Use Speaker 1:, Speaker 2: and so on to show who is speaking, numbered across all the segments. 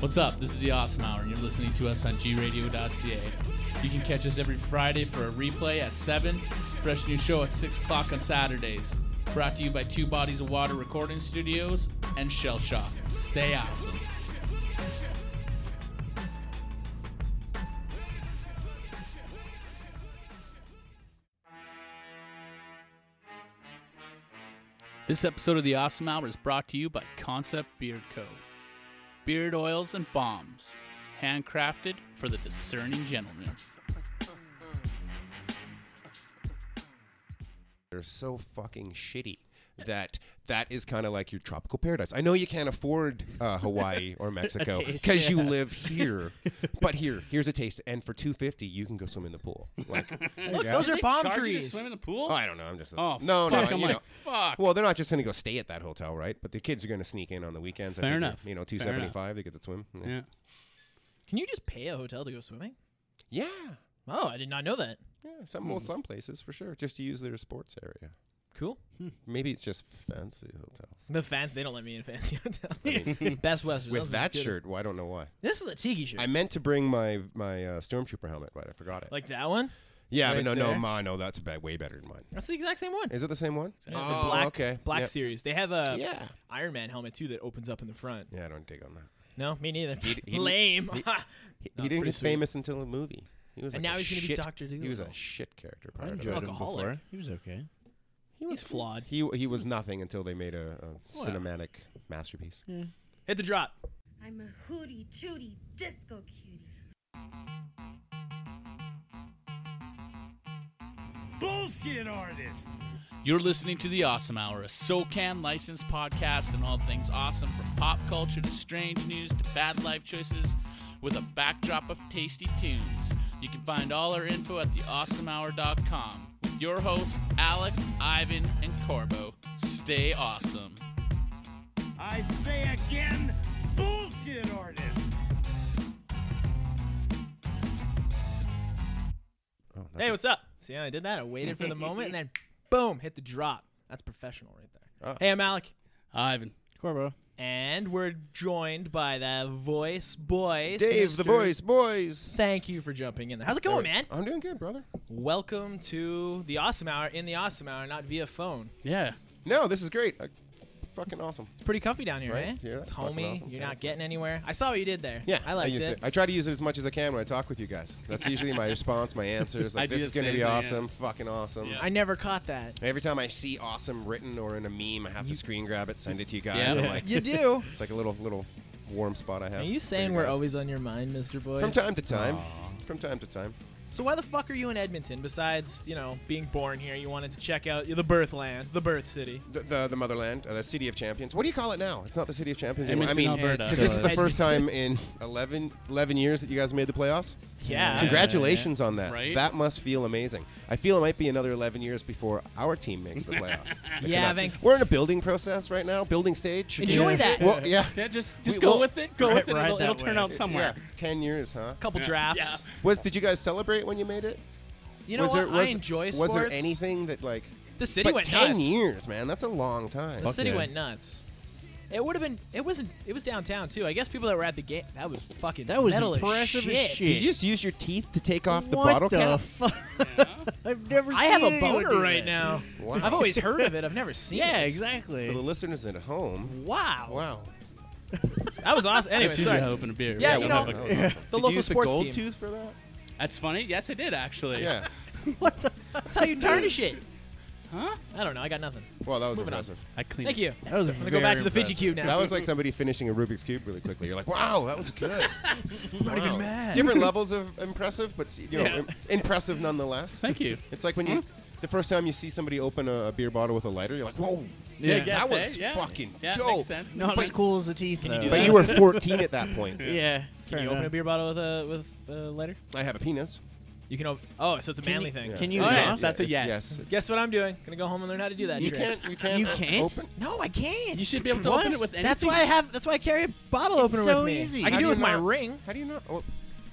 Speaker 1: What's up? This is the Awesome Hour, and you're listening to us on gradio.ca. You can catch us every Friday for a replay at 7, fresh new show at 6 o'clock on Saturdays. Brought to you by Two Bodies of Water Recording Studios and Shell Shock. Stay awesome. This episode of The Awesome Hour is brought to you by Concept Beard Co. Beard oils and bombs, handcrafted for the discerning gentleman.
Speaker 2: they're so fucking shitty that that is kind of like your tropical paradise. I know you can't afford uh, Hawaii or Mexico
Speaker 1: taste,
Speaker 2: because you
Speaker 1: yeah.
Speaker 2: live here, but here, here's a taste, and for two fifty, you can go swim in the pool. Like, yeah.
Speaker 3: Those are palm
Speaker 1: Charge you to
Speaker 3: trees.
Speaker 1: swim in the pool?
Speaker 2: Oh, I don't know. I'm just
Speaker 1: Oh,
Speaker 2: no,
Speaker 1: fuck.
Speaker 2: no.
Speaker 1: I'm
Speaker 2: you
Speaker 1: like,
Speaker 2: know.
Speaker 1: fuck.
Speaker 2: Well, they're not just gonna go stay at that hotel, right? But the kids are gonna sneak in on the weekends. I
Speaker 1: Fair
Speaker 2: figure,
Speaker 1: enough.
Speaker 2: You know,
Speaker 1: Fair
Speaker 2: two
Speaker 1: enough.
Speaker 2: seventy five. They get to swim. Yeah.
Speaker 1: yeah.
Speaker 3: Can you just pay a hotel to go swimming?
Speaker 2: yeah,
Speaker 3: Oh, I did not know that.
Speaker 2: yeah. Some
Speaker 1: Hmm.
Speaker 2: well, some places for sure. Just to use their sports area.
Speaker 3: Cool.
Speaker 2: Maybe it's just fancy hotels.
Speaker 3: The fans, they don't let me in fancy hotels.
Speaker 2: I mean,
Speaker 3: Best Western.
Speaker 2: with
Speaker 3: those are
Speaker 2: that
Speaker 3: as good as-
Speaker 2: shirt, well, I don't know why.
Speaker 3: This is a tiki shirt.
Speaker 2: I meant to bring my my uh, stormtrooper helmet, but I forgot it.
Speaker 3: like that one?
Speaker 2: yeah,
Speaker 3: right
Speaker 2: but no,
Speaker 3: there.
Speaker 2: no, ma, no, that's ba- way better than mine.
Speaker 3: That's the exact same one.
Speaker 2: Is it the same one? Oh,
Speaker 3: Yeah, the black, Black
Speaker 2: yeah.
Speaker 3: series. They have a
Speaker 2: Yeah.
Speaker 3: Iron Man helmet too that opens up in the front.
Speaker 2: Yeah, I don't dig on that.
Speaker 3: No, me neither.
Speaker 2: he-
Speaker 3: Lame.
Speaker 2: he- He,
Speaker 3: No,
Speaker 2: he
Speaker 3: it's
Speaker 2: didn't
Speaker 3: pretty
Speaker 2: get
Speaker 3: sweet.
Speaker 2: famous until a movie. He was
Speaker 3: And
Speaker 2: like
Speaker 3: now
Speaker 2: a
Speaker 3: he's gonna be
Speaker 2: shit-
Speaker 3: Dr.
Speaker 2: He was a
Speaker 3: Doolittle.
Speaker 2: shit character.
Speaker 4: I
Speaker 2: prior to
Speaker 3: enjoyed
Speaker 4: enjoyed
Speaker 2: that.
Speaker 3: him
Speaker 4: him
Speaker 3: alcoholic.
Speaker 4: before.
Speaker 3: before.
Speaker 4: He was okay.
Speaker 2: He was
Speaker 3: He's flawed.
Speaker 2: he he was nothing until they made a, a cinematic masterpiece.
Speaker 3: Hit the drop.
Speaker 5: I'm a hootie tootie disco cutie.
Speaker 6: bullshit artist.
Speaker 1: You're listening to The Awesome Hour, a SoCan licensed podcast and all things awesome from pop culture to strange news to bad life choices with a backdrop of tasty tunes. You can find all our info at theawesomehour.com with your hosts, Alec, Ivan, and Corbo. Stay awesome.
Speaker 6: I say again, bullshit artist.
Speaker 2: Oh, that's
Speaker 3: Hey, what's up? See how I did that? I waited for the moment and then boom, hit the drop. That's professional right there.
Speaker 2: Oh.
Speaker 3: Hey, I'm Alec.
Speaker 1: Ivan.
Speaker 4: Corbo.
Speaker 3: And we're joined by the voice boys.
Speaker 2: Dave the
Speaker 3: Mr.
Speaker 2: voice, boys.
Speaker 3: Thank you for jumping in there. How's it going, man?
Speaker 2: I'm doing good, brother.
Speaker 3: Welcome to the Awesome Hour in the Awesome Hour, not via phone.
Speaker 1: Yeah.
Speaker 2: No, this is great. Uh, fucking awesome.
Speaker 3: It's pretty comfy down here,
Speaker 2: Right?
Speaker 3: eh?
Speaker 2: Yeah,
Speaker 3: it's
Speaker 2: that's fucking
Speaker 3: homey.
Speaker 2: awesome.
Speaker 3: You're
Speaker 2: Yeah.
Speaker 3: not getting anywhere. I saw what you did there.
Speaker 2: Yeah,
Speaker 3: I liked
Speaker 2: used
Speaker 3: it.
Speaker 2: I try to use it as much as I can when I talk with you guys. That's usually my response, my answers.
Speaker 1: I
Speaker 2: Like,
Speaker 1: do
Speaker 2: this
Speaker 1: the
Speaker 2: is going to
Speaker 1: same
Speaker 2: be
Speaker 1: thing, yeah.
Speaker 2: awesome, fucking awesome.
Speaker 1: Yeah.
Speaker 3: I never caught that.
Speaker 2: Every time I see awesome written or in a meme, I have to screen grab it, send it to you guys.
Speaker 1: Yeah.
Speaker 2: I'm
Speaker 1: Yeah.
Speaker 2: like,
Speaker 3: You do.
Speaker 2: it's like a little little warm spot I have. for
Speaker 3: Are you saying we're
Speaker 2: guys.
Speaker 3: always on your mind, Mr. Boy?
Speaker 2: from time to time? From time to time.
Speaker 3: So why the fuck are you in Edmonton? Besides, you know, being born here, you wanted to check out the birthland, the birth city.
Speaker 2: The, the, the motherland, uh, the city of champions. What do you call it now? It's not the city of champions anymore.
Speaker 1: Edmonton,
Speaker 2: I mean,
Speaker 1: Alberta.
Speaker 2: 'cause this is the
Speaker 3: Edmonton.
Speaker 2: first time in 11, 11 years that you guys made the playoffs.
Speaker 3: Yeah.
Speaker 2: Congratulations on that.
Speaker 1: Right?
Speaker 2: That must feel amazing. I feel it might be another 11 years before our team makes the playoffs. The
Speaker 3: Yeah,
Speaker 2: Canucks.
Speaker 3: Vanc-
Speaker 2: We're in a building process right now, building stage.
Speaker 3: Enjoy that.
Speaker 2: Well, yeah.
Speaker 1: Yeah, just just
Speaker 2: We-
Speaker 1: go
Speaker 2: well-
Speaker 1: with it. Go
Speaker 4: Right-
Speaker 1: with it.
Speaker 4: ride
Speaker 1: It'll,
Speaker 4: that
Speaker 1: it'll turn
Speaker 4: wave.
Speaker 1: out somewhere.
Speaker 2: Yeah, 10 years, huh?
Speaker 3: Couple
Speaker 1: Yeah.
Speaker 3: drafts.
Speaker 2: Was did you guys celebrate when you made it?
Speaker 3: You know
Speaker 2: was
Speaker 3: what?
Speaker 2: There, was,
Speaker 3: I enjoy sports.
Speaker 2: Was there anything that like
Speaker 3: The city
Speaker 2: but
Speaker 3: went
Speaker 2: 10
Speaker 3: nuts.
Speaker 2: years, man. That's a long time.
Speaker 3: The
Speaker 4: Fuck
Speaker 3: city
Speaker 4: yeah.
Speaker 3: went nuts. It would have been. It wasn't. It was downtown too. I guess people that were at the game. That was fucking.
Speaker 4: That was
Speaker 3: metal
Speaker 4: impressive
Speaker 3: as
Speaker 4: as
Speaker 3: shit.
Speaker 2: Did
Speaker 4: shit.
Speaker 2: you just use your teeth to take off the
Speaker 4: what
Speaker 2: bottle
Speaker 4: the
Speaker 2: cap?
Speaker 4: fuck? I've never
Speaker 3: I
Speaker 4: seen
Speaker 3: have a
Speaker 4: anyone
Speaker 3: boner
Speaker 4: do
Speaker 3: right
Speaker 4: that.
Speaker 3: now.
Speaker 2: Wow.
Speaker 3: I've always heard of it. I've never seen
Speaker 4: Yeah,
Speaker 3: it.
Speaker 2: For the
Speaker 4: exactly.
Speaker 2: listeners at home.
Speaker 3: Wow.
Speaker 2: Wow.
Speaker 3: That was awesome. Anyway,
Speaker 1: That's usually
Speaker 3: sorry.
Speaker 1: how I open a beer.
Speaker 3: Yeah,
Speaker 1: right?
Speaker 3: you
Speaker 1: We'll
Speaker 3: know-
Speaker 1: have a-
Speaker 2: yeah.
Speaker 3: The
Speaker 2: Did
Speaker 3: local
Speaker 2: you use
Speaker 3: sports
Speaker 2: the gold
Speaker 3: team.
Speaker 2: tooth for that?
Speaker 1: That's funny. Yes, I did actually.
Speaker 2: Yeah.
Speaker 3: That's how you tarnish it.
Speaker 1: Huh?
Speaker 3: I don't know. I got nothing.
Speaker 2: Well, that was
Speaker 3: Moving on.
Speaker 2: impressive.
Speaker 1: I cleaned.
Speaker 3: Thank you.
Speaker 4: That was
Speaker 3: I'm gonna go back to the Fiji cube now.
Speaker 2: That was like somebody finishing a Rubik's cube really quickly. You're like, wow, that was good.
Speaker 4: Not
Speaker 2: Wow. Different levels of impressive, but you know,
Speaker 1: Yeah.
Speaker 2: im- impressive nonetheless.
Speaker 1: Thank you.
Speaker 2: It's like when you, the first time you see somebody open a, a beer bottle with a lighter, you're like, whoa,
Speaker 1: Yeah,
Speaker 4: Yeah.
Speaker 1: guess,
Speaker 2: that was
Speaker 1: eh? Yeah.
Speaker 2: fucking
Speaker 1: Yeah,
Speaker 2: dope.
Speaker 1: makes sense.
Speaker 4: Not
Speaker 2: But-
Speaker 4: as cool as the teeth, though.
Speaker 2: But you were 14 at that point.
Speaker 4: yeah.
Speaker 3: Can you open a beer bottle with a with a lighter?
Speaker 2: I have a penis.
Speaker 3: You can. Op- oh, so it's a
Speaker 4: Can
Speaker 3: manly
Speaker 4: you-
Speaker 3: thing.
Speaker 4: can you
Speaker 3: Oh,
Speaker 4: not?
Speaker 3: yeah.
Speaker 1: Yes, that's a
Speaker 2: it's-
Speaker 1: yes.
Speaker 3: Guess what I'm doing? Gonna go home and learn how to do that
Speaker 2: You
Speaker 3: trick.
Speaker 2: can't. You can't.
Speaker 4: You
Speaker 2: uh,
Speaker 4: can't?
Speaker 2: Open.
Speaker 3: No, I can't.
Speaker 1: You should be able to
Speaker 4: What?
Speaker 1: open it with anything.
Speaker 3: that's why I have. That's why I carry a bottle
Speaker 4: It's
Speaker 3: opener
Speaker 4: so
Speaker 3: with me.
Speaker 4: easy.
Speaker 3: I
Speaker 2: How
Speaker 3: can
Speaker 2: do
Speaker 3: do it
Speaker 2: you
Speaker 3: with my
Speaker 2: not-
Speaker 3: ring.
Speaker 2: How do you not? Oh,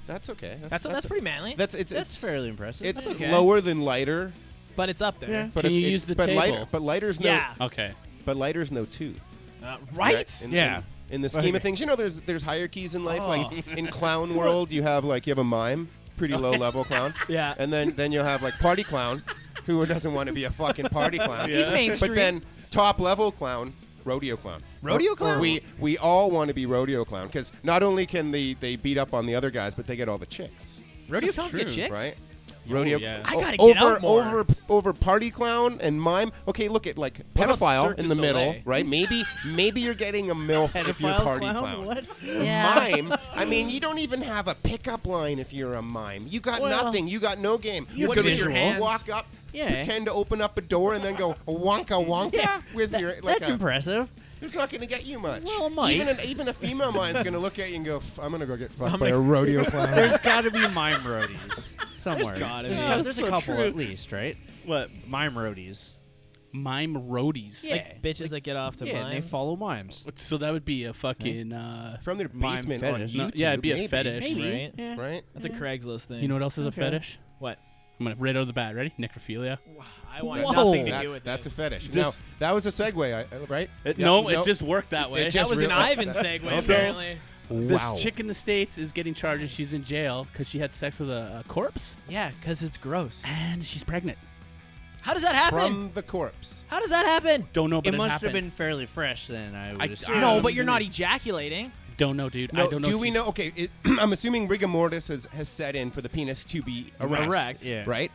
Speaker 2: that's okay. That's
Speaker 3: That's that's pretty manly.
Speaker 2: That's it's.
Speaker 4: That's
Speaker 2: it's-
Speaker 4: fairly impressive.
Speaker 2: It's
Speaker 3: That's okay.
Speaker 2: lower than lighter,
Speaker 3: but it's up there.
Speaker 4: Yeah.
Speaker 2: but
Speaker 1: Can
Speaker 2: it's,
Speaker 1: you
Speaker 2: it's-
Speaker 1: use the
Speaker 2: but
Speaker 1: table?
Speaker 2: lighter, but lighter's no,
Speaker 3: Yeah.
Speaker 1: Okay.
Speaker 2: but lighter's no tooth.
Speaker 3: Uh,
Speaker 2: right?
Speaker 3: right? Oh.
Speaker 2: And-
Speaker 4: Yeah.
Speaker 2: and in the scheme of things. You know, there's there's hierarchies in life. Like in clown world, you have like you have a mime, pretty low level clown.
Speaker 3: Yeah.
Speaker 2: And then then you'll have like party clown, who doesn't want to be a fucking party clown.
Speaker 4: He's mainstream.
Speaker 2: But then top level clown, rodeo clown.
Speaker 3: Rodeo clown?
Speaker 2: We we all want to be rodeo clown because not only can they they beat up on the other guys, but they get all the chicks,
Speaker 3: Rodeo
Speaker 4: This is
Speaker 3: clowns get
Speaker 4: true,
Speaker 3: chicks?
Speaker 2: right? Rodeo.
Speaker 1: yeah.
Speaker 4: I
Speaker 2: o-
Speaker 4: gotta get
Speaker 2: over,
Speaker 4: out more.
Speaker 2: Over over party clown and mime. Okay, look at like
Speaker 3: about
Speaker 2: pedophile
Speaker 3: Cirque
Speaker 2: in
Speaker 3: du
Speaker 2: the middle,
Speaker 3: Soleil?
Speaker 2: right? Maybe maybe you're getting a milf if you're
Speaker 4: Pedophile
Speaker 2: party
Speaker 4: clown?
Speaker 2: clown.
Speaker 4: What?
Speaker 7: Yeah.
Speaker 2: Mime. I mean, you don't even have a pickup line if you're a mime. You got
Speaker 4: Well,
Speaker 2: nothing. You got no game.
Speaker 4: you're
Speaker 2: what
Speaker 4: good
Speaker 2: do
Speaker 4: with
Speaker 2: you
Speaker 4: your hands.
Speaker 2: walk up,
Speaker 4: Yeah.
Speaker 2: pretend to open up a door, and then go wonka wonka
Speaker 4: Yeah,
Speaker 2: with
Speaker 4: that-
Speaker 2: your like
Speaker 4: that's
Speaker 2: a,
Speaker 4: impressive.
Speaker 2: It's not going to get you much.
Speaker 4: Well, it might.
Speaker 2: Even an, even a female mine's going to look at you and go, "F- "I'm going to go get fucked
Speaker 3: I'm
Speaker 2: by
Speaker 3: gonna-
Speaker 2: a rodeo clown."
Speaker 4: There's got to be mime roadies somewhere.
Speaker 3: gotta
Speaker 4: There's
Speaker 3: be.
Speaker 4: got-
Speaker 3: Yeah,
Speaker 4: there's
Speaker 1: that's so
Speaker 4: a couple
Speaker 1: true.
Speaker 4: at least, right? What mime roadies?
Speaker 1: Mime roadies.
Speaker 4: Yeah.
Speaker 1: Like,
Speaker 3: Bitches that get off to
Speaker 4: yeah, and
Speaker 3: mines.
Speaker 4: they follow mimes.
Speaker 1: so that would be a fucking. Uh,
Speaker 2: from their
Speaker 1: mime
Speaker 2: basement on
Speaker 4: fetish.
Speaker 2: YouTube.
Speaker 1: No, yeah, it'd be a
Speaker 2: maybe.
Speaker 1: fetish.
Speaker 3: Right?
Speaker 4: Yeah.
Speaker 2: right?
Speaker 3: That's a Craigslist thing.
Speaker 1: You know what else is
Speaker 4: Okay.
Speaker 1: a fetish?
Speaker 3: what?
Speaker 1: I'm gonna right out of the bat. Ready? Necrophilia.
Speaker 3: I want
Speaker 4: Whoa.
Speaker 3: nothing to do
Speaker 2: That's,
Speaker 3: with
Speaker 2: that's a
Speaker 3: this.
Speaker 2: fetish.
Speaker 1: Just-
Speaker 2: now that was a segue, I, uh, right?
Speaker 1: It-
Speaker 2: Yeah,
Speaker 1: no, it just worked that way.
Speaker 2: just
Speaker 3: That was an
Speaker 2: real-
Speaker 3: Ivan segue, apparently.
Speaker 1: This
Speaker 2: wow.
Speaker 1: chick in the states is getting charged and she's in jail because she had sex with a, a corpse
Speaker 3: Yeah, because it's gross.
Speaker 1: and she's pregnant.
Speaker 3: How does that happen?
Speaker 2: from the corpse.
Speaker 3: How does that happen?
Speaker 1: Don't know, but
Speaker 4: It
Speaker 1: it,
Speaker 4: must
Speaker 1: happened.
Speaker 4: have been fairly fresh then. I would
Speaker 1: I-
Speaker 4: assume.
Speaker 3: no,
Speaker 1: I'm
Speaker 3: but you're not
Speaker 1: assuming-
Speaker 3: ejaculating.
Speaker 1: Don't know, dude. I
Speaker 2: No,
Speaker 1: don't know.
Speaker 2: do
Speaker 1: if
Speaker 2: we
Speaker 1: she's-
Speaker 2: know? Okay, it, I'm assuming rigor mortis has, has set in for the penis to be erect.
Speaker 3: Erect,
Speaker 4: yeah.
Speaker 2: Right?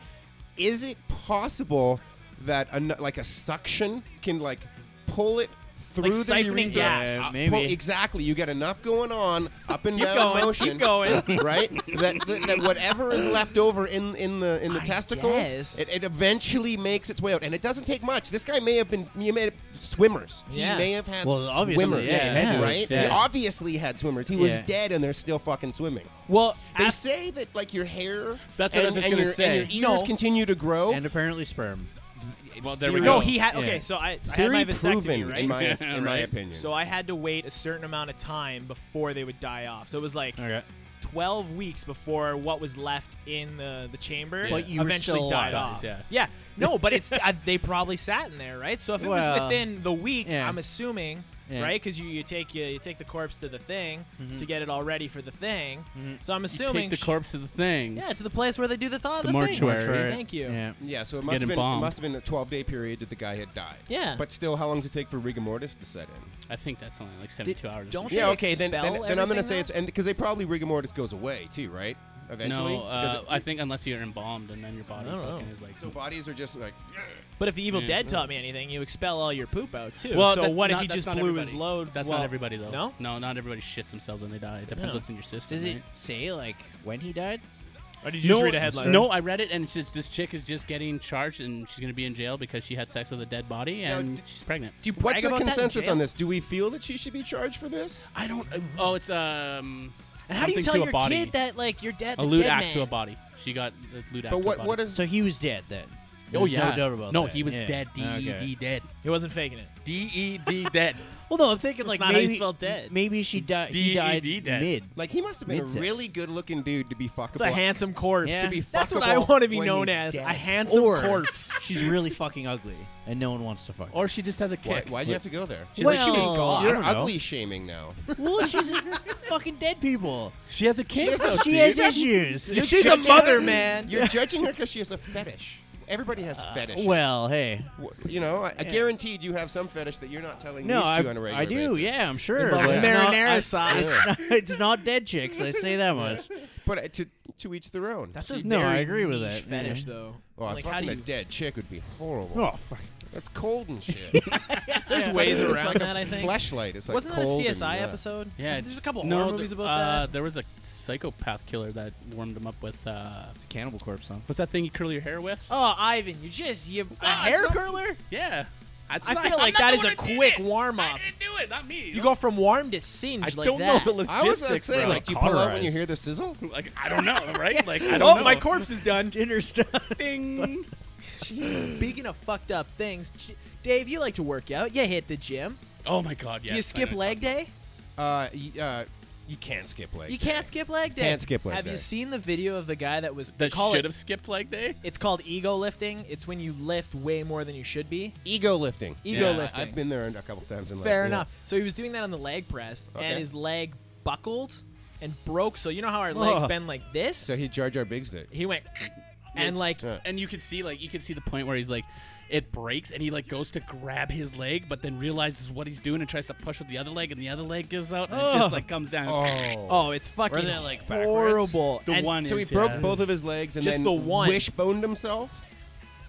Speaker 2: Is it possible that an, like a suction can like pull it through the
Speaker 3: siphoning
Speaker 2: urethra?
Speaker 3: gas.
Speaker 2: Uh,
Speaker 4: Yeah,
Speaker 2: pull-
Speaker 4: maybe.
Speaker 2: exactly. You get enough going on up and
Speaker 3: Keep
Speaker 2: down
Speaker 3: going.
Speaker 2: motion.
Speaker 3: Keep going.
Speaker 2: Right, that, that, that whatever is left over in, in the in the
Speaker 3: I
Speaker 2: testicles,
Speaker 3: guess.
Speaker 2: it, it eventually makes its way out, and it doesn't take much. This guy may have been, he may have swimmers.
Speaker 3: Yeah.
Speaker 2: He may have had
Speaker 4: Well, obviously,
Speaker 2: swimmers.
Speaker 4: yeah, he had to have
Speaker 2: right?
Speaker 4: had-
Speaker 2: He obviously had swimmers. He was
Speaker 4: Yeah.
Speaker 2: dead, and they're still fucking swimming.
Speaker 3: Well,
Speaker 2: They
Speaker 3: af-
Speaker 2: say that like your hair,
Speaker 1: That's what I
Speaker 2: and,
Speaker 1: was just
Speaker 2: and
Speaker 1: gonna
Speaker 2: your,
Speaker 1: say.
Speaker 2: and your ears
Speaker 3: No.
Speaker 2: continue to grow.
Speaker 4: And apparently sperm.
Speaker 1: Well, there we
Speaker 2: No,
Speaker 1: go.
Speaker 3: no, he had.
Speaker 4: Yeah.
Speaker 3: Okay, so I, I had
Speaker 2: Theory
Speaker 3: my vasectomy,
Speaker 2: proven,
Speaker 3: right?
Speaker 2: in my in my
Speaker 1: Right.
Speaker 2: opinion.
Speaker 3: so I had to wait a certain amount of time before they would die off. So it was like
Speaker 4: Okay.
Speaker 3: 12 weeks before what was left in the, the chamber
Speaker 1: But
Speaker 4: you were
Speaker 3: eventually
Speaker 4: still
Speaker 3: died
Speaker 4: alive.
Speaker 3: off.
Speaker 1: Yeah.
Speaker 3: no, but it's uh, they probably sat in there, right? So if it was
Speaker 4: Well,
Speaker 3: within the week,
Speaker 4: yeah.
Speaker 3: I'm assuming,
Speaker 4: Yeah. Mm-hmm.
Speaker 3: right? Because you, you take you, you take the corpse to the thing to get it all ready for the thing. So I'm
Speaker 1: You
Speaker 3: assuming
Speaker 1: take the
Speaker 3: sh-
Speaker 1: corpse to the thing.
Speaker 3: Yeah, to the place where they do the thought
Speaker 1: The
Speaker 3: the, thing.
Speaker 1: mortuary. Sure.
Speaker 3: Thank you.
Speaker 4: Yeah.
Speaker 2: yeah, so it must
Speaker 1: Get
Speaker 2: have been it
Speaker 1: embalmed.
Speaker 2: must have been a 12 day period that the guy had died.
Speaker 3: Yeah.
Speaker 2: But still, how long does it take for rigor mortis to set in?
Speaker 1: I think that's only like 72 hours. or
Speaker 3: don't
Speaker 1: some
Speaker 3: they
Speaker 2: yeah, okay, then
Speaker 3: expel
Speaker 2: then, then I'm gonna
Speaker 3: everything
Speaker 2: say
Speaker 3: now?
Speaker 2: it's and because they probably rigor mortis goes away too, right?
Speaker 1: shit.
Speaker 2: Eventually.
Speaker 1: No, uh,
Speaker 2: Does it-
Speaker 1: I think unless you're embalmed and then your body
Speaker 3: I don't
Speaker 1: fucking
Speaker 3: know.
Speaker 1: is like.
Speaker 2: so bodies are just like
Speaker 3: But if the Evil
Speaker 1: Yeah.
Speaker 3: Dead taught me anything, you expel all your poop out too.
Speaker 1: Well,
Speaker 3: so
Speaker 1: that-
Speaker 3: what
Speaker 1: not-
Speaker 3: if he
Speaker 1: that's
Speaker 3: just
Speaker 1: not
Speaker 3: blew
Speaker 1: everybody.
Speaker 3: his load?
Speaker 1: That's
Speaker 3: well-
Speaker 1: not everybody though.
Speaker 3: No?
Speaker 1: no, not everybody shits themselves when they die. It depends
Speaker 3: No.
Speaker 1: what's in your system.
Speaker 4: Does it
Speaker 1: right?
Speaker 4: say like when he died?
Speaker 3: Or did you
Speaker 1: no,
Speaker 3: just read a headline?
Speaker 1: No, I read it, and it's just, this chick is just getting charged, and she's gonna be in jail because she had sex with a dead body,
Speaker 2: Now,
Speaker 1: and
Speaker 2: d-
Speaker 1: she's pregnant.
Speaker 3: Do you brag
Speaker 2: What's the
Speaker 3: about that in
Speaker 2: consensus
Speaker 3: jail?
Speaker 2: on this? Do we feel that she should be charged for this?
Speaker 1: I don't. uh, Oh, it's um.
Speaker 3: And how do you
Speaker 1: something
Speaker 3: tell
Speaker 1: to
Speaker 3: your
Speaker 1: a body.
Speaker 3: kid that like your dad's
Speaker 1: a
Speaker 3: a
Speaker 1: lewd
Speaker 3: dead
Speaker 1: act
Speaker 3: man?
Speaker 1: to a body. She got a lewd act.
Speaker 2: But
Speaker 1: to a
Speaker 2: what
Speaker 1: body.
Speaker 2: what is
Speaker 4: So he was dead then.
Speaker 1: Oh
Speaker 4: There's
Speaker 1: yeah.
Speaker 4: No doubt about
Speaker 1: No,
Speaker 4: that.
Speaker 1: he was
Speaker 4: Yeah. Ah,
Speaker 1: dead. D E
Speaker 4: Okay.
Speaker 1: D dead.
Speaker 3: He wasn't faking it.
Speaker 1: D E D dead.
Speaker 4: Well, no, I'm thinking
Speaker 3: That's
Speaker 4: like
Speaker 3: not how you
Speaker 4: maybe
Speaker 3: spell dead.
Speaker 4: maybe she died. He died
Speaker 1: D-E-D dead.
Speaker 4: mid.
Speaker 2: like he must have been
Speaker 4: Mid-sex.
Speaker 2: a really good looking dude to be fuckable.
Speaker 3: It's a handsome corpse.
Speaker 4: Yeah.
Speaker 2: to be
Speaker 3: That's what I
Speaker 2: fuckable
Speaker 3: want to be
Speaker 2: when
Speaker 3: known
Speaker 2: he's
Speaker 3: as.
Speaker 2: dead.
Speaker 3: A handsome
Speaker 4: Or-
Speaker 3: corpse.
Speaker 4: She's really fucking ugly, and no one wants to fuck. her.
Speaker 1: Or she just has a
Speaker 2: Why,
Speaker 1: kick.
Speaker 2: why do you have to go there?
Speaker 1: She's like, she was
Speaker 4: Well,
Speaker 1: gone.
Speaker 4: I
Speaker 2: You're
Speaker 4: don't know.
Speaker 2: ugly shaming now.
Speaker 4: well, she's fucking dead people.
Speaker 1: She has a kick.
Speaker 2: doesn't-
Speaker 1: though,
Speaker 4: She
Speaker 2: dude.
Speaker 4: has
Speaker 2: That-
Speaker 4: issues.
Speaker 2: You're
Speaker 3: She's a
Speaker 2: judging
Speaker 3: mother,
Speaker 2: her-
Speaker 3: man.
Speaker 2: You're judging her because she has a fetish. Everybody has fetishes.
Speaker 4: Uh, Well, hey.
Speaker 2: W- you know, I, I guaranteed you have some fetish that you're not telling
Speaker 4: No,
Speaker 2: these two on a
Speaker 4: I,
Speaker 2: regular
Speaker 4: I do.
Speaker 2: basis.
Speaker 4: Yeah, I'm sure.
Speaker 3: Involves
Speaker 4: but-
Speaker 3: marinara
Speaker 4: No, I-
Speaker 3: sauce.
Speaker 4: It's not, it's not dead chicks. I say that much.
Speaker 2: But uh, to to each their own.
Speaker 3: That's
Speaker 2: She-
Speaker 3: a
Speaker 4: No, I
Speaker 3: very
Speaker 4: agree with
Speaker 3: niche
Speaker 4: that,
Speaker 3: Fetish
Speaker 4: yeah.
Speaker 3: though.
Speaker 2: oh,
Speaker 3: like how
Speaker 2: fucking
Speaker 3: do
Speaker 2: a
Speaker 3: you?
Speaker 2: dead chick would be horrible.
Speaker 4: Oh fuck.
Speaker 2: That's cold and shit.
Speaker 3: There's
Speaker 2: It's
Speaker 3: ways
Speaker 2: like, it's
Speaker 3: around
Speaker 2: like
Speaker 3: that.
Speaker 2: A
Speaker 3: I think.
Speaker 2: Fleshlight. It's like
Speaker 3: Wasn't that a
Speaker 2: cold and,
Speaker 3: CSI
Speaker 2: uh,
Speaker 3: episode?
Speaker 1: Yeah,
Speaker 3: There's a couple
Speaker 1: no,
Speaker 3: horror
Speaker 1: th-
Speaker 3: movies about
Speaker 1: uh,
Speaker 3: that.
Speaker 1: There was a psychopath killer that warmed him up with. Uh,
Speaker 4: It's a cannibal corpse song.
Speaker 1: what's that thing you curl your hair with?
Speaker 3: Oh, Ivan, you just you a
Speaker 1: Ah,
Speaker 3: hair
Speaker 1: something-
Speaker 3: curler?
Speaker 1: Yeah, That's
Speaker 3: I
Speaker 1: not-
Speaker 3: feel
Speaker 1: I'm
Speaker 3: like
Speaker 1: not
Speaker 3: that
Speaker 1: the
Speaker 3: is
Speaker 1: one
Speaker 3: a
Speaker 1: who did
Speaker 3: quick
Speaker 1: it.
Speaker 3: warm up.
Speaker 1: I didn't do it. Not me.
Speaker 3: You go from warm to singe
Speaker 1: I
Speaker 3: like
Speaker 1: don't
Speaker 3: that.
Speaker 1: know the
Speaker 2: I was
Speaker 1: logistics.
Speaker 2: gonna say,
Speaker 1: bro.
Speaker 2: like, do you pull out when
Speaker 4: Cauterized.
Speaker 2: you hear the sizzle?
Speaker 1: Like, I don't know, right? Like I
Speaker 3: oh,
Speaker 1: don't know.
Speaker 3: my corpse is done.
Speaker 4: Dinner stuff.
Speaker 1: Ding.
Speaker 3: Jesus. Speaking of fucked up things, J- Dave, you like to work out. You hit the gym.
Speaker 1: Oh my god. Yes,
Speaker 3: Do you
Speaker 1: I
Speaker 3: skip
Speaker 1: know.
Speaker 3: leg day?
Speaker 2: Uh, y- uh, You can't skip leg.
Speaker 3: You can't skip leg day.
Speaker 2: Can't skip leg
Speaker 3: Have
Speaker 2: day.
Speaker 3: you seen the video of the guy that was they
Speaker 1: That
Speaker 3: call
Speaker 1: should
Speaker 3: it,
Speaker 1: have skipped leg day.
Speaker 3: It's called ego lifting. It's when you lift way more than you should be.
Speaker 2: ego lifting.
Speaker 3: Ego
Speaker 1: Yeah,
Speaker 3: lifting.
Speaker 2: I've been there a couple times in life.
Speaker 3: Fair
Speaker 2: yeah.
Speaker 3: enough. So he was doing that on the leg press,
Speaker 2: Okay.
Speaker 3: and his leg buckled and broke. So you know how our legs
Speaker 4: Ugh.
Speaker 3: bend like this?
Speaker 2: So he Jar Jar Biggs did.
Speaker 3: he went and like
Speaker 2: Yeah.
Speaker 1: And you can see like you can see the point where he's like, it breaks and he like goes to grab his leg, but then realizes what he's doing and tries to push with the other leg, and the other leg gives out and it
Speaker 4: Oh.
Speaker 1: just like comes down.
Speaker 2: Oh.
Speaker 3: oh, it's fucking
Speaker 1: they, like, backwards?
Speaker 3: horrible.
Speaker 1: The
Speaker 3: And-
Speaker 1: one
Speaker 2: So he
Speaker 1: is,
Speaker 2: broke
Speaker 1: yeah.
Speaker 2: both of his legs and
Speaker 3: Just
Speaker 2: then
Speaker 3: the one.
Speaker 2: wishboned himself.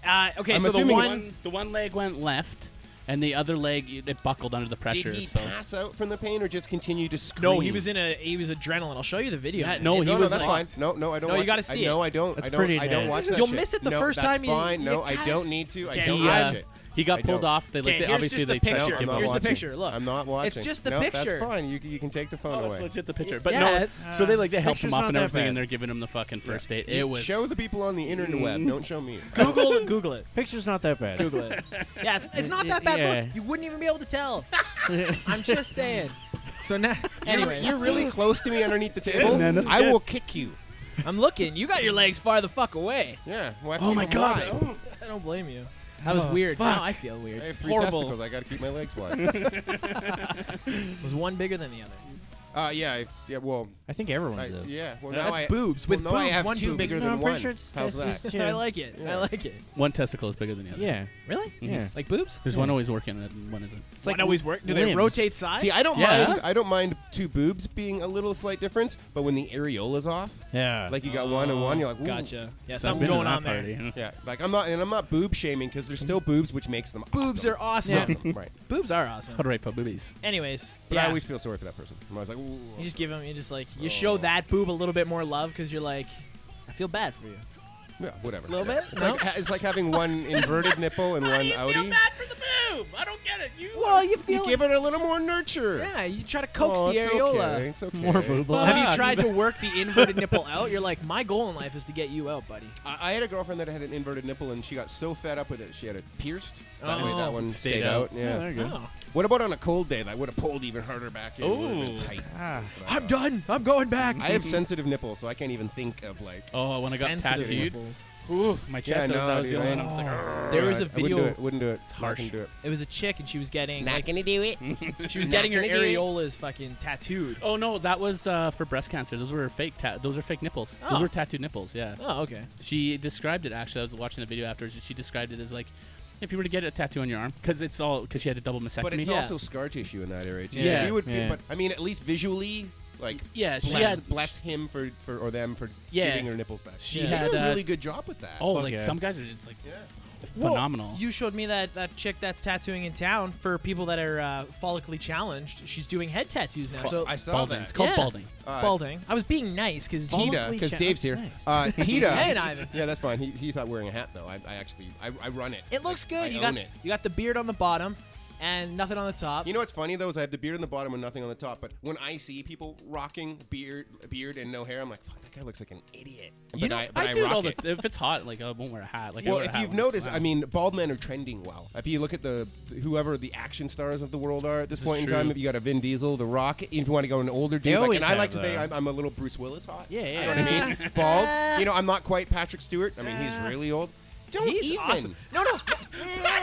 Speaker 3: Uh, okay,
Speaker 2: I'm
Speaker 3: so the
Speaker 2: assuming-
Speaker 3: one.
Speaker 1: The one leg went left, and the other leg it buckled under the pressure.
Speaker 2: Did he
Speaker 1: so.
Speaker 2: pass out from the pain or just continue to scream?
Speaker 3: No, he was in a he was adrenaline. I'll show you the video.
Speaker 1: Yeah,
Speaker 3: man.
Speaker 1: no,
Speaker 3: It's-
Speaker 1: he
Speaker 2: No, no,
Speaker 1: was
Speaker 2: that's
Speaker 1: like-
Speaker 2: fine. No, no, I don't.
Speaker 3: No, you
Speaker 2: watch
Speaker 3: gotta
Speaker 2: it.
Speaker 3: see
Speaker 2: I, no,
Speaker 3: it.
Speaker 2: I don't.
Speaker 4: That's
Speaker 2: I don't.
Speaker 4: pretty
Speaker 2: I don't
Speaker 4: nice.
Speaker 2: watch that.
Speaker 3: You'll
Speaker 2: shit.
Speaker 3: miss it the
Speaker 2: No,
Speaker 3: first
Speaker 2: that's
Speaker 3: time you-
Speaker 2: Fine.
Speaker 3: you
Speaker 2: no, I
Speaker 3: guys-
Speaker 2: don't need to. I
Speaker 3: Okay,
Speaker 2: don't
Speaker 1: he,
Speaker 3: Yeah.
Speaker 1: uh,
Speaker 2: watch it.
Speaker 1: he got
Speaker 2: I
Speaker 1: pulled
Speaker 2: don't.
Speaker 1: off. They like
Speaker 3: Okay,
Speaker 1: they
Speaker 3: here's
Speaker 1: obviously
Speaker 3: just the
Speaker 1: they tried
Speaker 3: picture.
Speaker 1: to
Speaker 2: No, I'm
Speaker 1: give
Speaker 2: not
Speaker 1: him.
Speaker 3: Here's the
Speaker 2: watching.
Speaker 3: picture, look.
Speaker 2: I'm not watching.
Speaker 3: just the
Speaker 2: no,
Speaker 3: picture.
Speaker 2: That's fine. You, you can take the phone
Speaker 1: Oh,
Speaker 2: away.
Speaker 1: it's legit the picture. But
Speaker 3: Yeah,
Speaker 1: no,
Speaker 3: it-
Speaker 1: so they like they helped
Speaker 4: picture's
Speaker 1: him off
Speaker 4: not
Speaker 1: and
Speaker 4: that
Speaker 1: everything,
Speaker 4: bad.
Speaker 1: and they're giving him the fucking first aid. It was
Speaker 2: Show the people on the interweb. Don't show me.
Speaker 3: Google Google it.
Speaker 4: Picture's not that bad.
Speaker 3: Google it. Yeah, it's, it's not that bad.
Speaker 4: Yeah.
Speaker 3: Look, you wouldn't even be able to tell. I'm just saying. So now,
Speaker 2: You're,
Speaker 3: anyway,
Speaker 2: you're really close to me underneath the table.
Speaker 4: man, that's
Speaker 2: I
Speaker 4: good.
Speaker 2: will kick you.
Speaker 3: I'm looking. You got your legs far the fuck away.
Speaker 2: Yeah.
Speaker 1: Oh my god!
Speaker 2: I
Speaker 1: Oh.
Speaker 3: I don't blame you. That
Speaker 2: Oh,
Speaker 3: was weird. Now I feel weird.
Speaker 2: have
Speaker 3: It
Speaker 2: three
Speaker 1: Horrible.
Speaker 2: testicles. I got to keep my legs wide.
Speaker 3: was one bigger than the other.
Speaker 2: uh, yeah. I- Yeah. Well.
Speaker 4: I think everyone
Speaker 2: I,
Speaker 4: does.
Speaker 2: yeah. Well, now
Speaker 3: That's
Speaker 2: I
Speaker 3: boobs.
Speaker 2: Well,
Speaker 3: With
Speaker 2: now I
Speaker 3: boobs,
Speaker 2: have
Speaker 3: one
Speaker 2: two
Speaker 3: boob.
Speaker 2: bigger
Speaker 4: No,
Speaker 2: than
Speaker 4: I'm
Speaker 2: one.
Speaker 4: pretty sure it's
Speaker 2: How's
Speaker 4: testes
Speaker 2: that?
Speaker 4: too.
Speaker 3: I like it. I
Speaker 2: Yeah.
Speaker 3: like it.
Speaker 1: One testicle is bigger than the other.
Speaker 4: Yeah.
Speaker 3: Really?
Speaker 4: Yeah.
Speaker 3: Like boobs?
Speaker 1: There's one always working and one isn't.
Speaker 4: It's like
Speaker 3: Do they
Speaker 4: limbs.
Speaker 3: rotate sides?
Speaker 2: See, I don't
Speaker 1: Yeah.
Speaker 2: mind. I don't mind two boobs being a little slight difference, but when the areola's off,
Speaker 4: Yeah.
Speaker 2: like you got one and one, you're like, Ooh.
Speaker 3: Uh, Gotcha. Yeah,
Speaker 1: I've
Speaker 3: something's
Speaker 1: been to
Speaker 3: going
Speaker 1: that
Speaker 3: on there.
Speaker 1: party.
Speaker 2: Yeah, like I'm not, and I'm not boob shaming because there's still boobs, which makes them
Speaker 3: Boobs
Speaker 2: awesome.
Speaker 3: are awesome.
Speaker 2: awesome, right?
Speaker 3: Boobs are awesome.
Speaker 1: How to write for boobies.
Speaker 3: Anyways,
Speaker 2: But
Speaker 3: yeah.
Speaker 2: I always feel sorry for that person. I'm always like, Ooh,
Speaker 3: you just give them. You just like you show that boob a little bit more love because you're like, I feel bad for you.
Speaker 2: yeah, whatever.
Speaker 3: Little
Speaker 2: Yeah.
Speaker 3: bit?
Speaker 2: It's,
Speaker 3: No?
Speaker 2: like, ha- it's like having one inverted nipple and one outie.
Speaker 1: for the boob? I don't get it. You.
Speaker 3: Well, you feel.
Speaker 2: You give it a little more nurture.
Speaker 3: yeah, you try to coax
Speaker 2: Oh,
Speaker 3: the
Speaker 2: it's
Speaker 3: areola.
Speaker 2: Okay. It's okay.
Speaker 4: more boob.
Speaker 3: Have you tried to work the inverted nipple out? You're like, my goal in life is to get you out, buddy.
Speaker 2: I, I had a girlfriend that had an inverted nipple, and she got so fed up with it, she had it pierced. So that way,
Speaker 3: Oh.
Speaker 2: that one
Speaker 1: Stayed
Speaker 2: stayed,
Speaker 1: out.
Speaker 2: out.
Speaker 4: Yeah,
Speaker 2: Yeah.
Speaker 4: there you go.
Speaker 3: Oh.
Speaker 2: What about on a cold day? That would have pulled even harder back in. It would've been
Speaker 1: Ooh.
Speaker 2: tight. uh,
Speaker 4: Ah.
Speaker 3: I'm done. I'm going back.
Speaker 2: I have sensitive nipples, so I can't even think of like.
Speaker 1: Oh, when I got
Speaker 3: Sensitive
Speaker 1: tattooed,
Speaker 3: nipples.
Speaker 1: ooh, my chest.
Speaker 2: Yeah,
Speaker 1: was-
Speaker 2: no,
Speaker 1: that was the
Speaker 2: dude,
Speaker 1: only one.
Speaker 2: I-
Speaker 1: I was like, "Argh."
Speaker 3: There
Speaker 2: Yeah,
Speaker 3: was a
Speaker 2: I wouldn't do
Speaker 3: video.
Speaker 2: it. Wouldn't do it. It's
Speaker 1: harsh.
Speaker 2: Not gonna do it.
Speaker 3: It was a chick, and she was getting like,
Speaker 2: gonna do it.
Speaker 3: she was getting her
Speaker 2: gonna do it.
Speaker 3: areolas fucking tattooed.
Speaker 1: Oh no, that was uh, for breast cancer. Those were fake. Ta- those are fake nipples.
Speaker 3: Oh.
Speaker 1: Those were tattooed nipples. Yeah.
Speaker 3: Oh, okay.
Speaker 1: She described it actually. I was watching a video afterwards, and she described it as like if you were to get a tattoo on your arm, because it's all because she had a double mastectomy.
Speaker 2: But it's
Speaker 1: yeah.
Speaker 2: also scar tissue in that area too.
Speaker 1: Yeah.
Speaker 2: So you would.
Speaker 4: Yeah.
Speaker 2: Feel, but I mean, at least visually, like.
Speaker 1: yeah. She
Speaker 2: Bless,
Speaker 1: had
Speaker 2: bless him for, for or them for
Speaker 1: Yeah.
Speaker 2: giving her nipples back.
Speaker 1: She
Speaker 2: They did
Speaker 1: had,
Speaker 2: a
Speaker 1: uh,
Speaker 2: really good job with that.
Speaker 1: Oh,
Speaker 4: Fuck
Speaker 1: like
Speaker 4: yeah.
Speaker 1: some guys are just like
Speaker 2: yeah.
Speaker 1: phenomenal.
Speaker 3: Well, you showed me that that chick that's tattooing in town for people that are uh, follically challenged. She's doing head tattoos now. So
Speaker 2: I saw
Speaker 1: balding.
Speaker 2: that.
Speaker 1: It's called
Speaker 3: Yeah.
Speaker 1: balding.
Speaker 2: Uh,
Speaker 3: balding. I was being nice because
Speaker 2: Tita, because
Speaker 4: Follically
Speaker 2: Dave's here.
Speaker 4: challenged.
Speaker 2: Uh, Tita.
Speaker 3: Hey, Ivan.
Speaker 2: Yeah, that's fine. He, he thought wearing a hat though. I, I actually I, I run it.
Speaker 3: it looks good.
Speaker 2: I
Speaker 3: you
Speaker 2: own
Speaker 3: got
Speaker 2: it.
Speaker 3: you got the beard on the bottom and nothing on the top.
Speaker 2: You know what's funny though is I have the beard on the bottom and nothing on the top. But when I see people rocking beard beard and no hair, I'm like, fuck, that guy looks like an idiot. But
Speaker 1: You know,
Speaker 2: I, but I,
Speaker 1: do it
Speaker 2: rock
Speaker 1: all
Speaker 2: it.
Speaker 1: the. If it's hot, like I won't wear a hat. Like I
Speaker 2: well,
Speaker 1: wear a
Speaker 2: if
Speaker 1: hat
Speaker 2: you've
Speaker 1: when it's
Speaker 2: noticed,
Speaker 1: fine.
Speaker 2: I mean, bald men are trending well. If you look at the whoever the action stars of the world are at
Speaker 1: This
Speaker 2: this,
Speaker 1: is
Speaker 2: point in
Speaker 1: true.
Speaker 2: time, if you got a Vin Diesel, The Rock, if you want to go an older dude, like,
Speaker 4: always
Speaker 2: and I
Speaker 4: have
Speaker 2: like to think
Speaker 4: that.
Speaker 2: I'm, I'm a little Bruce Willis hot.
Speaker 4: Yeah, yeah.
Speaker 2: You know what I mean? Bald. You know, I'm not quite Patrick Stewart. I mean, he's really old. Don't
Speaker 3: He's
Speaker 2: even.
Speaker 3: awesome. No, no.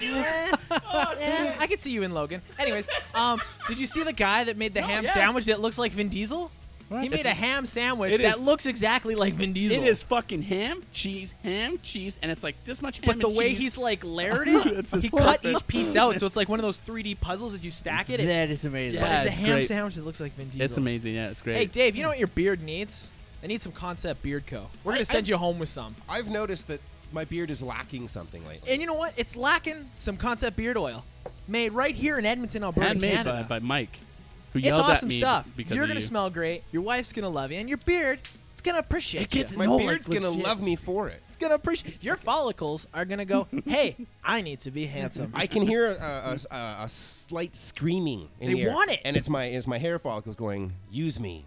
Speaker 3: Eh,
Speaker 2: Oh,
Speaker 3: eh, I could see you in Logan. Anyways, um, did you see the guy that made the ham
Speaker 1: yeah.
Speaker 3: sandwich that looks like Vin Diesel? He made
Speaker 1: It's-
Speaker 3: a ham sandwich
Speaker 1: it
Speaker 3: that
Speaker 1: is-
Speaker 3: looks exactly like Vin Diesel.
Speaker 1: it is fucking ham, cheese, ham, cheese, and it's like this much ham
Speaker 3: But the
Speaker 1: and
Speaker 3: way
Speaker 1: cheese.
Speaker 3: he's like layered it,
Speaker 1: It's just
Speaker 3: he cut
Speaker 1: perfect.
Speaker 3: each piece out, so it's like one of those 3D puzzles as you stack it. it
Speaker 4: That is amazing.
Speaker 3: but
Speaker 1: Yeah,
Speaker 3: it's,
Speaker 1: it's
Speaker 3: a ham
Speaker 1: great.
Speaker 3: sandwich that looks like Vin Diesel.
Speaker 1: it's amazing. Yeah, it's great.
Speaker 3: Hey, Dave, you know what your beard needs? I need some Concept Beard Co. We're
Speaker 2: I-
Speaker 3: gonna send
Speaker 2: I-
Speaker 3: you home with some.
Speaker 2: I've noticed that my beard is lacking something lately.
Speaker 3: And you know what? It's lacking some Concept Beard Oil, made right here in Edmonton, Alberta,
Speaker 1: handmade by,
Speaker 3: Canada.
Speaker 1: by Mike, who
Speaker 3: it's
Speaker 1: yelled
Speaker 3: awesome
Speaker 1: at me
Speaker 3: stuff.
Speaker 1: because
Speaker 3: You're
Speaker 1: of
Speaker 3: gonna
Speaker 1: you.
Speaker 3: smell great. Your wife's gonna love you, and your beard, it's gonna appreciate
Speaker 1: It gets
Speaker 3: you.
Speaker 2: my
Speaker 1: no, like,
Speaker 2: beard's gonna
Speaker 1: legit.
Speaker 2: love me for it.
Speaker 3: It's gonna appreciate. Your follicles are gonna go. Hey, I need to be handsome.
Speaker 2: I can hear a, a, a, a slight screaming. In
Speaker 3: They
Speaker 2: the air,
Speaker 3: want it.
Speaker 2: and it's my it's my hair follicles going. Use me,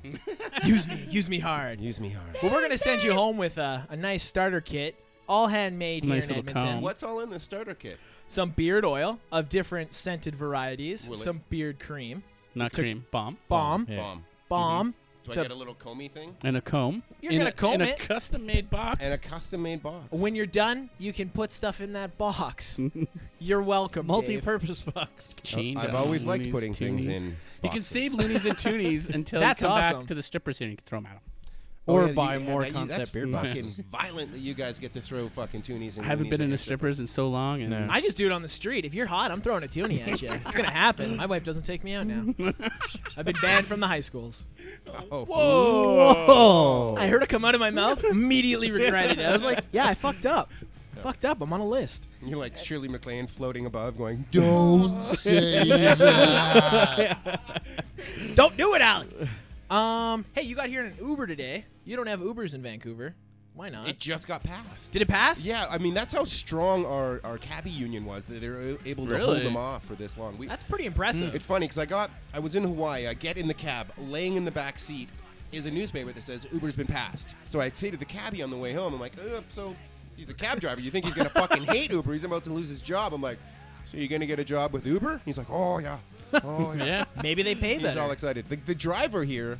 Speaker 3: use me, use me hard.
Speaker 2: use me hard.
Speaker 3: Well, we're gonna send you home with a, a nice starter kit, all handmade here
Speaker 1: Nice
Speaker 3: in
Speaker 1: little
Speaker 3: Edmonton.
Speaker 1: comb.
Speaker 2: What's all in the starter kit?
Speaker 3: Some beard oil of different scented varieties,
Speaker 2: Will it-
Speaker 3: some beard cream,
Speaker 1: Not cream bomb. Mm-hmm.
Speaker 3: balm,
Speaker 4: Yeah.
Speaker 2: Bomb.
Speaker 3: bomb.
Speaker 2: Do
Speaker 3: to-
Speaker 2: I get a little comey thing?
Speaker 4: And a comb.
Speaker 3: You're
Speaker 4: in
Speaker 3: gonna
Speaker 4: a,
Speaker 3: comb
Speaker 4: in
Speaker 3: it.
Speaker 4: a custom-made box.
Speaker 2: And a custom made box.
Speaker 3: when you're done, you can put stuff in that box. you're welcome. Dave.
Speaker 4: Multi-purpose box.
Speaker 2: I've
Speaker 1: Change on
Speaker 2: always liked
Speaker 1: loonies,
Speaker 2: putting things
Speaker 1: toonies.
Speaker 2: in
Speaker 1: You can
Speaker 2: boxes.
Speaker 1: save loonies and toonies until
Speaker 3: That's
Speaker 1: you come
Speaker 3: awesome.
Speaker 1: back to the strippers here and you can throw them at them.
Speaker 4: Or
Speaker 2: Oh, you can
Speaker 4: buy
Speaker 2: have
Speaker 4: more
Speaker 2: that- you-
Speaker 4: concept beer
Speaker 2: That's
Speaker 4: boxes.
Speaker 2: fucking violent that you guys get to throw fucking toonies. And
Speaker 1: I haven't
Speaker 2: loonies
Speaker 1: been
Speaker 2: at
Speaker 1: in
Speaker 2: your
Speaker 1: a strippers in so long, and
Speaker 4: No.
Speaker 3: I just do it on the street. If you're hot, I'm throwing a toonie at you. It's gonna happen. My wife doesn't take me out now. I've been banned from the high schools.
Speaker 2: Oh,
Speaker 4: Whoa!
Speaker 3: I heard it come out of my mouth. Immediately regretted it. I was like, yeah, I fucked up. I fucked up. I'm on a list.
Speaker 2: And You're like Shirley MacLaine floating above, going, "Don't say."
Speaker 3: Don't do it, Alec. Um, hey, you got here in an Uber today. You don't have Ubers in Vancouver. Why not?
Speaker 2: It just got passed.
Speaker 3: Did it pass?
Speaker 2: Yeah, I mean that's how strong our, our cabbie union was that they were able to
Speaker 1: Really?
Speaker 2: hold them off for this long. We,
Speaker 3: That's pretty impressive.
Speaker 2: it's funny because I got I was in Hawaii. I get in the cab, laying in the back seat is a newspaper that says Uber's been passed. So I say to the cabbie on the way home, I'm like, uh, so he's a cab driver. You think he's gonna fucking hate Uber? He's about to lose his job. I'm like, so you gonna get a job with Uber? He's like, oh yeah, oh yeah.
Speaker 1: yeah.
Speaker 3: Maybe they pay
Speaker 2: He's
Speaker 3: better.
Speaker 2: all excited. The, the driver here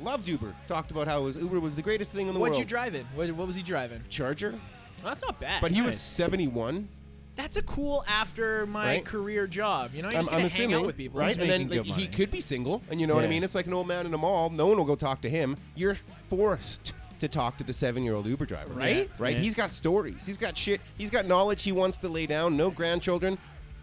Speaker 2: loved Uber. Talked about how it was, Uber was the greatest thing in the
Speaker 3: What'd
Speaker 2: world.
Speaker 3: you drive in? What, what was he driving?
Speaker 2: Charger,
Speaker 3: Well, that's not bad.
Speaker 2: but he
Speaker 3: Nice.
Speaker 2: was 71.
Speaker 3: That's a cool after my
Speaker 2: Right?
Speaker 3: career job. You know, you're
Speaker 2: I'm,
Speaker 3: just gonna
Speaker 2: I'm
Speaker 3: hang
Speaker 2: assuming,
Speaker 3: out with people,
Speaker 2: right? And then
Speaker 4: making
Speaker 2: like,
Speaker 4: good
Speaker 2: he
Speaker 4: money.
Speaker 2: could be single, and you know what I
Speaker 4: Yeah.
Speaker 2: mean. It's like an old man in a mall. No one will go talk to him. You're forced to talk to the seven-year-old Uber driver,
Speaker 3: Right?
Speaker 2: Right?
Speaker 4: Yeah.
Speaker 2: He's got stories. He's got shit. He's got knowledge. He wants to lay down. No grandchildren.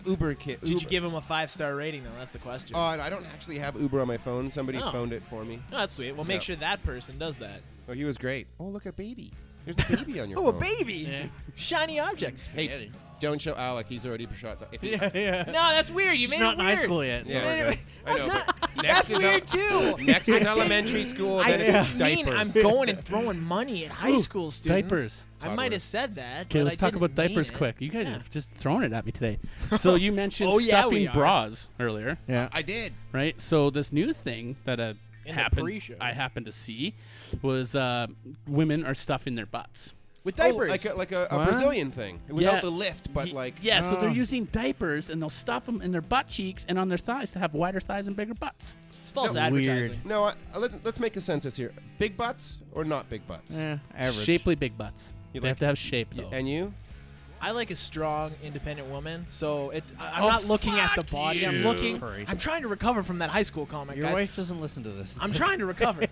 Speaker 2: Uber kid.
Speaker 3: Did you give him a five star rating though? That's the question.
Speaker 2: Uh, I don't actually have Uber on my phone. Somebody
Speaker 3: Oh.
Speaker 2: phoned it for me.
Speaker 3: oh, that's sweet. Well, make
Speaker 2: no.
Speaker 3: sure that person does that.
Speaker 2: Oh, he was great. Oh, look, a baby. There's a baby on your
Speaker 3: Oh,
Speaker 2: phone.
Speaker 3: a baby! Shiny object.
Speaker 2: Hey, sh- don't show Alec. He's already shot. The, if he,
Speaker 4: Yeah, yeah.
Speaker 3: No, that's weird. You
Speaker 4: She's
Speaker 3: made
Speaker 4: not
Speaker 3: it
Speaker 4: in high
Speaker 3: weird.
Speaker 4: school yet.
Speaker 2: Yeah,
Speaker 4: so-
Speaker 2: I know.
Speaker 3: Anyway,
Speaker 2: I know.
Speaker 3: that's
Speaker 2: but
Speaker 3: That's
Speaker 2: is
Speaker 3: weird too.
Speaker 2: Next is
Speaker 3: I didn't-
Speaker 2: elementary school.
Speaker 3: I
Speaker 2: Then it's
Speaker 3: didn't mean
Speaker 2: diapers.
Speaker 3: I'm going and throwing money at high
Speaker 1: Ooh,
Speaker 3: school students.
Speaker 1: diapers.
Speaker 3: I might
Speaker 2: Toddler.
Speaker 3: have said that.
Speaker 1: Okay,
Speaker 3: but
Speaker 1: let's
Speaker 3: I
Speaker 1: talk
Speaker 3: didn't
Speaker 1: about
Speaker 3: mean
Speaker 1: diapers
Speaker 3: it.
Speaker 1: quick. You guys
Speaker 3: Yeah.
Speaker 1: are just throwing it at me today. So you mentioned
Speaker 3: Oh, yeah, we
Speaker 1: stuffing
Speaker 3: are.
Speaker 1: bras earlier,
Speaker 4: Yeah.
Speaker 2: I did.
Speaker 1: right? So this new thing that uh,
Speaker 3: In the
Speaker 1: happened,
Speaker 3: pre-show.
Speaker 1: I happened to see, was uh, women are stuffing their butts.
Speaker 3: with
Speaker 2: Oh,
Speaker 3: diapers.
Speaker 2: like a, like a, a
Speaker 4: What?
Speaker 2: Brazilian thing without
Speaker 1: Yeah.
Speaker 2: the lift, but like
Speaker 1: yeah, so they're
Speaker 4: Oh.
Speaker 1: using diapers and they'll stuff them in their butt cheeks and on their thighs to have wider thighs and bigger butts.
Speaker 3: it's false
Speaker 4: No, weird.
Speaker 3: advertising.
Speaker 2: No, I, I- let, let's make a census here. Big butts or not big butts?
Speaker 3: Eh.
Speaker 4: Yeah, Eh, average.
Speaker 1: Shapely big butts.
Speaker 2: You
Speaker 1: they
Speaker 2: like-
Speaker 1: have to have shape
Speaker 2: Y-
Speaker 1: though.
Speaker 2: And you?
Speaker 3: I like a strong, independent woman. So it, I, I'm
Speaker 1: Oh,
Speaker 3: not looking at the
Speaker 1: fuck
Speaker 3: body. I'm
Speaker 1: you.
Speaker 3: looking.
Speaker 4: Christ.
Speaker 3: I'm trying to recover from that high school comment,
Speaker 4: Your
Speaker 3: guys.
Speaker 4: wife doesn't listen to this.
Speaker 3: I'm trying to recover.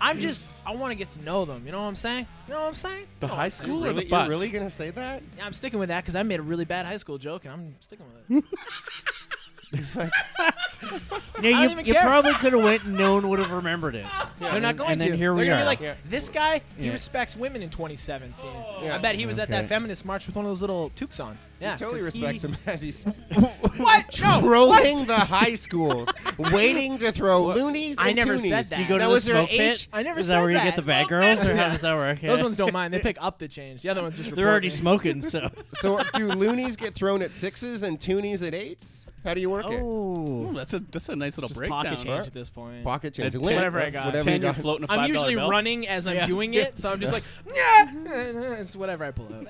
Speaker 3: I'm just. I want to get to know them. You know what I'm saying? You know what I'm saying?
Speaker 1: the
Speaker 3: You know what
Speaker 1: high
Speaker 3: I'm
Speaker 1: school or the
Speaker 2: Really, Oh, you're
Speaker 1: butts?
Speaker 2: really gonna say that?
Speaker 3: saying? Yeah, I'm sticking with that because I made a really bad high school joke, and I'm sticking with it.
Speaker 4: Yeah, you,
Speaker 3: I don't even
Speaker 4: you
Speaker 3: care.
Speaker 4: probably could have went. and No one would have remembered it.
Speaker 2: Yeah,
Speaker 3: They're not going
Speaker 4: and
Speaker 3: to.
Speaker 4: then here
Speaker 3: They're
Speaker 4: we
Speaker 3: gonna be
Speaker 4: are.
Speaker 3: like,
Speaker 2: Yeah. Oh.
Speaker 3: this guy, he
Speaker 4: Yeah.
Speaker 3: respects women in 2017.
Speaker 2: Yeah.
Speaker 3: I bet he was at that
Speaker 4: Okay.
Speaker 3: feminist march with one of those little toques on. Yeah,
Speaker 2: Totally
Speaker 3: 'cause he-
Speaker 2: respects him as he's
Speaker 3: What? No.
Speaker 2: trolling the high schools, waiting to throw loonies
Speaker 3: I
Speaker 2: and
Speaker 3: never said
Speaker 2: toonies.
Speaker 3: that.
Speaker 4: Do you go to
Speaker 2: Now,
Speaker 4: the
Speaker 2: is there an
Speaker 4: smoke pit?
Speaker 2: age-
Speaker 3: I never
Speaker 4: Is
Speaker 3: said
Speaker 4: that where you
Speaker 3: that.
Speaker 4: get the bad
Speaker 3: Smoke
Speaker 4: girls,
Speaker 3: pit.
Speaker 4: or how does that work?
Speaker 3: Those
Speaker 4: Yeah.
Speaker 3: ones don't mind. They pick up the change. The other ones just.
Speaker 4: They're
Speaker 3: report
Speaker 4: already
Speaker 3: me.
Speaker 4: smoking, so.
Speaker 2: So do loonies get thrown at sixes and toonies at eights? How do you work it?
Speaker 1: Ooh,
Speaker 4: Oh.
Speaker 1: that's a that's a nice little
Speaker 3: Just
Speaker 1: breakdown.
Speaker 3: pocket change
Speaker 2: Right.
Speaker 3: at this point.
Speaker 2: Pocket change.
Speaker 1: At
Speaker 2: Lint,
Speaker 3: whatever I
Speaker 2: right?
Speaker 3: got.
Speaker 2: Whatever you
Speaker 1: Ten, you're
Speaker 2: got.
Speaker 1: floating a five
Speaker 3: I'm usually
Speaker 1: bill.
Speaker 3: running as I'm
Speaker 1: Yeah.
Speaker 3: doing it, so I'm just like, yeah, it's whatever I pull out.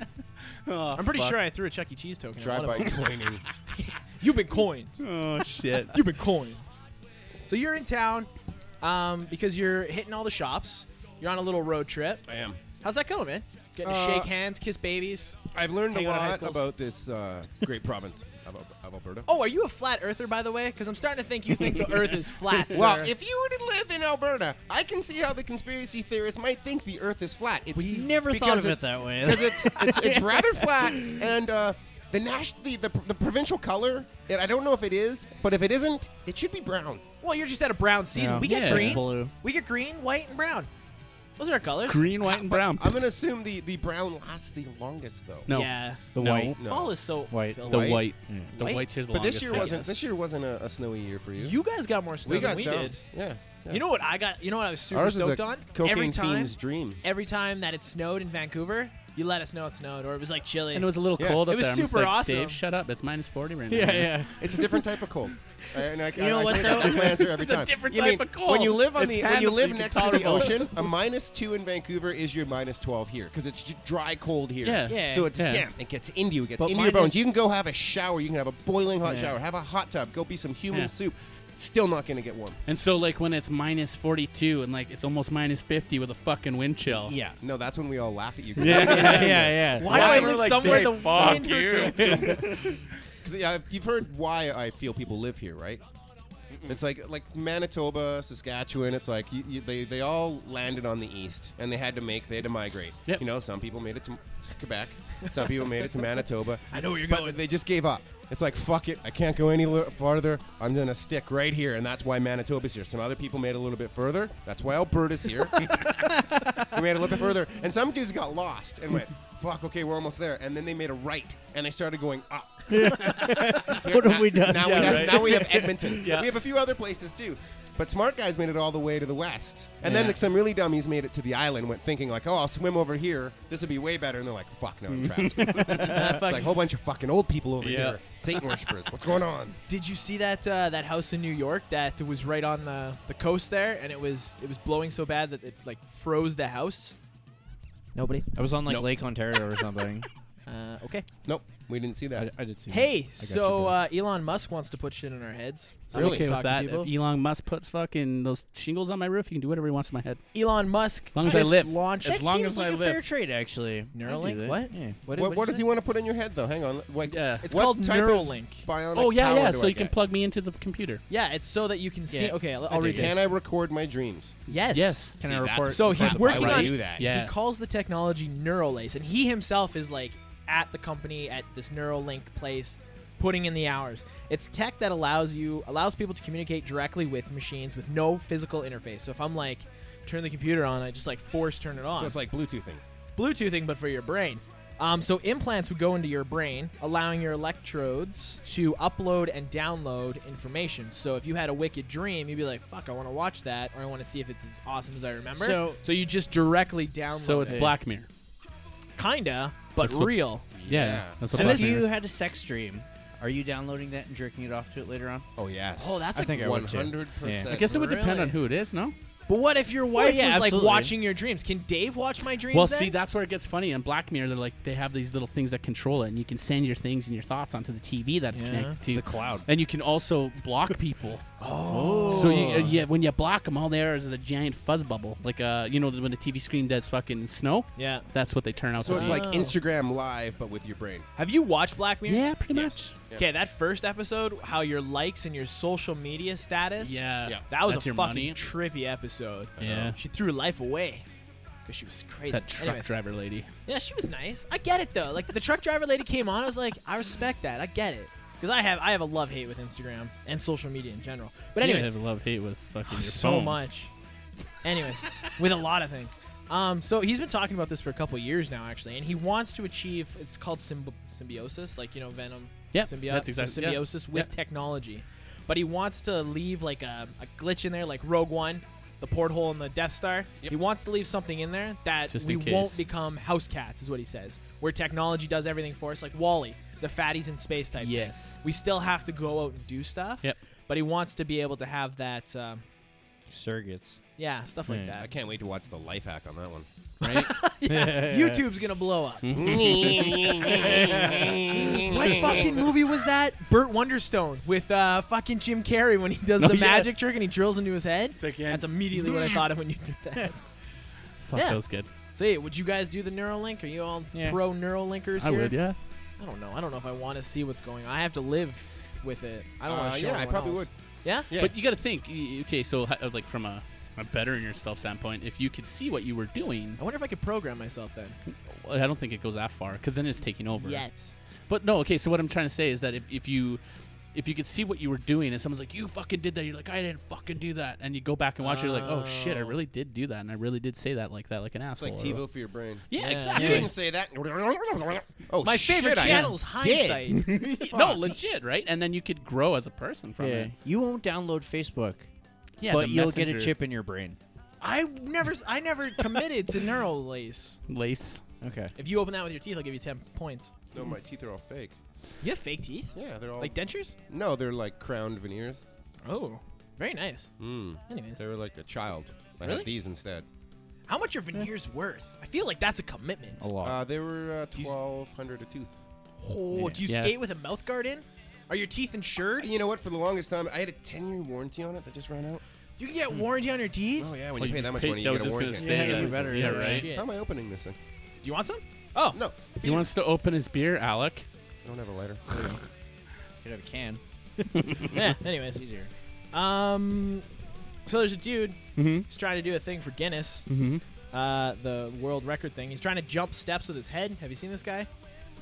Speaker 1: Oh,
Speaker 3: I'm pretty
Speaker 1: fuck.
Speaker 3: sure I threw a Chuck E. Cheese token.
Speaker 2: Drive
Speaker 3: at one
Speaker 2: by
Speaker 3: of them.
Speaker 2: coining.
Speaker 3: You've been coined.
Speaker 1: Oh shit.
Speaker 3: You've been coined. So you're in town um, because you're hitting all the shops. You're on a little road trip.
Speaker 2: I am.
Speaker 3: How's that going, man? Getting to
Speaker 2: Uh,
Speaker 3: shake hands, kiss babies.
Speaker 2: I've learned a
Speaker 3: Hang out at high
Speaker 2: lot
Speaker 3: schools.
Speaker 2: about this uh, great province of, Al- of Alberta.
Speaker 3: Oh, are you a flat earther, by the way? Because I'm starting to think you think the Earth is flat. Sir.
Speaker 2: Well, if you were to live in Alberta, I can see how the conspiracy theorists might think the Earth is flat. It's
Speaker 4: We never thought
Speaker 2: because
Speaker 4: of it that way.
Speaker 2: Because it's, it's it's rather flat, and uh, the national the, the the provincial color. And I don't know if it is, but if it isn't, it should be brown.
Speaker 3: well, you're just at a brown season.
Speaker 4: Yeah.
Speaker 3: We get
Speaker 4: Yeah.
Speaker 3: green,
Speaker 4: Blue.
Speaker 3: We get green, white, and brown. Those are our colors.
Speaker 1: Green, white, and
Speaker 2: But
Speaker 1: brown.
Speaker 2: I'm gonna assume the the brown lasts the longest though.
Speaker 1: No.
Speaker 3: Yeah. Mm.
Speaker 4: The
Speaker 1: No.
Speaker 4: white.
Speaker 2: No.
Speaker 3: Fall is so
Speaker 4: White.
Speaker 3: filthy.
Speaker 1: The
Speaker 2: White?
Speaker 1: white.
Speaker 4: Yeah.
Speaker 1: The
Speaker 3: White?
Speaker 1: white's here the
Speaker 2: But
Speaker 1: longest.
Speaker 2: this year
Speaker 1: I
Speaker 2: wasn't
Speaker 1: guess.
Speaker 2: this year wasn't a, a snowy year for you.
Speaker 3: You guys got more snow
Speaker 2: we
Speaker 3: than
Speaker 2: got
Speaker 3: we did.
Speaker 2: dumped. Yeah, yeah.
Speaker 3: You know what I got? You know what I was super
Speaker 2: ours is
Speaker 3: stoked
Speaker 2: the
Speaker 3: on?
Speaker 2: cocaine
Speaker 3: every time,
Speaker 2: fiend's dream.
Speaker 3: every time that it snowed in Vancouver, you let us know it snowed or it was like chilly.
Speaker 1: And it was a little
Speaker 2: Yeah.
Speaker 1: cold
Speaker 3: It
Speaker 1: up
Speaker 3: was
Speaker 1: there. I'm just
Speaker 3: super
Speaker 1: like,
Speaker 3: awesome.
Speaker 1: Dave, shut up. It's minus 40 right now.
Speaker 4: Yeah,
Speaker 1: man."
Speaker 4: yeah.
Speaker 2: It's a different type of cold. I- and I,
Speaker 4: know
Speaker 2: I,
Speaker 4: what,
Speaker 2: I say that
Speaker 4: though?
Speaker 2: as my answer every
Speaker 1: It's a
Speaker 2: time.
Speaker 1: different
Speaker 2: you
Speaker 1: type
Speaker 2: mean,
Speaker 1: of cold.
Speaker 2: When you live on
Speaker 1: It's
Speaker 2: the when you
Speaker 1: handleable,
Speaker 2: live
Speaker 1: you can
Speaker 2: next to the
Speaker 1: tolerable.
Speaker 2: ocean, a minus two in Vancouver is your minus twelve here because it's j- dry cold here.
Speaker 1: Yeah. Yeah.
Speaker 2: So it's
Speaker 1: Yeah.
Speaker 2: damp. It gets into you. It gets
Speaker 4: But
Speaker 2: into your
Speaker 4: minus-
Speaker 2: bones. You can go have a shower. You can have a boiling hot
Speaker 4: Yeah.
Speaker 2: shower. Have a hot tub. Go be some human
Speaker 1: Yeah.
Speaker 2: soup. Still not gonna get warm.
Speaker 1: And so like when it's minus 42 and like it's almost minus 50 with a fucking wind chill.
Speaker 4: Yeah.
Speaker 2: No, that's when we all laugh at you.
Speaker 4: Yeah, yeah, yeah.
Speaker 3: Why do I live
Speaker 7: like,
Speaker 3: somewhere
Speaker 7: "Hey,
Speaker 3: the
Speaker 7: fuck
Speaker 3: wind
Speaker 7: you."
Speaker 2: Cause, yeah, if you've heard why I feel people live here, right? It's like like Manitoba, Saskatchewan. It's like you, you, they they all landed on the east, and they had to make they had to migrate.
Speaker 1: Yep.
Speaker 2: You know, some people made it to Quebec, some people made it to Manitoba. I
Speaker 4: know where you're
Speaker 2: but
Speaker 4: going.
Speaker 2: they just gave up. It's like fuck it, I can't go any lo- farther. I'm gonna stick right here, and that's why Manitoba's here. Some other people made it a little bit further. That's why Alberta's here. We made it a little bit further, and some dudes got lost and went, "Fuck, okay, we're almost there." And then they made a right, and they started going up.
Speaker 4: What have we done?
Speaker 2: Now,
Speaker 4: Yeah,
Speaker 2: we have,
Speaker 4: right.
Speaker 2: now we have Edmonton.
Speaker 4: Yeah.
Speaker 2: We have a few other places too. But smart guys made it all the way to the west, and then
Speaker 4: Yeah.
Speaker 2: like, some really dummies made it to the island, went thinking like, "Oh, I'll swim over here. This would be way better." And they're like, "Fuck, no, I'm trapped." it's like a whole bunch of fucking old people over
Speaker 1: Yeah.
Speaker 2: here, Satan worshippers. What's going on?
Speaker 3: Did you see that uh, that house in New York that was right on the, the coast there, and it was it was blowing so bad that it like froze the house? Nobody.
Speaker 4: I was on like
Speaker 2: Nope.
Speaker 4: Lake Ontario or something.
Speaker 3: Uh, okay.
Speaker 2: Nope, we didn't see
Speaker 4: I,
Speaker 2: that.
Speaker 4: I did see.
Speaker 3: Hey,
Speaker 4: that. I got
Speaker 3: so
Speaker 4: you,
Speaker 3: uh, Elon Musk wants to put shit in our heads. So
Speaker 1: I'm
Speaker 3: we
Speaker 1: okay
Speaker 3: can talk
Speaker 1: with that.
Speaker 3: To people.
Speaker 1: If Elon Musk puts fucking those shingles on my roof, he can do whatever he wants to my head.
Speaker 3: Elon Musk
Speaker 1: As long as I
Speaker 3: just
Speaker 1: live.
Speaker 3: launched.
Speaker 1: As
Speaker 4: That
Speaker 1: long
Speaker 4: seems
Speaker 1: as
Speaker 4: like
Speaker 1: I
Speaker 4: a
Speaker 1: live.
Speaker 4: fair trade, actually.
Speaker 3: Neuralink?
Speaker 4: I'd do that.
Speaker 3: What?
Speaker 4: Yeah.
Speaker 3: what,
Speaker 2: what, what
Speaker 3: did
Speaker 2: does he want to put in your head though? Hang on. Like,
Speaker 1: Yeah.
Speaker 3: It's
Speaker 2: what
Speaker 3: called
Speaker 2: type of
Speaker 3: Neuralink.
Speaker 2: bionic
Speaker 1: Oh yeah,
Speaker 2: power
Speaker 1: yeah.
Speaker 2: do
Speaker 1: So
Speaker 2: I
Speaker 1: you can
Speaker 2: get?
Speaker 1: plug me into the computer.
Speaker 3: Yeah, it's so that you can see.
Speaker 4: Yeah.
Speaker 3: Okay, I'll,
Speaker 4: I
Speaker 3: I'll read
Speaker 4: did.
Speaker 3: this.
Speaker 2: Can I record my dreams?
Speaker 3: Yes.
Speaker 1: Yes.
Speaker 4: Can
Speaker 2: See,
Speaker 4: I
Speaker 2: that's
Speaker 4: report?
Speaker 3: So he's
Speaker 2: Why
Speaker 3: working
Speaker 2: would
Speaker 3: on.
Speaker 2: I do that?
Speaker 1: Yeah.
Speaker 3: He calls the technology Neuralase, and he himself is like at the company at this Neuralink place, putting in the hours. It's tech that allows you allows people to communicate directly with machines with no physical interface. So if I'm like, turn the computer on, I just like force turn it on.
Speaker 2: So it's like Bluetoothing.
Speaker 3: Bluetoothing, but for your brain. Um, so implants would go into your brain, allowing your electrodes to upload and download information. So if you had a wicked dream, you'd be like, "Fuck, I want to watch that, or I want to see if it's as awesome as I remember."
Speaker 4: So-
Speaker 3: you just directly download.
Speaker 1: So it's
Speaker 3: it.
Speaker 1: Black Mirror.
Speaker 3: kinda, but
Speaker 1: That's what-
Speaker 3: real.
Speaker 1: Yeah.
Speaker 2: Yeah.
Speaker 1: That's what
Speaker 4: So
Speaker 1: Black
Speaker 4: if
Speaker 1: Mirror
Speaker 4: you
Speaker 1: is.
Speaker 4: had a sex dream, are you downloading that and jerking it off to it later on?
Speaker 2: Oh yes.
Speaker 3: Oh, that's
Speaker 4: I
Speaker 3: like.
Speaker 4: think I
Speaker 2: one
Speaker 4: would too.
Speaker 2: hundred percent.
Speaker 4: Yeah.
Speaker 1: I guess it would depend
Speaker 3: Really?
Speaker 1: on who it is, no?
Speaker 3: but what if your wife
Speaker 4: yeah,
Speaker 3: was like
Speaker 4: absolutely.
Speaker 3: watching your dreams? Can Dave watch my dreams?
Speaker 1: Well,
Speaker 3: then?
Speaker 1: see, that's where it gets funny. In Black Mirror, they're like they have these little things that control it, and you can send your things and your thoughts onto the TV that's
Speaker 3: Yeah.
Speaker 1: connected to,
Speaker 4: The cloud.
Speaker 1: and you can also block people. Oh, so you, uh, yeah, when you block them, all there is is a giant fuzz bubble, like uh, you know, when the TV screen does fucking snow.
Speaker 3: Yeah.
Speaker 1: That's what they turn out
Speaker 2: So
Speaker 1: to
Speaker 2: it's
Speaker 1: be.
Speaker 2: like
Speaker 3: Oh.
Speaker 2: Instagram Live, but with your brain.
Speaker 3: Have you watched Black Mirror?
Speaker 1: yeah, pretty
Speaker 2: Yes.
Speaker 1: much.
Speaker 3: Okay, that first episode, how your likes and your social media status.
Speaker 1: Yeah,
Speaker 2: Yeah.
Speaker 3: That was
Speaker 1: That's
Speaker 3: a
Speaker 1: your
Speaker 3: fucking
Speaker 1: money.
Speaker 3: trippy episode.
Speaker 1: Yeah.
Speaker 3: She threw life away because she was crazy.
Speaker 1: That truck
Speaker 3: Anyways,
Speaker 1: driver lady.
Speaker 3: yeah, she was nice. I get it though. Like the truck driver lady came on, I was like, I respect that. I get it. Because I have I have a love hate with Instagram and social media in general. But
Speaker 1: You
Speaker 3: anyways, Oh,
Speaker 1: have love hate with fucking your
Speaker 3: so
Speaker 1: phone.
Speaker 3: much. Anyways, with a lot of things. Um, so he's been talking about this for a couple years now, actually, and he wants to achieve. It's called symb- symbiosis, like you know, Venom.
Speaker 1: Yep,
Speaker 3: symbio-
Speaker 1: that's exactly-
Speaker 3: so
Speaker 1: yeah,
Speaker 3: symbiosis with
Speaker 1: yeah.
Speaker 3: technology, but he wants to leave like a, a glitch in there, like Rogue One, the porthole in the Death Star. He wants to leave something in there that
Speaker 1: Just
Speaker 3: we
Speaker 1: in
Speaker 3: won't
Speaker 1: case.
Speaker 3: become house cats, is what he says. Where technology does everything for us, like Wally, the fatties in space type. thing.
Speaker 1: Yes.
Speaker 3: we still have to go out and do stuff.
Speaker 1: Yep.
Speaker 3: But he wants to be able to have that. Um,
Speaker 4: Surrogates.
Speaker 3: yeah, stuff like
Speaker 4: Yeah.
Speaker 2: I
Speaker 3: that.
Speaker 2: can't wait to watch the life hack on that one.
Speaker 1: Right?
Speaker 3: YouTube's gonna blow up. what fucking movie was that? Burt Wonderstone with uh, fucking Jim Carrey when he does
Speaker 2: Oh,
Speaker 1: No,
Speaker 3: the
Speaker 1: yeah.
Speaker 3: magic trick and he drills into his head.
Speaker 1: like, yeah.
Speaker 3: That's immediately what I thought of when you did that.
Speaker 1: Fuck,
Speaker 3: Yeah.
Speaker 1: that was good.
Speaker 3: So, hey, would you guys do the Neuralink? Are you all
Speaker 4: Yeah.
Speaker 3: pro Neuralinkers
Speaker 1: I
Speaker 3: here?
Speaker 1: would, yeah.
Speaker 3: I don't know. I don't know if I want to see what's going on. I have to live with it. I don't want
Speaker 2: Uh,
Speaker 3: to show
Speaker 2: yeah, I
Speaker 3: anyone
Speaker 2: probably
Speaker 3: else.
Speaker 2: would.
Speaker 3: Yeah?
Speaker 2: Yeah.
Speaker 1: But you got to think. y- Okay, so h- like from a, a bettering yourself standpoint, if you could see what you were doing,
Speaker 3: I wonder if I could program myself then.
Speaker 1: I don't think it goes that far because then it's taking over.
Speaker 3: Yet.
Speaker 1: But no, okay. So what I'm trying to say is that if, if you if you could see what you were doing and someone's like, "You fucking did that," you're like, "I didn't fucking do that," and you go back and watch, it, you're like, "Oh shit, I
Speaker 3: Oh.
Speaker 1: really did do that, and I really did say that like that, like an
Speaker 2: It's
Speaker 1: asshole."
Speaker 2: like
Speaker 1: or-
Speaker 2: TiVo for your brain.
Speaker 1: Yeah,
Speaker 3: Yeah.
Speaker 1: exactly.
Speaker 2: You didn't say that. Oh,
Speaker 3: My
Speaker 2: shit,
Speaker 3: favorite
Speaker 2: I
Speaker 3: channel's
Speaker 2: did.
Speaker 3: hindsight.
Speaker 1: No, legit, right? And then you could grow as a person from
Speaker 4: Yeah.
Speaker 1: it.
Speaker 4: You won't download Facebook,
Speaker 1: Yeah,
Speaker 4: but
Speaker 1: the
Speaker 4: you'll get a
Speaker 1: messenger
Speaker 4: chip in your brain.
Speaker 3: I never, I never committed to neural lace.
Speaker 1: lace.
Speaker 4: Okay.
Speaker 3: If you open that with your teeth, I'll give you ten points.
Speaker 2: No, my teeth are all fake.
Speaker 3: You have fake teeth,
Speaker 2: Yeah, they're all.
Speaker 3: like dentures.
Speaker 2: no, they're like crowned veneers.
Speaker 3: Oh, very nice.
Speaker 2: Mm.
Speaker 3: Anyways,
Speaker 2: They were like a child. I
Speaker 3: Really?
Speaker 2: had these instead.
Speaker 3: how much are veneers worth? I feel like that's a commitment.
Speaker 4: A lot.
Speaker 2: Uh, they were uh,
Speaker 3: you-
Speaker 2: 1200 a tooth.
Speaker 3: Oh, do you
Speaker 1: Yeah.
Speaker 3: skate with a mouth guard in? Are your teeth insured?
Speaker 2: You know what? For the longest time, I had a 10 year warranty on it that just ran out.
Speaker 3: You can get warranty on your teeth.
Speaker 2: Oh, yeah, when
Speaker 1: Well,
Speaker 2: you pay that much money,
Speaker 1: I
Speaker 2: you
Speaker 1: was
Speaker 2: get a
Speaker 1: just
Speaker 2: warranty.
Speaker 1: gonna say
Speaker 4: Yeah,
Speaker 1: that.
Speaker 4: you better,
Speaker 1: yeah,
Speaker 4: yeah.
Speaker 1: right.
Speaker 3: Shit.
Speaker 2: How am I opening this thing?
Speaker 3: Do you want some? Oh
Speaker 2: No.
Speaker 1: He wants to open his beer, Alec.
Speaker 2: I don't have a lighter.
Speaker 4: Could have a can.
Speaker 3: yeah. Anyways, easier. Um, so there's a dude
Speaker 1: Mm-hmm.
Speaker 3: who's trying to do a thing for Guinness,
Speaker 1: Mm-hmm.
Speaker 3: uh, the world record thing. He's trying to jump steps with his head. Have you seen this guy?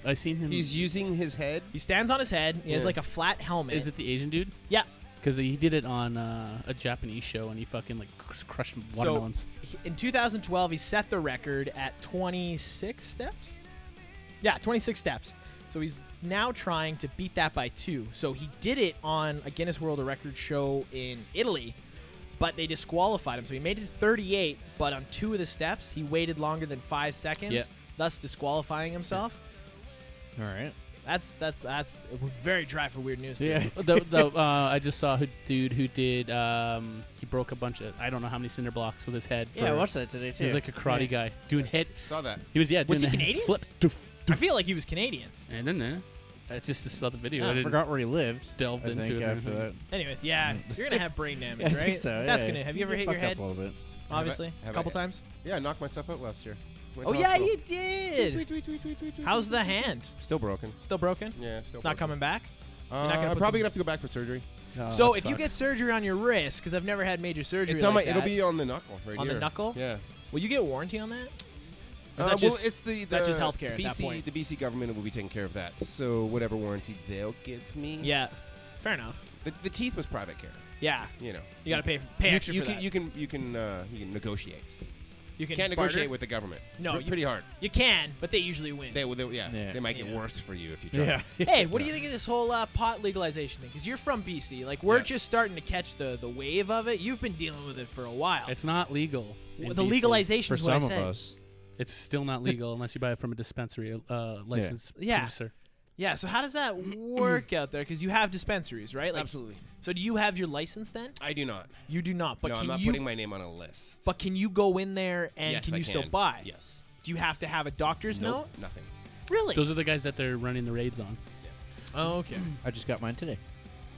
Speaker 1: I seen him.
Speaker 2: He's using his head.
Speaker 3: He stands on his head. He has
Speaker 2: Yeah.
Speaker 3: like a flat helmet.
Speaker 1: Is it the Asian dude?
Speaker 3: Yeah.
Speaker 1: Because he did it on uh, a Japanese show and he fucking like cr- crushed watermelons.
Speaker 3: he- in 2012 he set the record at 26 steps yeah 26 steps so he's now trying to beat that by two so he did it on a guinness world record show in italy but they disqualified him so he made it to 38 but on two of the steps he waited longer than five seconds
Speaker 1: Yeah.
Speaker 3: thus disqualifying himself
Speaker 4: All right.
Speaker 3: that's that's that's we're very dry for weird news today.
Speaker 1: the, the, uh, I just saw a dude who did. Um, he broke a bunch of I don't know how many cinder blocks with his head. For,
Speaker 4: Yeah, I watched that today too.
Speaker 1: He was like a karate guy doing head.
Speaker 2: Saw that.
Speaker 1: He was yeah
Speaker 3: Was
Speaker 1: doing
Speaker 3: he
Speaker 1: the
Speaker 3: Canadian?
Speaker 1: flips. Doof,
Speaker 3: i
Speaker 1: doof.
Speaker 3: feel like he was canadian
Speaker 1: And then uh, I just just saw the video. I
Speaker 3: Yeah,
Speaker 4: Ah, I
Speaker 1: didn't
Speaker 4: forgot where he lived.
Speaker 1: delved
Speaker 4: I
Speaker 1: into
Speaker 4: think
Speaker 1: it. or
Speaker 4: after
Speaker 1: anything.
Speaker 4: that.
Speaker 3: anyways yeah you're gonna have brain damage
Speaker 4: Mm. Yeah, I
Speaker 3: right
Speaker 4: think so.
Speaker 3: that's
Speaker 4: yeah.
Speaker 3: gonna have you ever hit
Speaker 4: fuck
Speaker 3: your head
Speaker 4: Up a little bit.
Speaker 3: obviously
Speaker 2: have
Speaker 3: a
Speaker 2: I-
Speaker 3: couple times
Speaker 2: Yeah, I knocked myself out last year. Went
Speaker 3: Oh
Speaker 2: to
Speaker 3: yeah,
Speaker 2: hospital.
Speaker 3: you did.
Speaker 2: Tweet, tweet, tweet, tweet, tweet, tweet,
Speaker 3: How's
Speaker 2: tweet,
Speaker 3: the
Speaker 2: tweet.
Speaker 3: hand?
Speaker 2: Still broken.
Speaker 3: Still broken?
Speaker 2: Yeah, still.
Speaker 3: It's not coming back.
Speaker 2: Uh,
Speaker 3: not gonna
Speaker 2: I'm probably
Speaker 3: put some-
Speaker 2: gonna have to go back for surgery.
Speaker 1: Oh,
Speaker 3: so
Speaker 1: that
Speaker 3: if you get
Speaker 1: sucks.
Speaker 3: surgery on your wrist, because I've never had major surgery,
Speaker 2: Uh, It's on my.
Speaker 3: like
Speaker 2: It'll
Speaker 3: that,
Speaker 2: be on the knuckle right
Speaker 3: On the
Speaker 2: here.
Speaker 3: knuckle?
Speaker 2: Yeah.
Speaker 3: Will you get warranty on that?
Speaker 2: Uh,
Speaker 3: that
Speaker 2: well,
Speaker 3: just-
Speaker 2: it's the, the
Speaker 3: that just healthcare at
Speaker 2: BC,
Speaker 3: that point?
Speaker 2: The BC government will be taking care of that. So whatever warranty they'll give me.
Speaker 3: Yeah. Fair enough.
Speaker 2: The, the teeth was private care.
Speaker 3: Yeah.
Speaker 2: You know.
Speaker 3: You gotta pay pay
Speaker 2: you,
Speaker 3: extra
Speaker 2: you
Speaker 3: for
Speaker 2: can,
Speaker 3: that.
Speaker 2: You can you can uh, you can negotiate.
Speaker 3: You can
Speaker 2: Can't
Speaker 3: barter.
Speaker 2: negotiate with the government.
Speaker 3: No,
Speaker 2: Pre-
Speaker 3: you-
Speaker 2: pretty hard.
Speaker 3: You can, but they usually win.
Speaker 2: They, will- they yeah,
Speaker 4: Yeah.
Speaker 2: They might get
Speaker 4: Yeah.
Speaker 2: worse for you if you try.
Speaker 3: hey, what do you think of this whole uh, pot legalization thing? Because you're from BC. Like we're
Speaker 2: Yeah.
Speaker 3: just starting to catch the the wave of it. You've been dealing with it for a while.
Speaker 1: It's not legal. in
Speaker 3: the
Speaker 1: BC.
Speaker 3: legalization
Speaker 4: For
Speaker 3: is what I
Speaker 4: some of
Speaker 3: said.
Speaker 4: us.
Speaker 1: It's still not legal unless you buy it from a dispensary uh, licensed
Speaker 3: Yeah.
Speaker 1: producer.
Speaker 3: Yeah. So how does that work out there? Because you have dispensaries, right? Like,
Speaker 2: Absolutely.
Speaker 3: So do you have your license then?
Speaker 2: I do not.
Speaker 3: You do not. But
Speaker 2: no,
Speaker 3: can
Speaker 2: I'm not
Speaker 3: you
Speaker 2: putting my name on a list.
Speaker 3: But can you go in there and
Speaker 2: Yes,
Speaker 3: can
Speaker 2: I
Speaker 3: you still
Speaker 2: can.
Speaker 3: buy?
Speaker 2: Yes.
Speaker 3: Do you have to have a doctor's
Speaker 2: Nope, nothing.
Speaker 3: note? Really?
Speaker 1: Those are the guys that they're running the raids on.
Speaker 3: oh, okay.
Speaker 4: I just got mine today.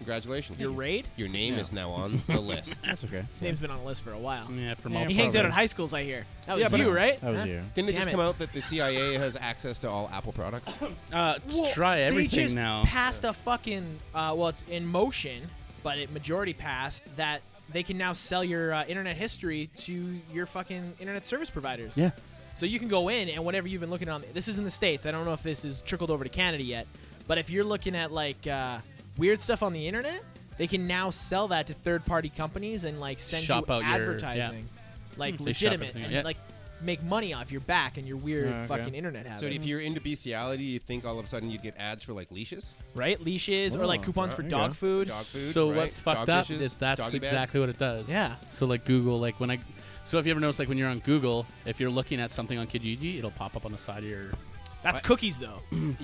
Speaker 2: Congratulations.
Speaker 3: Your raid?
Speaker 2: Your name
Speaker 4: Yeah.
Speaker 2: is now on the list.
Speaker 4: That's okay.
Speaker 3: His name's been on the list for a while.
Speaker 1: Yeah, from
Speaker 4: Yeah,
Speaker 1: all
Speaker 3: He hangs out at
Speaker 4: Providence.
Speaker 3: high schools, I hear. That was
Speaker 2: Yeah, but
Speaker 3: you,
Speaker 2: I-
Speaker 3: right?
Speaker 4: That was
Speaker 3: Huh?
Speaker 4: you.
Speaker 2: Didn't it
Speaker 3: Damn
Speaker 2: just
Speaker 3: it.
Speaker 2: come out that the CIA has access to all Apple products?
Speaker 1: Uh,
Speaker 3: Well,
Speaker 1: try
Speaker 3: they
Speaker 1: everything
Speaker 3: just
Speaker 1: now.
Speaker 3: passed a fucking, uh, well, it's in motion, but it majority passed that they can now sell your uh, internet history to your fucking internet service providers.
Speaker 1: yeah.
Speaker 3: So you can go in and whatever you've been looking on. This is in the states. I don't know if this is trickled over to Canada yet, but if you're looking at like uh, weird stuff on the internet, they can now sell that to third-party companies and like send
Speaker 1: Shop
Speaker 3: you
Speaker 1: out your-
Speaker 3: advertising, like
Speaker 1: Hmm. They shop
Speaker 3: legitimate,
Speaker 1: everything out.
Speaker 3: and
Speaker 1: Yeah.
Speaker 3: like make money off your back and your weird
Speaker 4: Oh, okay.
Speaker 3: fucking internet habits.
Speaker 2: Ah, so if you're into bestiality, you think all of a sudden you'd get ads for like leashes?
Speaker 3: right leashes or like
Speaker 4: Oh,
Speaker 3: coupons
Speaker 4: yeah,
Speaker 3: for
Speaker 4: there you
Speaker 3: dog
Speaker 4: go.
Speaker 3: food.
Speaker 2: Dog food,
Speaker 1: so
Speaker 2: right?
Speaker 1: what's fucked
Speaker 2: Dog
Speaker 1: up
Speaker 2: dishes,
Speaker 1: is that's
Speaker 2: doggy bags.
Speaker 1: exactly what it does.
Speaker 3: Yeah.
Speaker 1: So like Google, like when I, so if you ever notice, like when you're on Google, if you're looking at something on Kijiji, it'll pop up on the side of your.
Speaker 3: That's
Speaker 2: I-
Speaker 3: cookies though.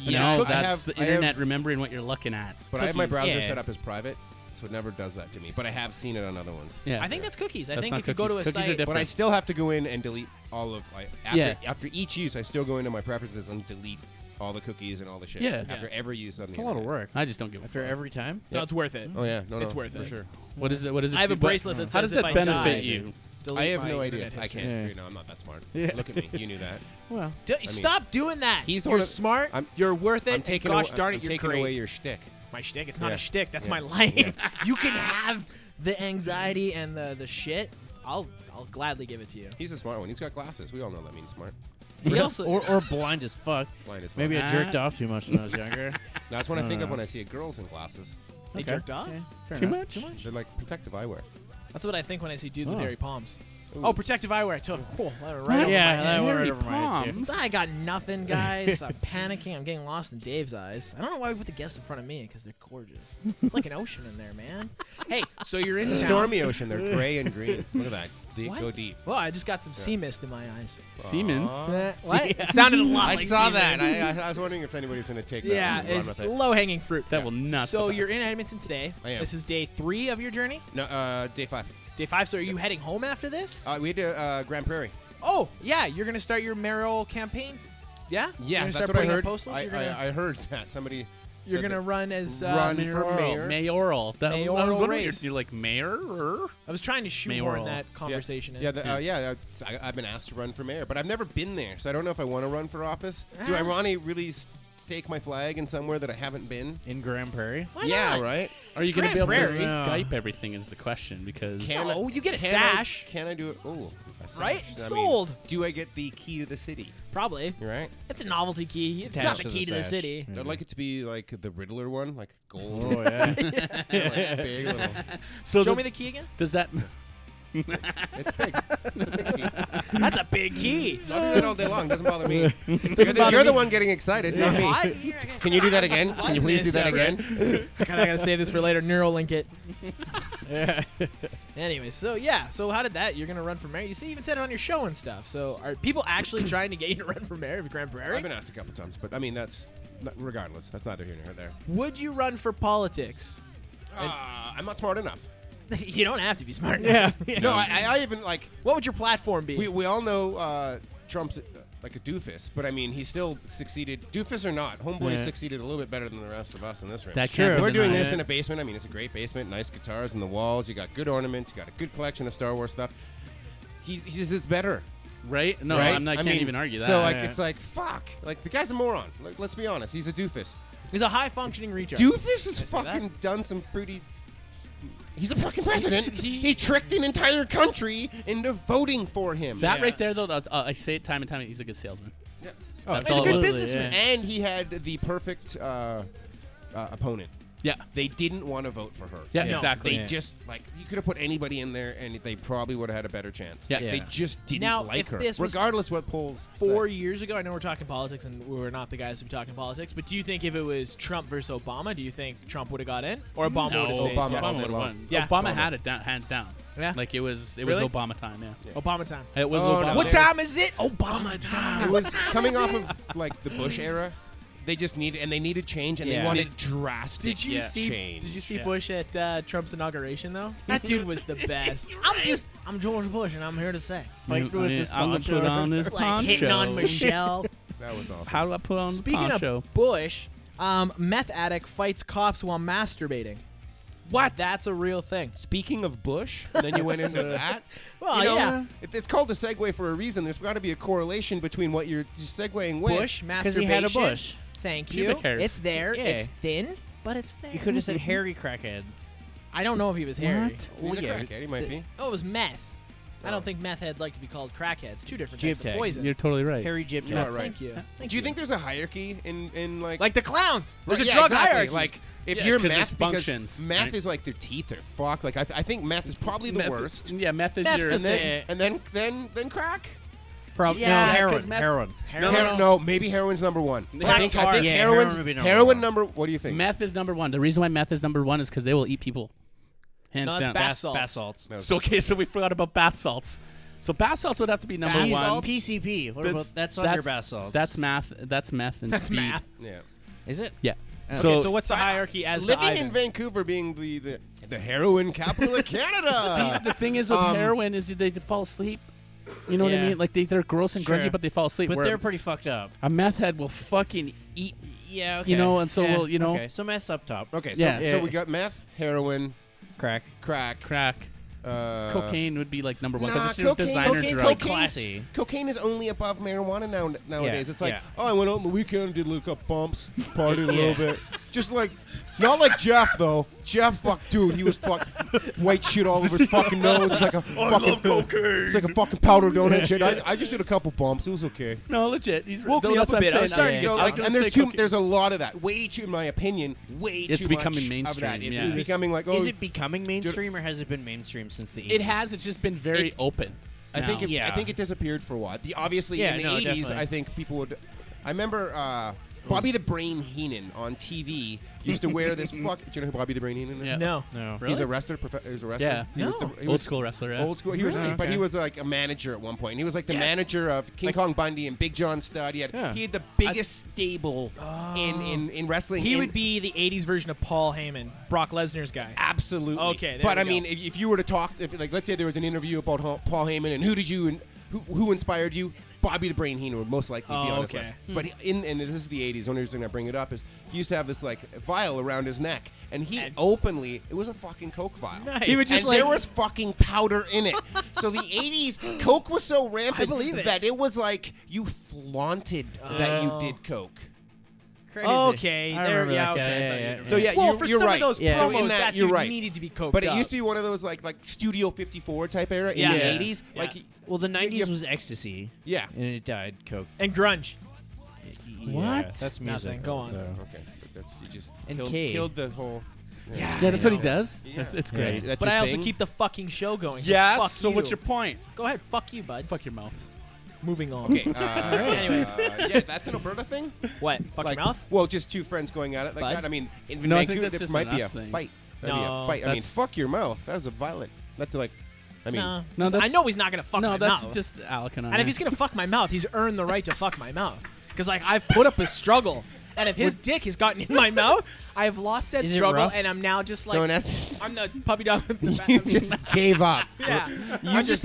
Speaker 1: no,
Speaker 2: I
Speaker 1: that's
Speaker 2: have-
Speaker 1: the
Speaker 2: I have-
Speaker 1: internet remembering what you're looking at.
Speaker 2: But I have my
Speaker 3: Cookies.
Speaker 2: browser
Speaker 3: Yeah.
Speaker 2: set up as private, so it never does that to me. But I have seen it on other ones.
Speaker 1: Yeah.
Speaker 3: I think that's cookies. I
Speaker 1: That's
Speaker 3: think
Speaker 1: not
Speaker 3: if you go to a
Speaker 1: cookies. Cookies are
Speaker 3: site,
Speaker 1: different.
Speaker 2: But I still have to go in and delete all of like after,
Speaker 1: Yeah.
Speaker 2: after each use. I still go into my preferences and delete all the cookies and all the shit.
Speaker 1: Yeah.
Speaker 2: After every use on
Speaker 4: It's
Speaker 2: the
Speaker 4: a lot of
Speaker 2: internet.
Speaker 4: work.
Speaker 1: I just don't give a
Speaker 4: After
Speaker 1: fuck.
Speaker 4: every time?
Speaker 3: no, it's worth it.
Speaker 2: Oh yeah, no,
Speaker 3: It's
Speaker 2: no.
Speaker 3: worth
Speaker 1: for
Speaker 3: it.
Speaker 1: sure. What is it? What is it?
Speaker 3: I have a
Speaker 1: do- what-
Speaker 3: bracelet that
Speaker 1: How does
Speaker 3: says
Speaker 1: that
Speaker 3: if I
Speaker 1: benefit
Speaker 3: die-
Speaker 1: you?
Speaker 3: Delete
Speaker 2: I have
Speaker 3: my
Speaker 2: no idea.
Speaker 3: internet
Speaker 2: I
Speaker 3: history.
Speaker 2: can't.
Speaker 4: Yeah.
Speaker 2: You know, I'm not that smart.
Speaker 4: Yeah.
Speaker 2: Look at me. You knew that.
Speaker 4: Well,
Speaker 3: D-
Speaker 2: mean,
Speaker 3: stop doing that.
Speaker 2: he's the
Speaker 3: you're
Speaker 2: one that-
Speaker 3: smart.
Speaker 2: I'm-
Speaker 3: you're worth it.
Speaker 2: I'm taking
Speaker 3: and gosh
Speaker 2: away,
Speaker 3: darn
Speaker 2: I'm
Speaker 3: it, you're
Speaker 2: taking
Speaker 3: great.
Speaker 2: away your shtick.
Speaker 3: my shtick. It's not
Speaker 2: Yeah.
Speaker 3: a shtick. That's
Speaker 2: Yeah.
Speaker 3: my life.
Speaker 2: Yeah.
Speaker 3: you can have the anxiety and the the shit. I'll I'll gladly give it to you.
Speaker 2: He's a smart one. He's got glasses. We all know that means smart.
Speaker 3: He also
Speaker 4: or, or blind as fuck.
Speaker 2: Blind as fuck.
Speaker 4: Maybe I
Speaker 1: Ah.
Speaker 4: jerked off too much when I was younger.
Speaker 2: Now, that's what I
Speaker 4: No,
Speaker 2: think
Speaker 4: no,
Speaker 2: of
Speaker 3: Uh.
Speaker 4: no.
Speaker 2: when I see a girls in glasses.
Speaker 3: they
Speaker 4: Okay.
Speaker 3: jerked off.
Speaker 4: Yeah, fair
Speaker 1: Too
Speaker 4: enough.
Speaker 1: much?
Speaker 2: They're like protective eyewear.
Speaker 3: That's what I think when I see dudes with
Speaker 4: Oh.
Speaker 3: hairy palms.
Speaker 2: Ooh.
Speaker 3: Oh, protective eyewear. I took cool. That went right over
Speaker 4: Yeah,
Speaker 3: my
Speaker 4: that
Speaker 3: head.
Speaker 4: went
Speaker 1: Hairy
Speaker 4: right over my head, too.
Speaker 1: palms.
Speaker 3: I got nothing, guys. I'm panicking. I'm getting lost in Dave's eyes. I don't know why we put the guests in front of me because they're gorgeous. It's like an ocean in there, man. Hey, so you're in
Speaker 2: It's a
Speaker 3: town.
Speaker 2: stormy ocean. They're gray and green. Look at that. They
Speaker 3: What?
Speaker 2: go deep.
Speaker 3: Well, I just got some sea mist in my eyes.
Speaker 1: Semen.
Speaker 2: Aw.
Speaker 3: Uh, what? It sounded a lot
Speaker 2: I
Speaker 3: like
Speaker 2: saw
Speaker 3: sea
Speaker 2: that.
Speaker 3: mist.
Speaker 2: I, I, I was wondering if anybody's gonna take that.
Speaker 3: Yeah,
Speaker 2: and run
Speaker 3: it's
Speaker 2: with it.
Speaker 3: low hanging fruit.
Speaker 1: That will not.
Speaker 3: so
Speaker 1: survive.
Speaker 3: you're in Edmonton today.
Speaker 2: I am.
Speaker 3: This is day three of your journey.
Speaker 2: No, uh, day five.
Speaker 3: Day five. So are you heading home after this?
Speaker 2: Uh, we had to uh, Grand Prairie.
Speaker 3: oh yeah, you're gonna start your mayoral campaign. Yeah. You're
Speaker 2: Yeah,
Speaker 3: gonna
Speaker 2: that's
Speaker 3: start
Speaker 2: what I
Speaker 3: putting up
Speaker 2: heard.
Speaker 3: Posters?
Speaker 2: I,
Speaker 3: You're gonna-
Speaker 2: I, I heard that somebody
Speaker 3: You're
Speaker 2: Said
Speaker 3: gonna
Speaker 2: that-
Speaker 3: run as uh,
Speaker 2: Run for mayor.
Speaker 1: Mayoral. That, I was
Speaker 3: Mayoral
Speaker 1: wondering, you're,
Speaker 3: race.
Speaker 1: you're like mayor? or
Speaker 3: I was trying to shoehorn
Speaker 1: Mayoral.
Speaker 3: that conversation
Speaker 2: Yeah,
Speaker 3: in.
Speaker 2: yeah, the, uh, yeah. that's- I, I've been asked to run for mayor, but I've never been there, so I don't know if I want to run for office. Do I
Speaker 3: Uh-huh.
Speaker 2: want to really s- stake my flag in somewhere that I haven't been?
Speaker 4: in Grand Prairie.
Speaker 3: Why
Speaker 2: yeah,
Speaker 3: not?
Speaker 2: right.
Speaker 1: Are you going to
Speaker 3: Grand
Speaker 1: be able
Speaker 3: Prairie.
Speaker 1: to
Speaker 4: Yeah.
Speaker 1: Skype everything is the question because
Speaker 2: Can I-
Speaker 3: No, you get a
Speaker 2: can I-
Speaker 3: sash.
Speaker 2: can I do it? Oh, a sash.
Speaker 3: Right?
Speaker 2: I
Speaker 3: Sold.
Speaker 2: do I get the key to the city?
Speaker 3: Probably.
Speaker 2: Right.
Speaker 3: It's a novelty key. It's, not
Speaker 4: attached
Speaker 3: the
Speaker 4: to the
Speaker 3: key to the
Speaker 4: sash.
Speaker 3: city.
Speaker 4: Yeah.
Speaker 2: I'd like it to be like the Riddler one, like gold,
Speaker 4: Oh yeah.
Speaker 2: like big little.
Speaker 1: so
Speaker 3: Show
Speaker 1: the-
Speaker 3: me the key again.
Speaker 1: does that
Speaker 2: It's big. It's a big key.
Speaker 3: That's a big key.
Speaker 2: I'll do that all day long. Doesn't bother me. You're the, you're the one getting excited, not me.
Speaker 3: What?
Speaker 2: Can you do that again? Can you please do that again?
Speaker 3: I kinda gotta save this for later. Neuralink it. Anyway, so yeah, so how did that? You're gonna run for mayor? You see, you even said it on your show and stuff. So are people actually trying to get you to run for mayor of Grand Prairie?
Speaker 2: I've been asked a couple times, but I mean that's not, regardless. That's neither here nor there.
Speaker 3: Would you run for politics?
Speaker 2: Uh, I'm not smart enough.
Speaker 3: you don't have to be smart.
Speaker 4: yeah.
Speaker 3: enough.
Speaker 2: No, I, I I even like
Speaker 3: What would your platform be?
Speaker 2: we, we all know uh, Trump's uh, like a doofus, but I mean he still succeeded. Doofus or not, homeboy
Speaker 4: Yeah.
Speaker 2: succeeded a little bit better than the rest of us in this room.
Speaker 1: That's
Speaker 4: Sure.
Speaker 1: true.
Speaker 2: We're doing this in
Speaker 1: in
Speaker 2: a basement. I mean, it's a great basement. Nice guitars in the walls. You got good ornaments. You got a good collection of Star Wars stuff. He's, he's just better.
Speaker 1: right? No,
Speaker 2: right?
Speaker 1: I'm not, I can't
Speaker 2: mean,
Speaker 1: even argue that.
Speaker 2: So like,
Speaker 4: Yeah.
Speaker 2: it's like fuck. Like the guy's a moron. Like, let's be honest. He's a doofus.
Speaker 3: He's a high functioning retard.
Speaker 2: Doofus has
Speaker 3: I see that.
Speaker 2: fucking done some pretty. He's the fucking president.
Speaker 1: He-
Speaker 2: He, tricked an entire country into voting for him.
Speaker 1: that
Speaker 4: Yeah.
Speaker 1: right there, though, uh, uh, I say it time and time. again, He's a good salesman.
Speaker 4: Oh,
Speaker 1: He's a good
Speaker 4: absolutely,
Speaker 3: businessman.
Speaker 4: yeah.
Speaker 2: and he had the perfect uh, uh, opponent.
Speaker 1: Yeah,
Speaker 2: They didn't want to vote for her.
Speaker 1: yeah,
Speaker 4: Yeah.
Speaker 1: exactly.
Speaker 2: They
Speaker 4: Yeah.
Speaker 2: just like you could have put anybody in there, and they probably would have had a better chance.
Speaker 1: Yeah.
Speaker 2: they
Speaker 4: Yeah.
Speaker 2: just didn't
Speaker 3: Now,
Speaker 2: like
Speaker 3: if
Speaker 2: her,
Speaker 3: this was
Speaker 2: regardless what polls.
Speaker 3: Four
Speaker 2: said.
Speaker 3: years ago, I know we're talking politics and we're not the guys to be talking politics, but do you think if it was Trump versus Obama, do you think Trump would have got in? Or Obama
Speaker 1: No,
Speaker 3: would have stayed?
Speaker 2: Obama
Speaker 3: Yeah.
Speaker 2: all day
Speaker 1: would've
Speaker 2: long.
Speaker 1: won.
Speaker 3: Yeah.
Speaker 1: Obama,
Speaker 2: Obama.
Speaker 1: had it down, hands down.
Speaker 3: Yeah.
Speaker 1: Like it was, it
Speaker 3: Really?
Speaker 1: was Obama time. Yeah,
Speaker 3: Obama time.
Speaker 1: it was
Speaker 2: Oh, no.
Speaker 1: Obama.
Speaker 3: What
Speaker 2: there.
Speaker 3: time is it? Obama time.
Speaker 2: It was coming off of like the Bush era. They just needed and they needed change and
Speaker 4: Yeah.
Speaker 2: they wanted drastic
Speaker 3: Did you
Speaker 1: Yeah.
Speaker 3: see?
Speaker 2: change.
Speaker 3: Did you see
Speaker 1: Yeah.
Speaker 3: Bush at uh, Trump's inauguration though? That dude was the best. I'm just, I'm George Bush, and I'm here to say,
Speaker 4: Fights with this
Speaker 1: I'm gonna put
Speaker 4: poncho.
Speaker 1: on this
Speaker 3: it's like hitting on
Speaker 1: poncho.
Speaker 3: Michelle.
Speaker 2: that was awesome.
Speaker 1: How do I put on
Speaker 3: Speaking
Speaker 1: the poncho?
Speaker 3: of Bush, um, meth addict fights cops while masturbating.
Speaker 1: what?
Speaker 3: That's a real thing.
Speaker 2: Speaking of Bush, and then you went into that.
Speaker 3: Well,
Speaker 2: you know,
Speaker 3: Oh, yeah.
Speaker 2: it- it's called a segue for a reason. There's got to be a correlation between what you're just segueing with.
Speaker 3: Bush masturbation.
Speaker 4: he had a bush.
Speaker 3: Thank you.
Speaker 1: Pubic hairs.
Speaker 3: It's there.
Speaker 4: Yeah.
Speaker 3: It's thin, but it's there.
Speaker 4: You could have said Harry Crackhead.
Speaker 3: I don't know if he was hairy.
Speaker 4: What?
Speaker 2: He's
Speaker 4: Well,
Speaker 2: a
Speaker 4: yeah.
Speaker 2: crackhead. He might be.
Speaker 3: Oh, it was meth. I
Speaker 2: Oh.
Speaker 3: don't think meth heads like to be called crackheads. Two different
Speaker 4: Jib
Speaker 3: types
Speaker 4: tag.
Speaker 3: of poison.
Speaker 1: You're totally right.
Speaker 4: Harry Jib.
Speaker 2: You are right.
Speaker 3: Thank you. Thank
Speaker 2: Do you think there's a hierarchy in in like
Speaker 3: like the clowns? There's
Speaker 2: Right,
Speaker 3: a
Speaker 2: yeah,
Speaker 3: drug
Speaker 2: exactly.
Speaker 3: hierarchy.
Speaker 2: Like if
Speaker 1: Yeah,
Speaker 2: you're
Speaker 1: 'cause there's
Speaker 2: math, because
Speaker 1: functions,
Speaker 2: math
Speaker 1: right?
Speaker 2: is like their teeth are fucked. Like I, th- I think math is probably the
Speaker 1: Meth-
Speaker 2: worst.
Speaker 1: Yeah, meth is
Speaker 3: Meth's
Speaker 1: your.
Speaker 3: a
Speaker 2: And then
Speaker 1: Yeah.
Speaker 2: and then then then crack.
Speaker 4: Prob-
Speaker 3: Yeah,
Speaker 4: no,
Speaker 1: 'cause
Speaker 4: heroin.
Speaker 1: meth-
Speaker 4: heroin.
Speaker 1: No,
Speaker 2: Her-
Speaker 1: no, no.
Speaker 2: maybe heroin's number one.
Speaker 1: Crack's
Speaker 2: I think, I
Speaker 3: hard.
Speaker 2: think
Speaker 4: Yeah,
Speaker 2: heroin's
Speaker 4: heroin would be number
Speaker 2: heroin
Speaker 4: one.
Speaker 2: number. What do you think?
Speaker 1: Meth is number one. The reason why meth is number one is because they will eat people. Hands
Speaker 3: No, it's
Speaker 1: down.
Speaker 3: bath
Speaker 4: Bas-
Speaker 3: salts.
Speaker 4: bath salts.
Speaker 2: No.
Speaker 1: So okay, so we forgot about bath salts. So bath salts would have to be number
Speaker 4: Bath
Speaker 1: one.
Speaker 4: salts? PCP. What about that's under bath salts?
Speaker 1: That's math. That's meth and
Speaker 3: That's
Speaker 1: speed.
Speaker 3: math.
Speaker 2: Yeah.
Speaker 4: is it?
Speaker 1: Yeah.
Speaker 3: Okay,
Speaker 1: so,
Speaker 3: so what's the hierarchy as to
Speaker 2: Living
Speaker 3: Ivan?
Speaker 2: in Vancouver, being the, the the heroin capital of Canada.
Speaker 1: the thing is with
Speaker 2: Um,
Speaker 1: heroin is they, they fall asleep. You know what I
Speaker 4: Yeah.
Speaker 1: mean? Like they, they're gross and grungy,
Speaker 4: Sure.
Speaker 1: but they fall asleep.
Speaker 4: But
Speaker 1: where
Speaker 4: they're pretty fucked up.
Speaker 1: a meth head will fucking eat.
Speaker 4: Yeah.
Speaker 1: You know, and so,
Speaker 4: yeah,
Speaker 1: well, you know-
Speaker 4: Okay. So meth's up top.
Speaker 2: Okay, so,
Speaker 1: Yeah.
Speaker 2: so we got meth, heroin,
Speaker 4: Crack.
Speaker 2: crack,
Speaker 1: Crack.
Speaker 2: uh,
Speaker 1: cocaine would be like number one. 'cause
Speaker 2: Nah,
Speaker 1: it's your
Speaker 2: cocaine,
Speaker 1: designer
Speaker 2: cocaine,
Speaker 1: drug.
Speaker 2: cocaine's-
Speaker 4: Classy.
Speaker 2: Cocaine is only above marijuana now nowadays.
Speaker 4: Yeah,
Speaker 2: It's like,
Speaker 4: yeah.
Speaker 2: oh, I went out on the weekend, did a little couple bumps, partied a little
Speaker 4: Yeah.
Speaker 2: bit, just like, not like Jeff though. Jeff, fuck, dude, he was fuck, white shit all over his fucking nose. It's like a fucking It's like a fucking powder donut shit. I, I just did a couple bumps. It was okay.
Speaker 1: No, legit. He's
Speaker 3: Woke
Speaker 1: no,
Speaker 3: me
Speaker 1: that's
Speaker 3: up
Speaker 1: what I'm
Speaker 3: a bit. I
Speaker 1: saying.
Speaker 3: was starting
Speaker 1: Yeah.
Speaker 3: to
Speaker 2: So,
Speaker 3: get
Speaker 1: I was
Speaker 2: like,
Speaker 1: gonna
Speaker 2: and
Speaker 1: say
Speaker 2: there's too,
Speaker 1: cocaine.
Speaker 2: there's a lot of that. Way too, in my opinion, way
Speaker 1: It's
Speaker 2: too
Speaker 1: becoming
Speaker 2: much of that.
Speaker 1: mainstream,
Speaker 2: It-
Speaker 1: yeah.
Speaker 2: It's becoming like, oh,
Speaker 4: Is it becoming mainstream or has it been mainstream since the 80s?
Speaker 1: It has. It's just been very
Speaker 2: It-
Speaker 1: open.
Speaker 2: I think
Speaker 1: now.
Speaker 2: it,
Speaker 4: Yeah.
Speaker 2: I think it disappeared for a while. The, obviously,
Speaker 4: Yeah,
Speaker 2: in the
Speaker 4: no,
Speaker 2: 80s,
Speaker 4: definitely.
Speaker 2: I think people would. I remember uh, Bobby the Brain Heenan on TV used to wear this fuck. Do you know who Bobby the Brain Heenan is?
Speaker 1: Yeah.
Speaker 3: No.
Speaker 4: No.
Speaker 2: He's a wrestler. Prof- he was a wrestler.
Speaker 1: Yeah.
Speaker 2: He was the, he
Speaker 1: old
Speaker 2: was
Speaker 1: school wrestler. Yeah.
Speaker 2: Old school. He was,
Speaker 4: Really?
Speaker 2: but he
Speaker 4: Okay.
Speaker 2: was like a manager at one point. He was like the
Speaker 1: Yes.
Speaker 2: manager of King Kong Bundy and Big John Studd. He had,
Speaker 4: Yeah.
Speaker 2: he had the biggest stable in, in, in wrestling.
Speaker 3: He
Speaker 2: in-
Speaker 3: would be the '80s version of Paul Heyman, Brock Lesnar's guy.
Speaker 2: Absolutely.
Speaker 3: Okay, there
Speaker 2: but
Speaker 3: we
Speaker 2: I
Speaker 3: go.
Speaker 2: mean, if, if you were to talk, if, like, let's say there was an interview about Ha- Paul Heyman and who did you and who, who inspired you? Bobby the Brain Heenan would most likely be
Speaker 3: Oh,
Speaker 2: on this
Speaker 3: okay.
Speaker 2: list. But he- in and this is the '80s. The only reason I bring it up is he used to have this like vial around his neck, and he openly it was a fucking coke vial.
Speaker 3: Nice. He would just,
Speaker 2: and
Speaker 3: like-
Speaker 2: there was fucking powder in it. so the '80s coke was so rampant
Speaker 3: I believe it.
Speaker 2: that it was like you flaunted that you
Speaker 3: Oh.
Speaker 2: did coke.
Speaker 4: Crazy.
Speaker 3: Okay,
Speaker 4: I
Speaker 3: there-
Speaker 4: remember
Speaker 3: yeah,
Speaker 4: that
Speaker 3: okay,
Speaker 4: guy,
Speaker 3: I
Speaker 4: yeah,
Speaker 3: thought you
Speaker 4: yeah,
Speaker 3: were-
Speaker 4: yeah.
Speaker 2: So yeah,
Speaker 3: Well,
Speaker 2: you,
Speaker 3: for
Speaker 2: you're
Speaker 3: some of
Speaker 2: right.
Speaker 3: those
Speaker 4: Yeah.
Speaker 2: So in
Speaker 3: promos,
Speaker 2: that,
Speaker 3: that
Speaker 2: you're
Speaker 3: dude
Speaker 2: right.
Speaker 3: needed to be coked
Speaker 2: But
Speaker 3: up.
Speaker 2: it used to be one of those like like Studio 54 type era in
Speaker 3: Yeah.
Speaker 2: the
Speaker 3: Yeah.
Speaker 2: 80s.
Speaker 3: Yeah.
Speaker 2: Like, y-
Speaker 4: Well, the
Speaker 2: y-
Speaker 4: 90s
Speaker 2: you-
Speaker 4: was ecstasy.
Speaker 2: Yeah.
Speaker 4: And it died coke.
Speaker 3: and grunge.
Speaker 4: Yeah,
Speaker 7: What?
Speaker 4: that's music.
Speaker 3: Nothing, go on.
Speaker 4: so-
Speaker 2: Okay, but that's you just
Speaker 4: And
Speaker 2: killed,
Speaker 4: Cade.
Speaker 2: killed the whole.
Speaker 7: Yeah, that's
Speaker 4: you
Speaker 7: what he
Speaker 4: know.
Speaker 7: does.
Speaker 2: Yeah.
Speaker 7: That's, it's
Speaker 4: Yeah.
Speaker 7: great.
Speaker 2: That's, that's
Speaker 3: But
Speaker 2: your
Speaker 3: I also
Speaker 2: thing?
Speaker 3: keep the fucking show going. so
Speaker 1: Yes.
Speaker 3: fuck
Speaker 1: so
Speaker 3: you.
Speaker 1: what's your point?
Speaker 3: Go ahead. Fuck you, bud.
Speaker 7: Fuck your mouth.
Speaker 3: Moving on.
Speaker 2: Okay. Uh,
Speaker 3: Anyways.
Speaker 2: uh, yeah, that's an Alberta thing.
Speaker 3: What? Fuck
Speaker 2: like,
Speaker 3: your mouth.
Speaker 2: Well, just two friends going at it like
Speaker 3: Bud?
Speaker 2: that. I mean, in
Speaker 7: No, I think
Speaker 2: Vancouver,
Speaker 7: that's
Speaker 2: there
Speaker 7: just
Speaker 2: might
Speaker 7: an
Speaker 2: be a
Speaker 7: us thing.
Speaker 2: fight. That'd be
Speaker 3: No,
Speaker 2: a fight. I mean,
Speaker 7: that's-
Speaker 2: fuck your mouth. That was a violent. That's like, I mean,
Speaker 3: No,
Speaker 7: No,
Speaker 3: I
Speaker 7: that's-
Speaker 3: know he's not gonna fuck my
Speaker 7: no, that's
Speaker 3: mouth.
Speaker 7: just Alec and I.
Speaker 3: and if he's gonna fuck my mouth, he's earned the right to fuck my mouth. Because like I've put up a struggle, and if his dick has gotten in my mouth, I've lost that
Speaker 4: Is it
Speaker 3: struggle,
Speaker 4: rough?
Speaker 3: and I'm now just like
Speaker 2: so in essence,
Speaker 3: I'm the puppy dog with the bat.
Speaker 2: you just gave up.
Speaker 3: yeah.
Speaker 2: You
Speaker 3: I'm just,
Speaker 2: just-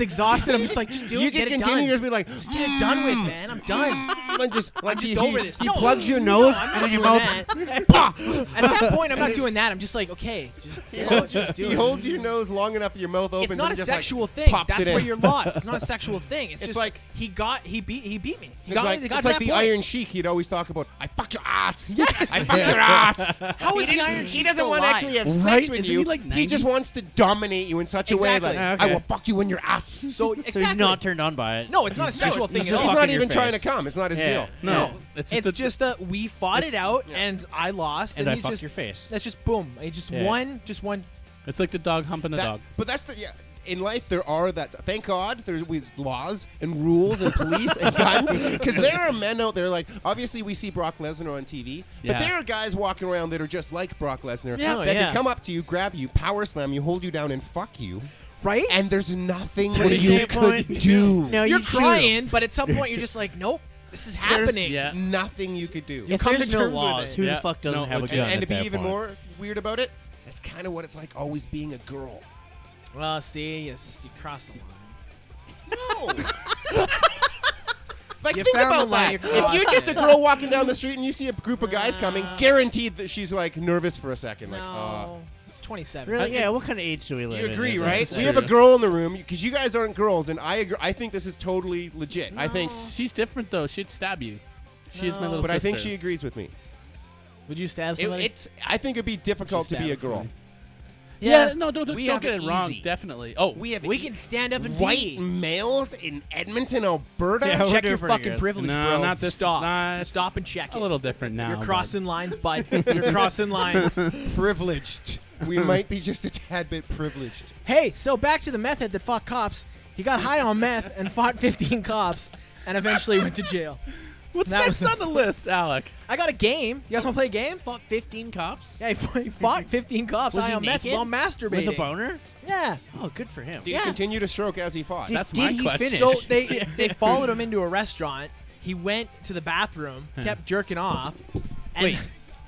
Speaker 3: exhausted. I'm just like just do
Speaker 2: you
Speaker 3: it,
Speaker 2: can
Speaker 3: get it
Speaker 2: continue
Speaker 3: done.
Speaker 2: just be like,
Speaker 3: Just get it done with, man. I'm done.
Speaker 2: like just like
Speaker 3: just
Speaker 2: he,
Speaker 3: over
Speaker 2: he,
Speaker 3: this.
Speaker 2: he
Speaker 3: No,
Speaker 2: plugs your
Speaker 3: no,
Speaker 2: nose
Speaker 3: I'm not
Speaker 2: and then your
Speaker 3: doing
Speaker 2: mouth. Pah!
Speaker 3: At that point, I'm not doing that. I'm just like, okay, just, just do
Speaker 2: He
Speaker 3: it.
Speaker 2: holds your nose long enough, your mouth opens.
Speaker 3: it's not
Speaker 2: and
Speaker 3: a
Speaker 2: just, like,
Speaker 3: sexual thing.
Speaker 2: pops it
Speaker 3: That's where
Speaker 2: in.
Speaker 3: you're lost. It's not a sexual thing. It's,
Speaker 2: It's
Speaker 3: just
Speaker 2: like-
Speaker 3: he got he beat he beat me. He
Speaker 2: It's
Speaker 3: got
Speaker 2: like,
Speaker 3: me. Got
Speaker 2: it's
Speaker 3: to
Speaker 2: like
Speaker 3: that
Speaker 2: the
Speaker 3: point.
Speaker 2: Iron Sheik. He'd always talk about, "I fucked your ass.
Speaker 3: Yes.
Speaker 2: I fucked your ass."
Speaker 3: How is the Iron Sheik
Speaker 2: He doesn't
Speaker 3: still
Speaker 2: want to
Speaker 3: alive?
Speaker 2: actually have
Speaker 7: Right?
Speaker 2: sex with
Speaker 7: Isn't
Speaker 2: you.
Speaker 7: he like 90?
Speaker 2: just wants to dominate you in such a way
Speaker 3: Exactly.
Speaker 2: that
Speaker 4: Okay.
Speaker 2: I will fuck you in your ass.
Speaker 3: So,
Speaker 4: So
Speaker 3: exactly.
Speaker 4: he's not turned on by it.
Speaker 3: No, it's not a sexual thing
Speaker 2: he's
Speaker 3: at all.
Speaker 2: not
Speaker 4: in your
Speaker 2: even trying to
Speaker 4: face.
Speaker 2: come. It's not his
Speaker 4: Yeah.
Speaker 2: deal.
Speaker 7: no, it's just,
Speaker 3: It's
Speaker 7: a,
Speaker 3: just a we fought it out, and I lost,
Speaker 4: And
Speaker 3: and,
Speaker 4: I
Speaker 3: he's
Speaker 4: fucked
Speaker 3: just
Speaker 4: your face.
Speaker 3: That's just boom. He just
Speaker 4: Yeah.
Speaker 3: one, just one.
Speaker 7: it's like the dog humping a
Speaker 2: That-
Speaker 7: dog.
Speaker 2: But that's the yeah. In life, there are that. Thank God, there's we- laws and rules and police and guns. Because there are men out there like obviously we see Brock Lesnar on TV,
Speaker 7: Yeah.
Speaker 2: but there are guys walking around that are just like Brock Lesnar
Speaker 3: Yeah,
Speaker 2: that
Speaker 3: yeah.
Speaker 2: can come up to you, grab you, power slam you, hold you down, and fuck you.
Speaker 3: Right?
Speaker 2: And there's nothing
Speaker 4: Pretty
Speaker 2: that you
Speaker 4: damn
Speaker 2: could
Speaker 4: point.
Speaker 2: do.
Speaker 4: No,
Speaker 3: you're
Speaker 4: you shoot him.
Speaker 3: crying, but at some point you're just like, nope, this is
Speaker 2: There's
Speaker 3: happening.
Speaker 7: Yeah.
Speaker 2: nothing you could do.
Speaker 4: If
Speaker 3: come
Speaker 4: there's
Speaker 3: to
Speaker 4: no
Speaker 3: terms with
Speaker 4: laws,
Speaker 3: it.
Speaker 4: who
Speaker 7: Yeah.
Speaker 4: the fuck doesn't
Speaker 7: No,
Speaker 4: have a
Speaker 7: legit.
Speaker 4: gun?
Speaker 2: and, and to
Speaker 4: at
Speaker 2: be
Speaker 4: that
Speaker 2: even
Speaker 4: point?
Speaker 2: more weird about it, that's kind of what it's like always being a girl.
Speaker 3: Well, see, you, s- you crossed the line.
Speaker 2: No. like
Speaker 3: You
Speaker 2: think
Speaker 3: found the
Speaker 2: about
Speaker 3: line
Speaker 2: that.
Speaker 3: you
Speaker 2: If you're
Speaker 3: crossed.
Speaker 2: just a girl walking down the street and you see a group of guys coming, guaranteed that she's like nervous for a second. Like, uh,
Speaker 3: no, it's 27.
Speaker 4: Really? Yeah. What kind of age do we live
Speaker 2: you
Speaker 4: in?
Speaker 2: agree,
Speaker 4: This
Speaker 2: right?
Speaker 4: is
Speaker 2: We have a
Speaker 4: true.
Speaker 2: girl in the room because you guys aren't girls, and I agree. I think this is totally legit. I think,
Speaker 7: She's different though. She'd stab you. She is my
Speaker 3: No.
Speaker 7: little
Speaker 2: but I think she
Speaker 7: sister.
Speaker 2: agrees with me.
Speaker 3: Would you stab
Speaker 2: It,
Speaker 3: somebody?
Speaker 2: it's. I think it'd be difficult
Speaker 3: She
Speaker 2: to be a
Speaker 3: stabs
Speaker 2: girl.
Speaker 3: somebody.
Speaker 7: Yeah, no, don't, don't
Speaker 2: We
Speaker 7: don't
Speaker 2: have
Speaker 7: get it
Speaker 2: it
Speaker 7: wrong.
Speaker 2: easy.
Speaker 7: Definitely. Oh,
Speaker 2: We have
Speaker 3: we
Speaker 2: eight
Speaker 3: can stand up and
Speaker 2: white
Speaker 3: pee.
Speaker 2: males in Edmonton, Alberta.
Speaker 4: Yeah, we're
Speaker 3: Check your
Speaker 4: doing pretty
Speaker 3: fucking
Speaker 4: good.
Speaker 3: privilege,
Speaker 7: no,
Speaker 3: bro.
Speaker 7: not this.
Speaker 3: Stop.
Speaker 7: nah, it's
Speaker 3: Stop and check it.
Speaker 7: A little different now.
Speaker 3: You're
Speaker 7: but-
Speaker 3: crossing lines, bud. You're crossing lines.
Speaker 2: privileged. We might be just a tad bit privileged.
Speaker 3: Hey, so back to the method that fought cops. He got high on meth and fought 15 cops and eventually went to jail.
Speaker 7: What's
Speaker 3: That
Speaker 7: next
Speaker 3: was-
Speaker 7: on the list, Alec?
Speaker 3: I got a game. You guys want to play a game?
Speaker 4: Fought 15 cops
Speaker 3: Yeah, he fought- he fought 15 cops
Speaker 4: Was
Speaker 3: high
Speaker 4: he
Speaker 3: on meth
Speaker 4: naked?
Speaker 3: while masturbating.
Speaker 4: with a boner.
Speaker 3: Yeah.
Speaker 4: Oh, good for him.
Speaker 2: Did
Speaker 3: Yeah.
Speaker 2: he continue to stroke as he fought?
Speaker 4: Did-
Speaker 7: That's
Speaker 4: did
Speaker 7: my
Speaker 4: he
Speaker 7: question.
Speaker 4: Finish?
Speaker 3: So they they followed him into a restaurant. He went to the bathroom, kept jerking off. And
Speaker 4: Wait.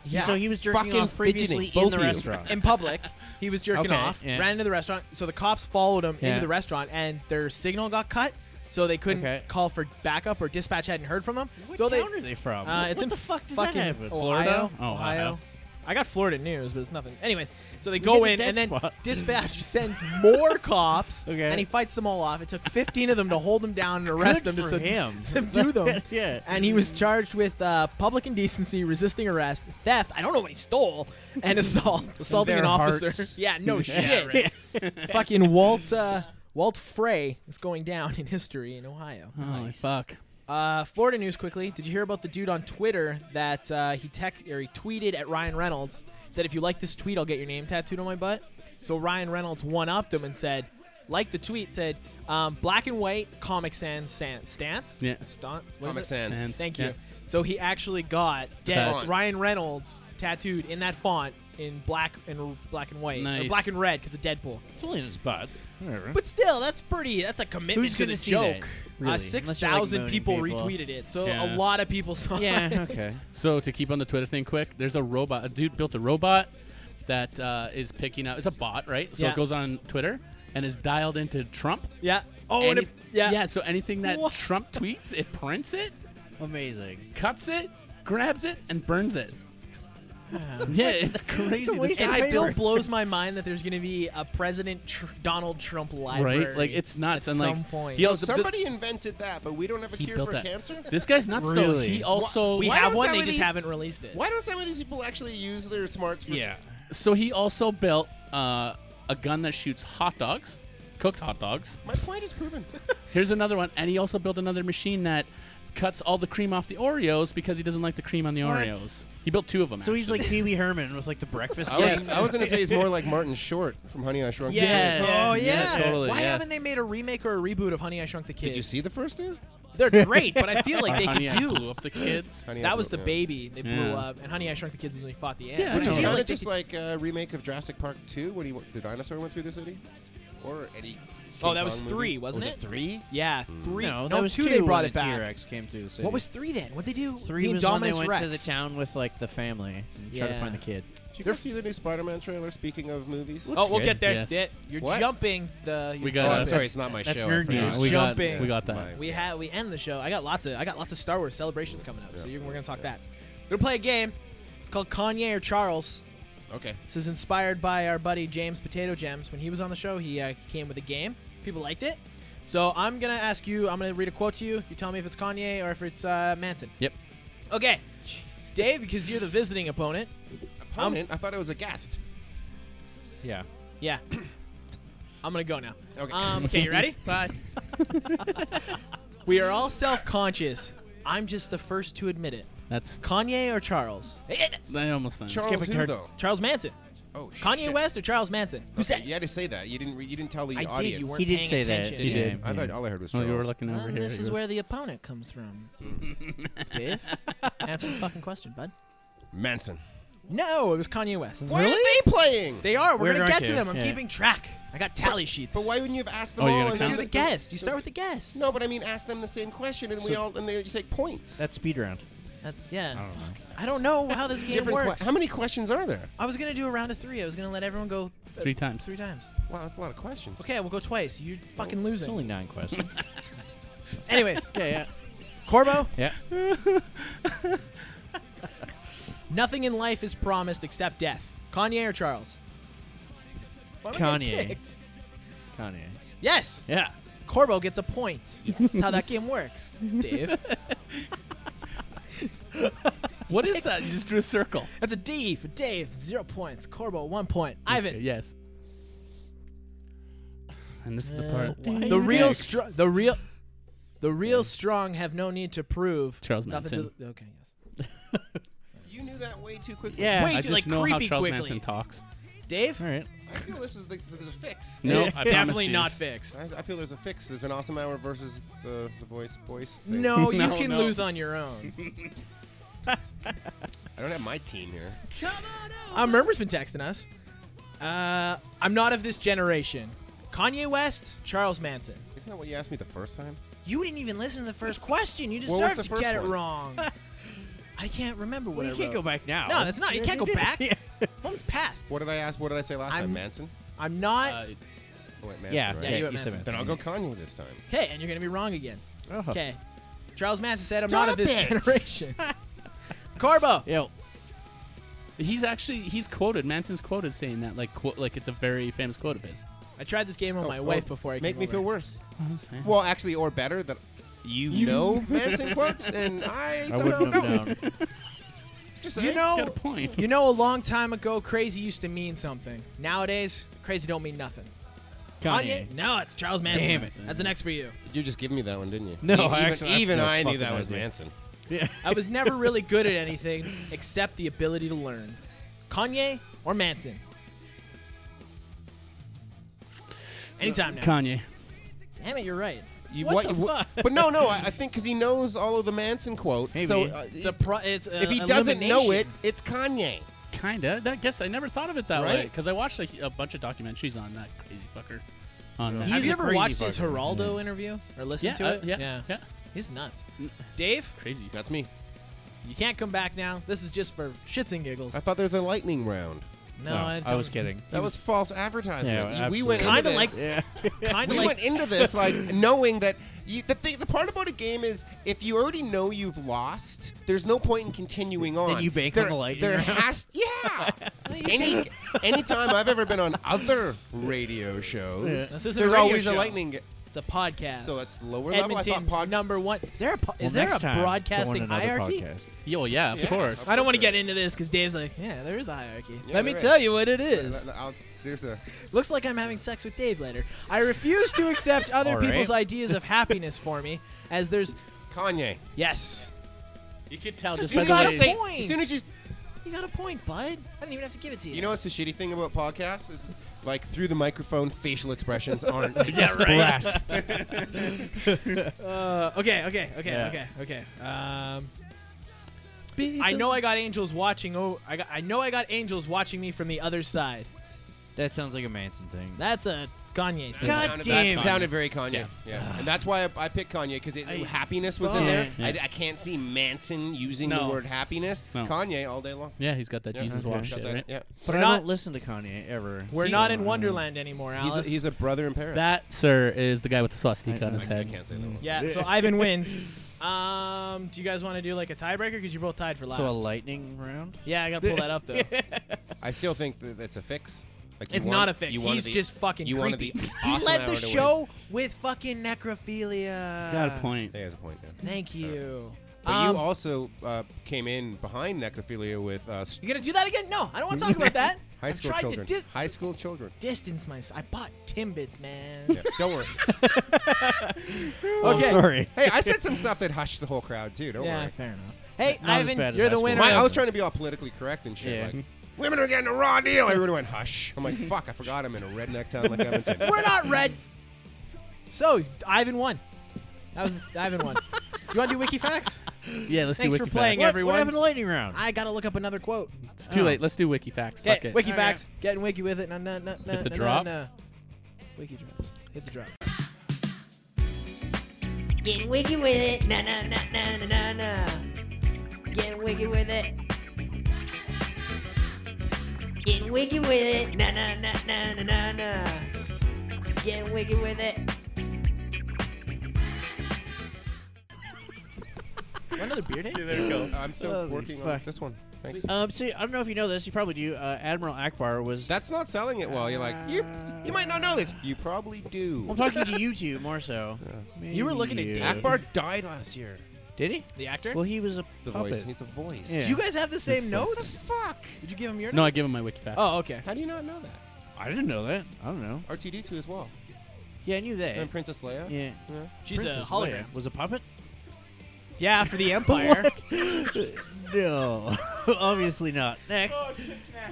Speaker 3: Yeah.
Speaker 4: So he was jerking
Speaker 2: Fucking
Speaker 4: off previously
Speaker 2: fidgeting,
Speaker 4: in
Speaker 2: both
Speaker 4: the
Speaker 2: of you.
Speaker 4: restaurant.
Speaker 3: in public. He was jerking
Speaker 4: Okay,
Speaker 3: off,
Speaker 4: yeah.
Speaker 3: ran into the restaurant. So the cops followed him
Speaker 4: Yeah.
Speaker 3: into the restaurant, and their signal got cut, so they couldn't
Speaker 4: Okay.
Speaker 3: call for backup or dispatch hadn't heard from them.
Speaker 4: What
Speaker 3: so they,
Speaker 4: town are they from?
Speaker 3: uh, it's
Speaker 4: what
Speaker 3: in
Speaker 4: the fuck does
Speaker 3: fucking
Speaker 4: that happen?
Speaker 3: Ohio.
Speaker 7: Florida? Oh, Ohio.
Speaker 3: I got Florida news, but it's nothing. Anyways, so they go
Speaker 4: hit
Speaker 3: in
Speaker 4: the
Speaker 3: and
Speaker 4: dead
Speaker 3: then
Speaker 4: spot.
Speaker 3: dispatch sends more cops,
Speaker 4: Okay.
Speaker 3: and he fights them all off. It took 15 of them to hold them down and arrest
Speaker 4: Good
Speaker 3: them to
Speaker 4: for
Speaker 3: sub-
Speaker 4: him.
Speaker 3: subdue them.
Speaker 4: Yeah.
Speaker 3: And he was charged with uh, public indecency, resisting arrest, theft. I don't know what he stole, and assault, assaulting
Speaker 2: Their
Speaker 3: an officer.
Speaker 2: hearts.
Speaker 3: Yeah, no shit. Fucking Walt uh, Walt Frey is going down in history in Ohio.
Speaker 7: Holy fuck.
Speaker 3: Uh, Florida news quickly. Did you hear about the dude on Twitter that uh, he tech or he tweeted at Ryan Reynolds? Said if you like this tweet, I'll get your name tattooed on my butt. So Ryan Reynolds one upped him and said, like the tweet said, um, black and white Comic Sans san- stance.
Speaker 7: Yeah.
Speaker 3: Stunt.
Speaker 2: Comic Sans.
Speaker 7: Sans.
Speaker 3: Thank
Speaker 7: Yeah.
Speaker 3: you. So he actually got dead
Speaker 2: font.
Speaker 3: Ryan Reynolds tattooed in that font in black and black and white, or
Speaker 7: Nice.
Speaker 3: black and red because of Deadpool.
Speaker 4: It's only in his butt. Whatever.
Speaker 3: But still, that's pretty. That's a commitment
Speaker 4: Who's
Speaker 3: to
Speaker 4: gonna
Speaker 3: the
Speaker 4: see
Speaker 3: joke.
Speaker 4: that, really?
Speaker 3: uh,
Speaker 4: Unless you're,
Speaker 3: Six
Speaker 4: like,
Speaker 3: thousand
Speaker 4: moaning
Speaker 3: people,
Speaker 4: people.
Speaker 3: retweeted it, so
Speaker 7: Yeah.
Speaker 3: a lot of people saw it.
Speaker 4: yeah. Okay.
Speaker 7: So to keep on the Twitter thing quick, there's a robot. A dude built a robot that uh, is picking up. It's a bot, right? So
Speaker 3: Yeah.
Speaker 7: it goes on Twitter and is dialed into Trump.
Speaker 3: yeah. Oh, and
Speaker 1: Any-
Speaker 3: it- yeah.
Speaker 1: So anything that
Speaker 3: What?
Speaker 1: Trump tweets, it prints it,
Speaker 4: Amazing.
Speaker 1: cuts it, grabs it, and burns it. yeah, it's crazy. this
Speaker 4: waste of
Speaker 3: It
Speaker 1: guy
Speaker 4: paper.
Speaker 3: still
Speaker 1: burns-
Speaker 3: blows my mind that there's going to be a President Tr- Donald Trump library.
Speaker 1: right? Like it's nuts.
Speaker 3: At
Speaker 1: and like
Speaker 3: some point.
Speaker 1: he
Speaker 2: So
Speaker 1: also-
Speaker 2: somebody invented that, but we don't have a
Speaker 1: He
Speaker 2: cure
Speaker 1: built
Speaker 2: for
Speaker 1: that.
Speaker 2: cancer.
Speaker 1: This guy's nuts though.
Speaker 4: Really?
Speaker 1: He also
Speaker 3: we
Speaker 2: Why
Speaker 3: have
Speaker 2: don't
Speaker 3: one,
Speaker 2: some
Speaker 3: they
Speaker 2: of
Speaker 3: just
Speaker 2: these-
Speaker 3: haven't released it.
Speaker 2: Why don't some of these people actually use their smarts? For
Speaker 4: Yeah.
Speaker 1: so he also built uh, a gun that shoots hot dogs, cooked hot dogs.
Speaker 2: My point is proven.
Speaker 1: Here's another one, and he also built another machine that cuts all the cream off the Oreos because he doesn't like the cream on the
Speaker 4: What?
Speaker 1: Oreos. He built two of them.
Speaker 4: So he's
Speaker 1: actually.
Speaker 4: like Pee Wee Herman with like the breakfast.
Speaker 2: I
Speaker 1: Yes.
Speaker 2: was, I was gonna say he's more like Martin Short from Honey I Shrunk. the
Speaker 4: Oh, Yeah.
Speaker 2: Kids.
Speaker 4: Yeah.
Speaker 3: Oh
Speaker 4: Oh,
Speaker 3: yeah.
Speaker 4: yeah.
Speaker 1: totally,
Speaker 3: Why
Speaker 1: yeah.
Speaker 3: haven't they made a remake or a reboot of Honey I Shrunk the Kid?
Speaker 2: Did you see the first two?
Speaker 3: They're great, but I feel like they
Speaker 1: Honey,
Speaker 3: could
Speaker 1: I blew
Speaker 3: do.
Speaker 1: up the kids.
Speaker 2: Honey, I
Speaker 3: That was the
Speaker 2: Blew- yeah.
Speaker 3: baby they blew
Speaker 1: Yeah.
Speaker 3: up, and Honey I Shrunk the Kids when they fought the
Speaker 1: Yeah,
Speaker 3: ant.
Speaker 2: Which
Speaker 1: I
Speaker 2: is
Speaker 1: know.
Speaker 2: kind
Speaker 3: like
Speaker 2: of
Speaker 3: they
Speaker 2: just like a remake of Jurassic Park 2 when he went, the dinosaur went through the city, or any. King
Speaker 3: Oh, that was
Speaker 2: Kong
Speaker 3: three,
Speaker 2: movie.
Speaker 3: wasn't
Speaker 2: was
Speaker 3: it?
Speaker 2: Three.
Speaker 3: yeah, three.
Speaker 4: No, that was
Speaker 3: two.
Speaker 4: two.
Speaker 3: They brought
Speaker 4: when
Speaker 3: it
Speaker 4: the
Speaker 3: back.
Speaker 4: T-Rex came through the city.
Speaker 3: What was three then? What would they do?
Speaker 4: three?
Speaker 3: They
Speaker 4: Was when they
Speaker 3: Dominus
Speaker 4: went
Speaker 3: Rex.
Speaker 4: to the town with like the family and try
Speaker 3: Yeah.
Speaker 4: to find the kid.
Speaker 2: Did you guys see the new Spider-Man trailer? Speaking of movies,
Speaker 3: Oh, we'll
Speaker 4: good.
Speaker 3: get there.
Speaker 1: Yes.
Speaker 3: That- You're
Speaker 2: What?
Speaker 3: jumping the.
Speaker 1: We
Speaker 2: Oh,
Speaker 1: got
Speaker 2: I'm
Speaker 1: it.
Speaker 3: jumping.
Speaker 2: sorry, it's not my
Speaker 4: That's
Speaker 2: show. I
Speaker 4: nerd
Speaker 2: forgot.
Speaker 4: news.
Speaker 1: we, got,
Speaker 3: Jumping.
Speaker 1: we got that.
Speaker 2: My-
Speaker 3: We ha we end the show. I got lots of I got lots of Star Wars celebrations coming up, so you're, we're gonna talk that. We're gonna play a game. It's called Kanye or Charles.
Speaker 2: Okay.
Speaker 3: This is inspired by our buddy James Potato Gems. When he was on the show, he, uh, he came with a game. People liked it. So I'm gonna ask you. I'm gonna read a quote to you. You tell me if it's Kanye or if it's uh, Manson.
Speaker 1: Yep.
Speaker 3: Okay, Dave, because you're the visiting opponent.
Speaker 2: Opponent. I thought it was a guest.
Speaker 4: Yeah.
Speaker 3: Yeah. I'm gonna go now.
Speaker 2: Okay.
Speaker 3: Um, okay, you ready? Bye. we are all self-conscious. I'm just the first to admit it.
Speaker 1: That's
Speaker 3: Kanye or Charles? Eh, eh,
Speaker 1: I almost done.
Speaker 2: Charles
Speaker 4: Skip
Speaker 2: who
Speaker 4: a
Speaker 2: though?
Speaker 3: Charles Manson.
Speaker 2: Oh,
Speaker 3: Kanye
Speaker 2: shit.
Speaker 3: West or Charles Manson? Who
Speaker 2: Okay,
Speaker 3: said?
Speaker 2: You had to say that. You didn't. Re- you didn't tell the
Speaker 3: I
Speaker 2: audience.
Speaker 3: did. You weren't
Speaker 4: He did
Speaker 3: paying
Speaker 4: say that,
Speaker 3: attention.
Speaker 4: He
Speaker 1: Yeah.
Speaker 4: did.
Speaker 2: I
Speaker 4: Yeah.
Speaker 2: thought all I heard was
Speaker 1: Oh,
Speaker 2: Charles.
Speaker 1: you were looking
Speaker 3: Well,
Speaker 1: over
Speaker 3: then
Speaker 1: here.
Speaker 3: this
Speaker 1: He was-
Speaker 3: is where the opponent comes from. Dave, answer the fucking question, bud.
Speaker 2: Manson.
Speaker 3: No, it was Kanye West.
Speaker 2: Why are they playing?
Speaker 3: They are. We're
Speaker 4: Where
Speaker 3: gonna
Speaker 4: aren't
Speaker 3: get to
Speaker 4: you?
Speaker 3: them. I'm
Speaker 4: Yeah.
Speaker 3: keeping track. I got tally sheets.
Speaker 2: but why wouldn't you have asked them
Speaker 1: Oh, you're
Speaker 2: all?
Speaker 1: gonna
Speaker 2: and
Speaker 1: count
Speaker 2: then
Speaker 3: You're the
Speaker 1: them?
Speaker 3: guess. You start with the guess.
Speaker 2: No, but I mean, ask them the same question, and we
Speaker 4: So-
Speaker 2: all and they you take points.
Speaker 4: That's speed round.
Speaker 3: That's yeah. I don't know, how this game
Speaker 2: different. que-
Speaker 3: works.
Speaker 2: How many questions are there?
Speaker 3: I was gonna do a round of three. I was gonna let everyone go uh,
Speaker 1: Three times.
Speaker 3: Three times.
Speaker 2: Wow, that's a lot of questions.
Speaker 3: Okay, we'll go twice. You're fucking
Speaker 4: It's
Speaker 3: losing.
Speaker 4: only nine questions.
Speaker 3: Anyways,
Speaker 4: yeah, yeah,
Speaker 3: Corbo.
Speaker 4: yeah.
Speaker 3: Nothing in life is promised except death. Kanye or Charles? Why am I getting
Speaker 4: Kanye.
Speaker 3: kicked?
Speaker 4: Kanye.
Speaker 3: Yes.
Speaker 4: Yeah.
Speaker 3: Corbo gets a point. That's how that game works, Dave.
Speaker 1: What is that? You just drew a circle.
Speaker 3: That's a D for Dave. Zero points. Corbo, one point. Ivan.
Speaker 1: Okay, yes. And this is the part.
Speaker 3: The real, str- the real, the real strong have no need to prove
Speaker 1: Charles
Speaker 3: nothing
Speaker 1: Manson.
Speaker 3: To, okay, yes.
Speaker 2: You knew that way too quickly.
Speaker 4: Yeah.
Speaker 3: Wait.
Speaker 1: I
Speaker 3: He's, like,
Speaker 1: just know how
Speaker 3: creepy
Speaker 1: Charles
Speaker 3: quickly.
Speaker 1: Manson talks.
Speaker 3: Dave,
Speaker 4: All right.
Speaker 2: I feel this is the, there's a fix.
Speaker 1: No,
Speaker 3: it's
Speaker 1: I promise
Speaker 3: definitely
Speaker 1: you.
Speaker 3: not fixed.
Speaker 2: I, I feel there's a fix. There's an awesome hour versus the the voice boys. thing.
Speaker 3: No, you
Speaker 1: No,
Speaker 3: can
Speaker 1: no.
Speaker 3: lose on your own.
Speaker 2: I don't have my team here.
Speaker 3: Uh, Murmur's been texting us. Uh, I'm not of this generation. Kanye West, Charles Manson.
Speaker 2: Isn't that what you asked me the first time?
Speaker 3: You didn't even listen to the first question. You
Speaker 2: Well,
Speaker 3: deserve
Speaker 2: what's the
Speaker 3: to
Speaker 2: first
Speaker 3: get it
Speaker 2: one?
Speaker 3: wrong. I can't remember what
Speaker 4: Well,
Speaker 3: I
Speaker 4: you can't
Speaker 3: wrote.
Speaker 4: go back now.
Speaker 3: No, that's not. You can't go back.
Speaker 4: yeah.
Speaker 3: One's passed.
Speaker 2: What did I ask? What did I say last
Speaker 3: I'm-
Speaker 2: time? Manson.
Speaker 3: I'm not.
Speaker 1: Uh,
Speaker 2: Oh, wait, Manson.
Speaker 4: Yeah.
Speaker 2: right?
Speaker 4: yeah,
Speaker 3: you
Speaker 4: you
Speaker 3: went
Speaker 4: said
Speaker 3: Manson.
Speaker 2: Then I'll go Kanye this time.
Speaker 3: Okay, and you're gonna be wrong again.
Speaker 4: Manson. Oh.
Speaker 3: Okay. Charles Manson said, "I'm not of
Speaker 2: Stop
Speaker 3: this
Speaker 2: it.
Speaker 3: generation." Corbo.
Speaker 4: Yo.
Speaker 1: he's actually he's quoted. Manson's quoted saying that like quote like it's a very famous quote of his.
Speaker 3: I tried this game on
Speaker 2: Oh,
Speaker 3: my
Speaker 2: oh,
Speaker 3: wife before I
Speaker 2: make
Speaker 3: came
Speaker 2: me
Speaker 3: over.
Speaker 2: feel worse. Well, actually, or better that you know Manson quotes and I somehow don't. Just
Speaker 3: You
Speaker 2: saying.
Speaker 1: Got a
Speaker 3: know,
Speaker 1: point.
Speaker 3: you know, a long time ago, crazy used to mean something. Nowadays, crazy don't mean nothing.
Speaker 4: Kanye.
Speaker 3: No, it's Charles Manson.
Speaker 4: Damn it.
Speaker 3: That's an X for you.
Speaker 2: You just giving me that one, didn't you?
Speaker 4: No,
Speaker 2: E-
Speaker 4: I
Speaker 2: even,
Speaker 4: actually- I have
Speaker 2: even
Speaker 4: no
Speaker 2: I knew
Speaker 4: fucking
Speaker 2: that was
Speaker 4: idea.
Speaker 2: Manson.
Speaker 4: Yeah.
Speaker 3: I was never really good at anything except the ability to learn. Kanye or Manson? Anytime now.
Speaker 1: Kanye.
Speaker 3: Damn it, you're right.
Speaker 2: You,
Speaker 4: What the
Speaker 2: you-
Speaker 4: fuck?
Speaker 2: But no, no, I, I think because he knows all of the Manson quotes.
Speaker 4: Hey,
Speaker 2: so
Speaker 4: man.
Speaker 2: uh,
Speaker 3: It's a pro- it's a uh,
Speaker 2: if he doesn't know it,
Speaker 3: elimination.
Speaker 2: it's Kanye.
Speaker 1: Kinda. That, I guess I never thought of it that
Speaker 2: Right?
Speaker 1: way because I watched like a bunch of documentaries on that crazy fucker. On that.
Speaker 3: have you ever
Speaker 4: crazy
Speaker 3: watched his
Speaker 4: fucker.
Speaker 3: Geraldo interview or listened
Speaker 1: yeah,
Speaker 3: to
Speaker 1: uh,
Speaker 3: it?
Speaker 1: yeah, yeah,
Speaker 3: He's nuts. Dave,
Speaker 1: Crazy.
Speaker 2: That's me.
Speaker 3: you can't come back now. This is just for shits and giggles.
Speaker 2: I thought there was a lightning round.
Speaker 3: No, I,
Speaker 4: Oh, I was kidding.
Speaker 2: That was false advertising.
Speaker 4: Yeah,
Speaker 2: we went
Speaker 3: absolutely.
Speaker 2: into
Speaker 3: Kinda
Speaker 2: this-
Speaker 3: like-
Speaker 4: Yeah.
Speaker 3: Kind of
Speaker 2: we
Speaker 3: like
Speaker 2: went into this like knowing that you, the thing, the part about a game is if you already know you've lost, there's no point in continuing on.
Speaker 4: you bank
Speaker 2: there,
Speaker 4: on the lightning
Speaker 2: There
Speaker 4: round.
Speaker 2: has yeah. any anytime I've ever been on other radio shows,
Speaker 3: This isn't a
Speaker 2: there's
Speaker 3: radio
Speaker 2: always a
Speaker 3: show.
Speaker 2: lightning. Ga-
Speaker 3: it's a podcast.
Speaker 2: So that's lower level. I
Speaker 3: Edmonton's
Speaker 2: thought pod-
Speaker 3: number one. Is there a po-
Speaker 4: Well,
Speaker 3: is there
Speaker 4: next
Speaker 3: a
Speaker 4: time, go on
Speaker 3: broadcasting
Speaker 4: another
Speaker 3: hierarchy?
Speaker 4: podcast.
Speaker 7: Yeah, well, yeah, of
Speaker 2: Yeah.
Speaker 7: course.
Speaker 3: I don't want to
Speaker 2: Sure.
Speaker 3: get into this because Dave's like, yeah, there is a hierarchy.
Speaker 2: Yeah,
Speaker 3: Let me
Speaker 2: there
Speaker 3: tell
Speaker 2: is.
Speaker 3: you what it is.
Speaker 2: I'll- There's a
Speaker 3: Looks like I'm having sex with Dave later. I refuse to accept other
Speaker 4: All right.
Speaker 3: people's ideas of happiness for me, as there's
Speaker 2: Kanye.
Speaker 3: yes.
Speaker 7: You could tell just
Speaker 2: As
Speaker 7: by
Speaker 2: soon
Speaker 7: the
Speaker 2: as
Speaker 3: got
Speaker 2: you
Speaker 3: a
Speaker 7: way.
Speaker 2: say-
Speaker 3: point.
Speaker 2: as soon as you
Speaker 3: You got a point, bud. I didn't even have to give it to you.
Speaker 2: You know what's the shitty thing about podcasts is like through the microphone facial expressions aren't
Speaker 7: Yeah, right.
Speaker 2: expressed.
Speaker 3: Uh, okay, okay, okay,
Speaker 4: Yeah.
Speaker 3: okay, okay. Um, I know I got angels watching. Oh, I got, I know I got angels watching me from the other side.
Speaker 4: That sounds like a Manson thing.
Speaker 3: That's a Kanye thing.
Speaker 4: God
Speaker 2: sounded,
Speaker 4: damn.
Speaker 2: That sounded very Kanye. Yeah.
Speaker 7: Yeah.
Speaker 2: And that's why I, I picked Kanye because happiness was in there. I, I can't see Manson using
Speaker 7: No.
Speaker 2: the word happiness.
Speaker 7: No.
Speaker 2: Kanye all day long.
Speaker 7: Yeah, he's got that
Speaker 2: Yeah.
Speaker 7: Jesus
Speaker 2: Okay.
Speaker 7: walk
Speaker 2: Got
Speaker 7: shit,
Speaker 2: that,
Speaker 7: right?
Speaker 2: Yeah.
Speaker 4: but
Speaker 3: we're
Speaker 4: I
Speaker 3: not-
Speaker 4: don't listen to Kanye ever.
Speaker 3: We're
Speaker 2: He-
Speaker 3: not in Wonderland anymore,
Speaker 2: He's a,
Speaker 3: Alice.
Speaker 2: he's a brother in Paris.
Speaker 7: That, sir, is the guy with the swastika
Speaker 4: I-
Speaker 7: on his
Speaker 4: I
Speaker 2: I
Speaker 7: head.
Speaker 2: can't say that one.
Speaker 3: yeah. So Ivan wins. Um, do you guys want to do like a tiebreaker because you're both tied for last?
Speaker 4: So a lightning round?
Speaker 3: yeah, I gotta pull that up though.
Speaker 2: I still think that that's a fix. Like you
Speaker 3: It's
Speaker 2: want-
Speaker 3: not a fix.
Speaker 2: you wanted
Speaker 3: He's
Speaker 2: the-
Speaker 3: just fucking
Speaker 2: you wanted
Speaker 3: creepy.
Speaker 2: the
Speaker 3: he
Speaker 2: awesome
Speaker 3: led
Speaker 2: hour
Speaker 3: the
Speaker 2: to win.
Speaker 3: show with fucking necrophilia.
Speaker 7: He's got a point.
Speaker 2: That has a point. Yeah.
Speaker 3: Thank you.
Speaker 2: But
Speaker 3: Um,
Speaker 2: you also uh, came in behind necrophilia with uh, s-
Speaker 3: You gonna do that again? No, I don't want to talk about that.
Speaker 2: high
Speaker 3: I've
Speaker 2: school
Speaker 3: tried
Speaker 2: children.
Speaker 3: to dis-
Speaker 2: high school children.
Speaker 3: distance myself. I bought Timbits, man.
Speaker 2: Yeah, don't worry.
Speaker 4: Oh,
Speaker 3: Okay.
Speaker 4: sorry.
Speaker 2: hey, I said some stuff that hushed the whole crowd too. Don't
Speaker 3: Yeah,
Speaker 2: worry.
Speaker 3: fair enough. Hey,
Speaker 4: Not as
Speaker 3: Ivan,
Speaker 4: bad as
Speaker 3: you're
Speaker 4: high
Speaker 3: the
Speaker 4: school.
Speaker 3: winner.
Speaker 2: My,
Speaker 4: Fair
Speaker 2: I was
Speaker 4: enough.
Speaker 2: trying to be all politically correct and shit.
Speaker 4: Yeah.
Speaker 2: Like, women are getting a raw deal. Everyone went hush. I'm like, fuck, I forgot I'm in a redneck town like Edmonton.
Speaker 3: We're not red. So Ivan won. That was Ivan won. You want to do wiki facts?
Speaker 7: Yeah, let's
Speaker 3: Thanks
Speaker 7: do
Speaker 3: for
Speaker 7: Wiki
Speaker 3: playing,
Speaker 7: Facts.
Speaker 4: What,
Speaker 3: everyone.
Speaker 4: what happened to lightning round?
Speaker 3: I gotta look up another quote.
Speaker 7: It's too
Speaker 4: Oh.
Speaker 7: late. Let's do Wiki Facts.
Speaker 3: Hey,
Speaker 7: Fuck it.
Speaker 3: wiki
Speaker 4: All right.
Speaker 3: facts. Getting wiki with it. No, no, no, no,
Speaker 7: Hit the
Speaker 3: no,
Speaker 7: drop.
Speaker 3: No, no. Wiki drop. Hit the drop.
Speaker 8: Getting wiggy with it. Na na na na na na na. Getting wiggy with it. Getting wiggy with it. Na na na na na na na. Getting wiggy with it.
Speaker 3: Want another beer name?
Speaker 7: there we go.
Speaker 2: I'm still
Speaker 4: Holy
Speaker 2: working on
Speaker 4: fuck.
Speaker 2: this one. Thanks.
Speaker 4: Um, so I don't know if you know this. You probably do. Uh, Admiral Akbar was.
Speaker 2: That's not selling it well. You're like, you, you might not know this. You probably do.
Speaker 4: I'm talking to you two more so.
Speaker 3: You were looking at
Speaker 4: Maybe you.
Speaker 3: Dave.
Speaker 2: Akbar died last year.
Speaker 4: Did he?
Speaker 3: The actor?
Speaker 4: Well, he was a
Speaker 2: The
Speaker 4: puppet.
Speaker 2: voice. He's a voice.
Speaker 4: Yeah.
Speaker 3: Do you guys have the same
Speaker 4: What
Speaker 3: notes? fuck? Did you give him your
Speaker 7: No, I
Speaker 3: notes?
Speaker 7: give him my Wiki Facts.
Speaker 3: Oh, okay.
Speaker 2: How do you not know that?
Speaker 4: I didn't know that. I don't know.
Speaker 2: R2D2 as well.
Speaker 4: Yeah, I knew that.
Speaker 2: And Princess Leia.
Speaker 4: yeah.
Speaker 3: She's
Speaker 4: Princess
Speaker 3: a hologram.
Speaker 4: Leia was a puppet.
Speaker 3: Yeah, for the Empire.
Speaker 4: no, obviously not. Next.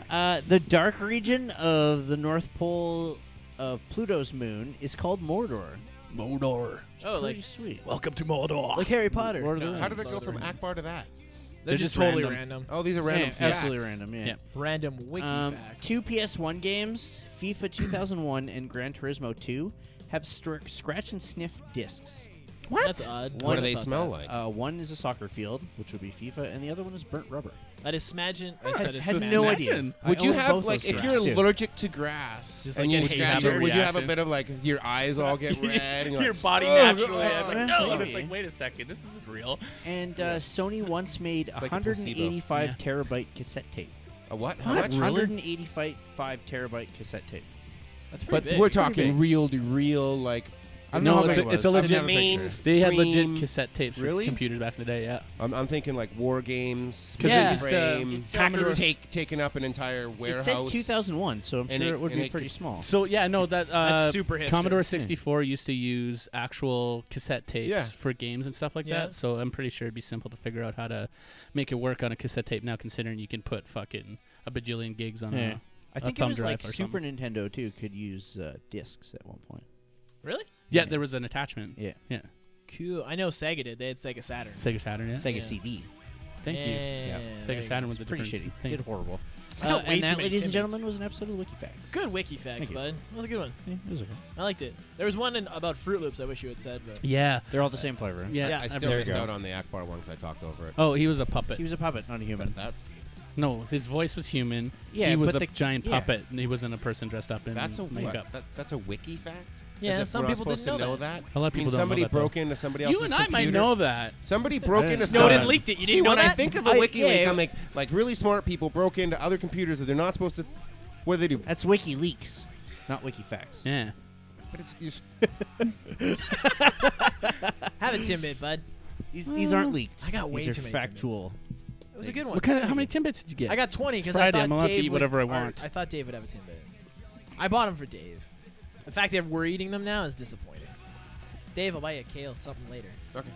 Speaker 4: Uh, the dark region of the North Pole of Pluto's moon is called Mordor.
Speaker 7: Mordor.
Speaker 3: oh,
Speaker 4: Pretty
Speaker 3: like
Speaker 4: sweet.
Speaker 7: Welcome to Mordor.
Speaker 3: like Harry Potter.
Speaker 4: Lord of
Speaker 3: No,
Speaker 4: the
Speaker 2: How
Speaker 4: Rings.
Speaker 2: did it go from Akbar to that?
Speaker 3: They're,
Speaker 7: They're just
Speaker 3: just, totally random.
Speaker 7: random.
Speaker 2: Oh, these are
Speaker 4: Yeah,
Speaker 2: random.
Speaker 4: absolutely
Speaker 2: facts.
Speaker 4: random. Yeah.
Speaker 7: Yeah.
Speaker 3: Random wiki
Speaker 4: Um,
Speaker 3: facts.
Speaker 4: two PS1 games, FIFA 2001 and Gran Turismo 2, have str- scratch and sniff discs.
Speaker 3: What? That's odd.
Speaker 2: What do
Speaker 4: One
Speaker 2: they
Speaker 4: about
Speaker 2: smell
Speaker 4: that.
Speaker 2: like?
Speaker 4: Uh, one is a soccer field, which would be FIFA, and the other one is burnt rubber.
Speaker 3: That is smagin. I
Speaker 4: I
Speaker 3: said
Speaker 4: had
Speaker 3: it's
Speaker 4: no
Speaker 3: smagin.
Speaker 4: idea. I
Speaker 2: Would you
Speaker 4: own
Speaker 2: have
Speaker 4: both
Speaker 2: like
Speaker 4: those
Speaker 2: if
Speaker 4: games.
Speaker 2: you're
Speaker 4: Dude.
Speaker 2: allergic to grass
Speaker 3: Just
Speaker 2: and
Speaker 3: like
Speaker 2: you
Speaker 3: you
Speaker 2: scratch
Speaker 7: have a
Speaker 2: it, would you have a
Speaker 7: reaction.
Speaker 2: bit of like your eyes all get red? And you're
Speaker 7: Your
Speaker 2: like,
Speaker 7: body
Speaker 2: "Oh,
Speaker 7: naturally.
Speaker 2: God."
Speaker 7: I was like,
Speaker 3: Oh.
Speaker 7: oh. no. And
Speaker 4: Maybe.
Speaker 7: it's like, wait a second. This isn't real.
Speaker 4: And uh, Sony once made
Speaker 2: It's like a placebo.
Speaker 4: 185 terabyte cassette tape.
Speaker 2: A what? How
Speaker 4: What?
Speaker 2: much?
Speaker 4: 185 terabyte cassette tape.
Speaker 3: That's
Speaker 2: But
Speaker 3: pretty big.
Speaker 2: we're
Speaker 4: Pretty
Speaker 2: talking
Speaker 4: big.
Speaker 2: real to real, like
Speaker 7: No, it's a- it's a
Speaker 2: Like
Speaker 7: legit-
Speaker 2: the main.
Speaker 7: They had
Speaker 2: frame-
Speaker 7: legit cassette tapes
Speaker 2: Really?
Speaker 7: for computers back in the day. Yeah.
Speaker 2: I'm, I'm thinking like war games.
Speaker 7: 'Cause uh,
Speaker 2: main
Speaker 3: they
Speaker 7: used to-
Speaker 2: frame,
Speaker 4: it's Commodore-
Speaker 2: take taking up an entire
Speaker 4: It said
Speaker 2: warehouse.
Speaker 4: 2001, so I'm
Speaker 2: And
Speaker 4: sure
Speaker 2: it-
Speaker 4: it, would
Speaker 2: and
Speaker 4: be
Speaker 2: it
Speaker 4: pretty
Speaker 2: could-
Speaker 4: small.
Speaker 7: So yeah, no, that uh,
Speaker 3: That's super hipster.
Speaker 7: Commodore 64 used to use actual cassette tapes
Speaker 2: Yeah.
Speaker 7: for games and stuff like
Speaker 3: Yeah.
Speaker 7: that. So I'm pretty sure it'd be simple to figure out how to make it work on a cassette tape now, considering you can put fucking a bajillion gigs on
Speaker 4: Yeah.
Speaker 7: it.
Speaker 4: I think it
Speaker 7: thumb
Speaker 4: was like
Speaker 7: drive or
Speaker 4: Super Nintendo too could use uh, discs at one point.
Speaker 3: really
Speaker 7: Yeah,
Speaker 4: Yeah.
Speaker 7: there was an attachment.
Speaker 4: Yeah,
Speaker 7: Yeah,
Speaker 3: cool. I know Sega did. They had Sega Saturn.
Speaker 7: Sega Saturn. Yeah,
Speaker 4: Sega
Speaker 3: Yeah.
Speaker 4: CD.
Speaker 7: thank you.
Speaker 3: Yeah, there you
Speaker 7: Sega
Speaker 3: go.
Speaker 7: Saturn was a
Speaker 4: Pretty shitty.
Speaker 7: different thing.
Speaker 4: Did horrible.
Speaker 3: I got
Speaker 4: Uh,
Speaker 3: way
Speaker 4: and
Speaker 3: too
Speaker 4: that,
Speaker 3: many
Speaker 4: ladies
Speaker 3: Timbits.
Speaker 4: and gentlemen, was an episode of WikiFacts.
Speaker 3: Good wiki facts,
Speaker 4: you.
Speaker 3: bud. That was a good one.
Speaker 4: Yeah, it was okay.
Speaker 3: I liked it. There was one in, about Fruit Loops. I wish you had said, but
Speaker 7: Yeah,
Speaker 4: They're all the same flavor.
Speaker 7: yeah.
Speaker 3: Yeah.
Speaker 2: I
Speaker 7: I've
Speaker 2: still
Speaker 7: heard-
Speaker 2: missed out on the Akbar ones. I talked over it.
Speaker 7: Oh, he was a puppet.
Speaker 4: He was a puppet, not a human.
Speaker 2: That's
Speaker 7: No, his voice was human.
Speaker 4: Yeah,
Speaker 7: he was
Speaker 4: but
Speaker 7: a
Speaker 4: the-
Speaker 7: giant
Speaker 4: yeah.
Speaker 7: puppet. and He wasn't a person dressed up in
Speaker 2: That's a what?
Speaker 7: makeup.
Speaker 2: That, that's a wiki fact.
Speaker 3: Yeah,
Speaker 2: Is that-
Speaker 3: some
Speaker 2: we're not
Speaker 3: people didn't
Speaker 2: supposed to
Speaker 3: know
Speaker 2: know that.
Speaker 7: A lot of
Speaker 2: I mean,
Speaker 7: people don't know
Speaker 2: somebody
Speaker 7: that, though.
Speaker 2: broke into somebody else's
Speaker 7: You and I might
Speaker 2: computer.
Speaker 7: know that.
Speaker 2: Somebody broke into
Speaker 3: Snowden
Speaker 2: someone.
Speaker 3: leaked it. You
Speaker 2: See,
Speaker 3: didn't know
Speaker 2: when I
Speaker 3: that?
Speaker 2: think of
Speaker 4: I-
Speaker 2: a wiki
Speaker 4: yeah,
Speaker 2: leak,
Speaker 4: it-
Speaker 2: I'm like, like really smart people broke into other computers that they're not supposed to. What do they do?
Speaker 4: That's WikiLeaks, not WikiFacts.
Speaker 7: Yeah.
Speaker 2: But it's, you just-
Speaker 3: Have a Timbit, bud.
Speaker 4: These, these aren't leaked.
Speaker 3: I got way
Speaker 4: these
Speaker 3: too
Speaker 4: are
Speaker 3: many
Speaker 4: factual.
Speaker 3: It was a good one.
Speaker 7: What kind of? How many timbits did you get?
Speaker 3: I got 20
Speaker 7: It's
Speaker 3: because I
Speaker 7: Friday,
Speaker 3: thought
Speaker 7: I'm allowed to
Speaker 3: Dave
Speaker 7: eat
Speaker 3: would-
Speaker 7: whatever I
Speaker 3: or
Speaker 7: want.
Speaker 3: I thought Dave would have a Timbit. I bought them for Dave. The fact that we're eating them now is disappointing. Dave, I'll buy you a kale something later.
Speaker 2: okay,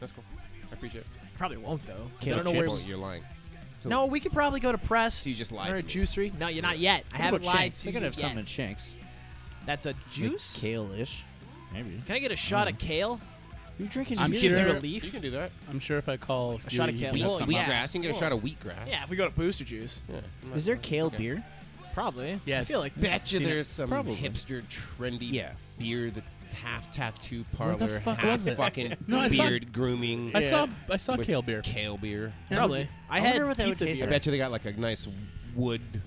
Speaker 2: that's cool. I appreciate it.
Speaker 3: Probably won't though. 'cause I
Speaker 4: Kale
Speaker 3: don't know
Speaker 4: chips.
Speaker 3: where.
Speaker 2: Oh, you're lying. So
Speaker 3: No, we could probably go to press.
Speaker 2: So you just lied
Speaker 3: Or a
Speaker 2: to me.
Speaker 3: juicery? No, you're not yet. I haven't
Speaker 4: What about
Speaker 3: lied
Speaker 4: Shanks?
Speaker 3: to
Speaker 4: They
Speaker 3: you
Speaker 4: could have
Speaker 3: yet.
Speaker 4: some in Shanks.
Speaker 3: That's a juice.
Speaker 4: Kale-ish. Maybe.
Speaker 3: Can I get a shot of kale?
Speaker 4: You're drinking
Speaker 7: I'm
Speaker 4: just
Speaker 7: sure-
Speaker 3: Gives you
Speaker 4: kale.
Speaker 3: relief.
Speaker 2: you can do that.
Speaker 7: I'm sure if I call
Speaker 3: A shot of
Speaker 7: Julie,
Speaker 3: kale.
Speaker 7: you know
Speaker 3: Well,
Speaker 7: something.
Speaker 3: yeah.
Speaker 2: Grass. You can get a shot of wheatgrass.
Speaker 3: Yeah, if we go to Booster Juice,
Speaker 2: Yeah. I'm not-
Speaker 4: Is there
Speaker 2: okay.
Speaker 4: kale beer?
Speaker 3: probably. I
Speaker 7: Yes.
Speaker 3: feel like
Speaker 2: Bet you
Speaker 7: Seen it?
Speaker 2: there's some
Speaker 7: Probably.
Speaker 2: hipster trendy
Speaker 4: Yeah.
Speaker 2: beer that's half tattoo
Speaker 7: the
Speaker 2: parlor,
Speaker 7: fuck
Speaker 2: half
Speaker 7: was it?
Speaker 2: fucking
Speaker 7: No, I saw-
Speaker 2: beard grooming.
Speaker 7: I saw I saw
Speaker 2: with
Speaker 7: kale beer.
Speaker 2: Kale beer.
Speaker 3: Probably. I,
Speaker 4: I
Speaker 3: had
Speaker 4: wonder what that would
Speaker 3: pizza
Speaker 4: taste
Speaker 2: I
Speaker 3: beer.
Speaker 4: like.
Speaker 2: bet you they got like a nice wood,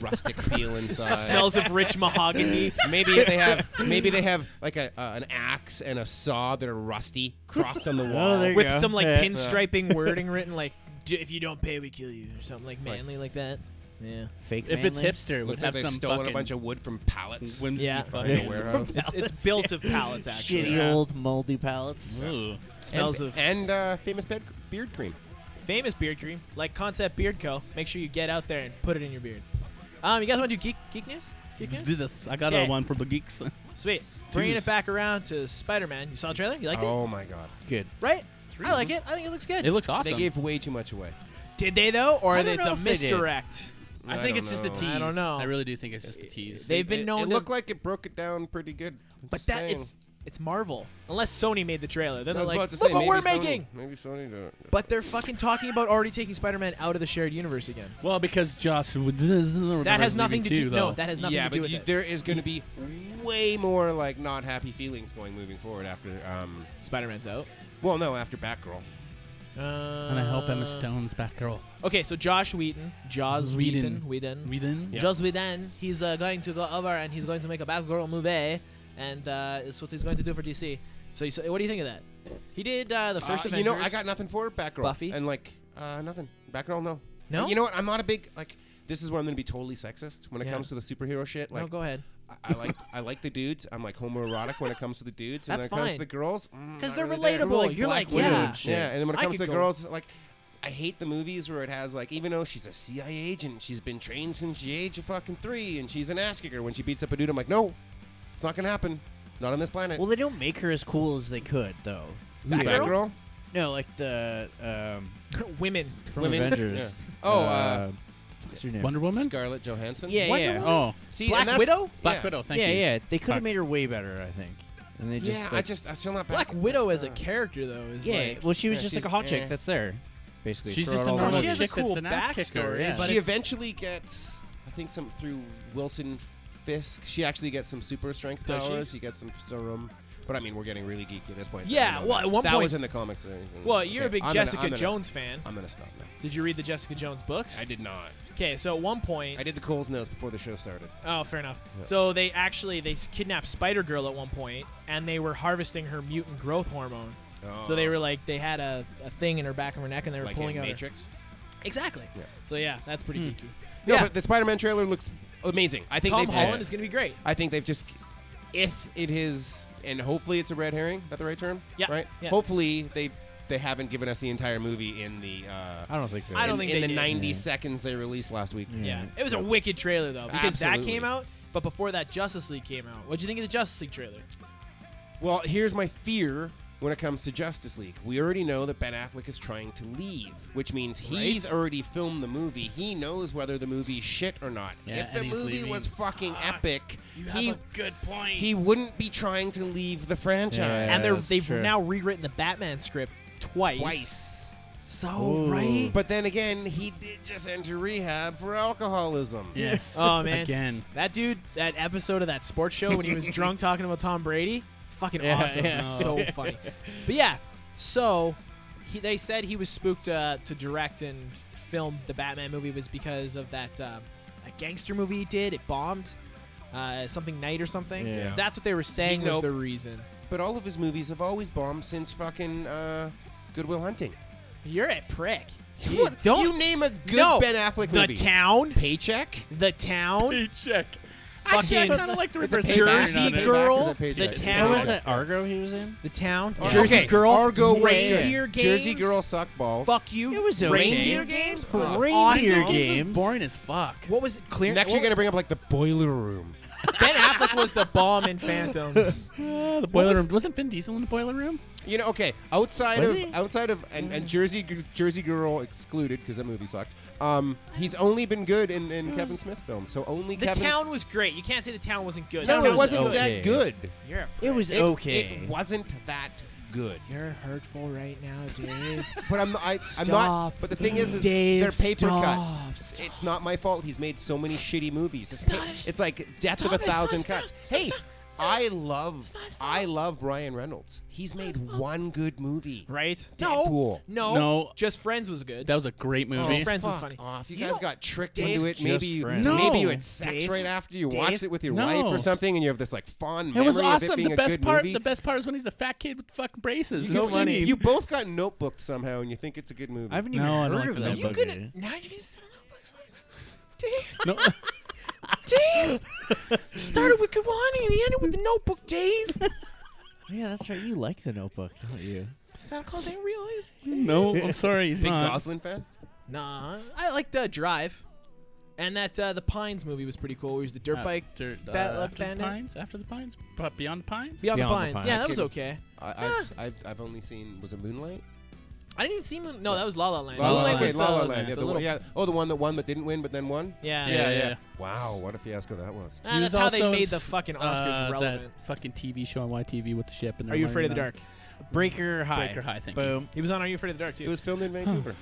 Speaker 2: rustic feel inside.
Speaker 3: Smells of rich mahogany.
Speaker 2: Maybe they have maybe they have like a uh, an axe and a saw that are rusty crossed on the wall.
Speaker 4: Oh, there you
Speaker 3: with
Speaker 4: go.
Speaker 3: some like
Speaker 4: Yeah.
Speaker 3: pinstriping wording written like "D- if you don't pay we kill you or something like manly like that yeah
Speaker 4: Fake
Speaker 7: If it's
Speaker 4: manly?
Speaker 7: hipster, it would
Speaker 2: Looks
Speaker 7: have
Speaker 2: like they've
Speaker 7: some
Speaker 2: stolen
Speaker 7: fucking
Speaker 2: a bunch of wood from pallets in
Speaker 7: whimsy
Speaker 3: Yeah.
Speaker 7: fucking-
Speaker 2: a warehouse.
Speaker 3: it's built of pallets actually
Speaker 4: Shitty old moldy pallets.
Speaker 7: Ooh.
Speaker 3: smells
Speaker 2: and,
Speaker 3: of
Speaker 2: and uh, famous bed, beard cream.
Speaker 3: famous beard cream like concept beard co make sure you get out there and put it in your beard um you guys want to do geek geek news geek
Speaker 7: Let's
Speaker 3: news
Speaker 7: do this. I got
Speaker 3: Okay.
Speaker 7: a one for the geeks.
Speaker 3: sweet bringing
Speaker 7: Deuce.
Speaker 3: it back around to spider-man you saw the trailer you liked
Speaker 2: Oh my god!
Speaker 7: Good. It
Speaker 3: it right i like it i think it looks good
Speaker 7: It looks awesome.
Speaker 2: They gave way too much away.
Speaker 3: did they though or
Speaker 4: I don't
Speaker 3: it's
Speaker 4: know
Speaker 3: a
Speaker 4: if they did.
Speaker 3: misdirect
Speaker 7: I think it's just a tease.
Speaker 3: I don't know.
Speaker 7: I really do think it's just a tease.
Speaker 3: they've
Speaker 2: It-
Speaker 3: been known
Speaker 2: It
Speaker 3: to
Speaker 2: looked like it broke it down pretty good. I'm
Speaker 3: but
Speaker 2: just
Speaker 3: that
Speaker 2: saying.
Speaker 3: it's it's marvel unless sony made the trailer then
Speaker 2: I
Speaker 3: they're
Speaker 2: was
Speaker 3: like
Speaker 2: about to
Speaker 3: look
Speaker 2: say,
Speaker 3: what
Speaker 2: maybe Sony-
Speaker 3: we're making
Speaker 2: Maybe Sony did it.
Speaker 3: But they're fucking talking about already taking Spider-Man out of the shared universe again.
Speaker 7: well, because Joss. That
Speaker 3: That has nothing to do.
Speaker 7: Though.
Speaker 3: No, that has nothing
Speaker 2: yeah,
Speaker 3: to do
Speaker 2: but
Speaker 3: with
Speaker 2: you,
Speaker 3: it.
Speaker 2: there is going to be way more like not happy feelings going moving forward after. Um,
Speaker 3: Spider-Man's out.
Speaker 2: well, no, after Batgirl.
Speaker 3: Uh,
Speaker 7: and I hope Emma Stone's Batgirl.
Speaker 3: Okay, so Josh Wheaton, Jaws Wheaton,
Speaker 7: Whedon.
Speaker 3: Wheaton,
Speaker 7: Whedon.
Speaker 2: Yeah.
Speaker 3: Joss Whedon. He's uh, going to go over and he's going to make a Batgirl movie, and uh, it's what he's going to do for DC. So, you, so what do you think of that? He did uh, the first.
Speaker 2: Uh,
Speaker 3: Avengers.
Speaker 2: you know, I got nothing for Batgirl.
Speaker 3: Buffy?
Speaker 2: And like, uh, nothing. Batgirl, no.
Speaker 3: No?
Speaker 2: You know what? I'm not a big like. This is where I'm going to be totally sexist when it
Speaker 3: Yeah.
Speaker 2: comes to the superhero shit.
Speaker 3: No,
Speaker 2: Like,
Speaker 3: go ahead.
Speaker 2: I, I like I like the dudes. I'm like homoerotic when it comes to the dudes, and
Speaker 3: That's
Speaker 2: when it comes
Speaker 3: fine.
Speaker 2: to the girls, mm,
Speaker 3: Because
Speaker 2: not
Speaker 3: they're
Speaker 2: really there.
Speaker 3: relatable.
Speaker 4: Well, like
Speaker 3: You're
Speaker 4: Black
Speaker 3: like,
Speaker 4: Widow
Speaker 3: yeah.
Speaker 4: and shit.
Speaker 2: Yeah, and then when it
Speaker 3: I
Speaker 2: comes to
Speaker 3: could
Speaker 2: the
Speaker 3: go-
Speaker 2: girls, like I hate the movies where it has like even though she's a CIA agent, she's been trained since the age of fucking three, and she's an ass kicker. When she beats up a dude, I'm like, no, it's not gonna happen. Not on this planet.
Speaker 4: Well, they don't make her as cool as they could, though.
Speaker 2: Batgirl?
Speaker 4: No, like the um,
Speaker 3: Women.
Speaker 4: from
Speaker 2: Women?
Speaker 4: Avengers.
Speaker 2: Yeah. Oh, uh,
Speaker 4: what's her name?
Speaker 7: Wonder Woman.
Speaker 2: Scarlett Johansson.
Speaker 4: yeah,
Speaker 3: Wonder
Speaker 4: yeah,
Speaker 3: Woman?
Speaker 7: Oh,
Speaker 2: See,
Speaker 3: Black
Speaker 2: and that's-
Speaker 3: Widow.
Speaker 7: Black
Speaker 2: yeah.
Speaker 7: Widow. Thank
Speaker 4: yeah,
Speaker 7: you.
Speaker 4: yeah. They could
Speaker 7: Fuck.
Speaker 4: have made her way better, I think. And they just
Speaker 2: yeah, I
Speaker 4: like-
Speaker 2: just I still not back.
Speaker 3: Black Widow as a character though is
Speaker 4: yeah.
Speaker 3: like.
Speaker 4: well, she was
Speaker 2: yeah,
Speaker 4: just like a
Speaker 2: she's-
Speaker 4: hot
Speaker 2: eh.
Speaker 4: chick that's there, basically.
Speaker 7: She's
Speaker 4: throughout
Speaker 7: just a
Speaker 4: all the
Speaker 7: normal
Speaker 3: she
Speaker 4: movies.
Speaker 3: has a
Speaker 7: chick
Speaker 3: cool
Speaker 7: that's an ass kicker.
Speaker 3: backstory,
Speaker 7: Yeah.
Speaker 3: but
Speaker 2: she
Speaker 3: it's-
Speaker 2: eventually gets, I think, some through Wilson Fisk. She actually gets some super strength
Speaker 3: Does she?
Speaker 2: powers. She? gets some serum. But I mean, we're getting really geeky at this point.
Speaker 3: Yeah,
Speaker 2: I know that.
Speaker 3: well, at one
Speaker 2: that
Speaker 3: point-
Speaker 2: was in the comics. Or anything.
Speaker 3: Well, you're a
Speaker 2: Okay,
Speaker 3: big
Speaker 2: I'm gonna-
Speaker 3: Jessica
Speaker 2: I'm gonna-
Speaker 3: Jones fan.
Speaker 2: I'm gonna stop now.
Speaker 3: Did you read the Jessica Jones books?
Speaker 2: I did not.
Speaker 3: Okay, so at one point,
Speaker 2: I did the Cole's nose before the show started.
Speaker 3: oh, fair enough. So they actually they s- kidnapped Spider Girl at one point, and they were harvesting her mutant growth hormone. So they were like they had a, a thing in her back of her neck, and they were
Speaker 2: Uh. Oh, like
Speaker 3: pulling
Speaker 2: in
Speaker 3: out her-
Speaker 2: Matrix.
Speaker 3: Exactly.
Speaker 2: Yeah.
Speaker 3: So yeah, that's pretty geeky.
Speaker 2: No,
Speaker 3: yeah,
Speaker 2: but the Spider-Man trailer looks amazing. I think
Speaker 3: Tom
Speaker 2: they've-
Speaker 3: Holland is gonna be great.
Speaker 2: I think they've just, if it is, and hopefully it's a red herring. Is that the right term?
Speaker 3: Yeah,
Speaker 2: Right.
Speaker 3: yeah.
Speaker 2: Hopefully they they haven't given us the entire movie in the uh,
Speaker 4: I don't think they.
Speaker 3: I don't
Speaker 2: in,
Speaker 3: think
Speaker 2: in
Speaker 3: they
Speaker 2: the
Speaker 3: did.
Speaker 2: 90
Speaker 7: Mm.
Speaker 2: seconds they released last week.
Speaker 3: Yeah, it was a wicked trailer though because that
Speaker 2: Absolutely.
Speaker 3: came out, but before that Justice League came out. What'd you think of the Justice League trailer?
Speaker 2: Well, here's my fear when it comes to Justice League. We already know that Ben Affleck is trying to leave, which means he's already filmed the movie. He knows whether the movie's shit or not.
Speaker 7: Yeah,
Speaker 2: if the
Speaker 7: and he's
Speaker 2: movie
Speaker 7: leaving.
Speaker 2: was fucking
Speaker 3: Ah,
Speaker 2: epic, he
Speaker 7: good point.
Speaker 2: he wouldn't be trying to leave the franchise.
Speaker 4: Yeah.
Speaker 3: and they're,
Speaker 4: that's
Speaker 3: they've
Speaker 4: true.
Speaker 3: now rewritten the Batman script twice.
Speaker 2: twice.
Speaker 3: So
Speaker 4: Ooh.
Speaker 3: right.
Speaker 2: But then again, he did just enter rehab for alcoholism.
Speaker 7: yes.
Speaker 3: Oh man,
Speaker 7: Again.
Speaker 3: that dude, that episode of that sports show when he was drunk talking about Tom Brady, fucking
Speaker 4: Yeah,
Speaker 3: awesome,
Speaker 4: yeah.
Speaker 3: so funny. But yeah, so he, they said he was spooked uh, to direct and film the Batman movie was because of that uh, a gangster movie he did. It bombed, uh, something night or something.
Speaker 4: Yeah.
Speaker 3: So that's what they were saying was
Speaker 2: Nope.
Speaker 3: the reason.
Speaker 2: But all of his movies have always bombed since fucking uh, Goodwill Hunting.
Speaker 3: You're a prick. You
Speaker 2: What?
Speaker 3: don't
Speaker 2: you name a good
Speaker 3: No.
Speaker 2: Ben Affleck
Speaker 3: the
Speaker 2: movie?
Speaker 3: town,
Speaker 2: Paycheck.
Speaker 3: the town,
Speaker 7: Paycheck. Actually, I
Speaker 3: Fucking-
Speaker 7: kind of like the
Speaker 2: It's a
Speaker 7: reverse
Speaker 2: payback,
Speaker 7: version
Speaker 2: it's a
Speaker 7: on it.
Speaker 2: payback, it's
Speaker 3: Jersey Girl,
Speaker 2: a
Speaker 3: the
Speaker 2: paycheck, it's a
Speaker 3: Town,
Speaker 4: What was
Speaker 2: paycheck.
Speaker 4: that Argo he was in?
Speaker 3: the town,
Speaker 2: Ar-
Speaker 3: Jersey
Speaker 2: okay,
Speaker 3: Girl,
Speaker 2: Argo was good.
Speaker 3: Reindeer Games,
Speaker 2: Jersey Girl suck balls.
Speaker 3: Fuck you.
Speaker 4: It was okay.
Speaker 2: Reindeer games.
Speaker 3: was
Speaker 2: Oh.
Speaker 4: Reindeer
Speaker 3: awesome.
Speaker 4: Games.
Speaker 7: This is boring as fuck.
Speaker 3: What was it? Clear.
Speaker 2: Next,
Speaker 3: what
Speaker 2: you're gonna
Speaker 3: was-
Speaker 2: bring up like the boiler room.
Speaker 3: Ben Affleck was the bomb in Phantoms.
Speaker 7: the boiler
Speaker 3: was-
Speaker 7: room. Wasn't Vin Diesel in the boiler room?
Speaker 2: You know, okay, outside
Speaker 4: Was
Speaker 2: of
Speaker 4: he?
Speaker 2: outside of and, and Jersey G- Jersey Girl excluded because that movie sucked. Um, he's only been good in, in Kevin Smith films, so only
Speaker 3: Mm. The
Speaker 2: Kevin.
Speaker 3: town was great. You can't say the town wasn't good.
Speaker 2: no,
Speaker 3: The
Speaker 2: it
Speaker 3: town
Speaker 2: wasn't
Speaker 4: okay.
Speaker 2: that good.
Speaker 3: You're a
Speaker 4: It was
Speaker 2: It,
Speaker 4: okay.
Speaker 2: It wasn't that good.
Speaker 3: You're hurtful right now, dude.
Speaker 2: But I'm I, I'm
Speaker 3: Stop.
Speaker 2: not. But the thing is, is
Speaker 3: Dave,
Speaker 2: they're paper
Speaker 3: stop.
Speaker 2: cuts. It's not my fault. He's made so many shitty movies. It's, pa- it's like death of a thousand cuts. hey, I love I love Ryan Reynolds. He's made one good movie.
Speaker 3: right?
Speaker 2: Deadpool.
Speaker 3: No,
Speaker 7: No.
Speaker 3: Just Friends was good.
Speaker 7: That was a great movie.
Speaker 3: Just Friends was
Speaker 2: Fuck
Speaker 3: funny.
Speaker 2: off. You,
Speaker 3: You
Speaker 2: guys
Speaker 3: don't-
Speaker 2: got tricked
Speaker 4: Dave,
Speaker 2: into it.
Speaker 4: just
Speaker 2: Maybe you,
Speaker 4: friends.
Speaker 2: maybe you
Speaker 7: No.
Speaker 2: had sex
Speaker 4: Dave,
Speaker 2: right after you
Speaker 4: Dave,
Speaker 2: watched it with your
Speaker 7: no.
Speaker 2: wife or something, and you have this like fond
Speaker 7: it
Speaker 2: memory
Speaker 7: was
Speaker 2: of it
Speaker 7: awesome.
Speaker 2: being
Speaker 7: The
Speaker 2: a
Speaker 7: best
Speaker 2: good
Speaker 7: part.
Speaker 2: movie.
Speaker 7: The best part is when he's the fat kid with the fucking braces.
Speaker 2: you,
Speaker 7: It's
Speaker 2: see-
Speaker 7: funny.
Speaker 2: you both got notebooked somehow, and you think it's a good movie.
Speaker 4: I haven't
Speaker 7: No,
Speaker 4: even
Speaker 7: I
Speaker 4: heard
Speaker 7: don't like
Speaker 4: of
Speaker 7: the
Speaker 4: that.
Speaker 7: Notebook.
Speaker 4: bugger.
Speaker 3: now you're gonna sell Notebook Six. Dave,
Speaker 7: no,
Speaker 3: Dave, started with Kawani and he ended with the Notebook. Dave,
Speaker 4: Yeah, that's right. You like the Notebook, don't you?
Speaker 3: Santa Claus ain't real. Is
Speaker 7: no, I'm sorry, he's
Speaker 2: Big
Speaker 7: not.
Speaker 2: Goslin fan.
Speaker 3: nah, I liked uh, Drive, and that uh, the Pines movie was pretty cool. Where he was the dirt
Speaker 7: Uh,
Speaker 3: bike.
Speaker 7: dirt, uh,
Speaker 3: Bat- uh,
Speaker 7: after the
Speaker 3: bandit.
Speaker 7: pines, after the pines, but beyond the pines.
Speaker 3: Beyond,
Speaker 4: Beyond
Speaker 3: the
Speaker 4: the
Speaker 3: Pines.
Speaker 4: Pines.
Speaker 3: Yeah,
Speaker 4: I
Speaker 3: that was
Speaker 2: couldn't-
Speaker 3: okay.
Speaker 2: I, I've, I've, I've only seen was it Moonlight?
Speaker 3: I didn't even see Moon. No, that was La La Land.
Speaker 2: La La
Speaker 3: Moonlight
Speaker 2: Land.
Speaker 3: was
Speaker 2: La La
Speaker 3: the-
Speaker 2: Land. Yeah,
Speaker 3: the
Speaker 2: the one,
Speaker 3: little-
Speaker 2: yeah. Oh, the one that won but didn't win, but then won.
Speaker 3: Yeah.
Speaker 7: Yeah, yeah.
Speaker 2: Wow, what a fiasco that was.
Speaker 3: Ah,
Speaker 7: He
Speaker 3: that's
Speaker 7: was
Speaker 3: how they
Speaker 7: also
Speaker 3: made the
Speaker 7: s-
Speaker 3: fucking Oscars
Speaker 7: uh,
Speaker 3: relevant.
Speaker 7: That fucking TV show on YTV with the ship. And
Speaker 3: Are you
Speaker 7: they're
Speaker 3: afraid of the
Speaker 7: running
Speaker 3: dark?
Speaker 4: Breaker High.
Speaker 7: Breaker High, thank you.
Speaker 4: Boom.
Speaker 3: He was on Are You Afraid of the Dark too?
Speaker 2: It was filmed in Vancouver.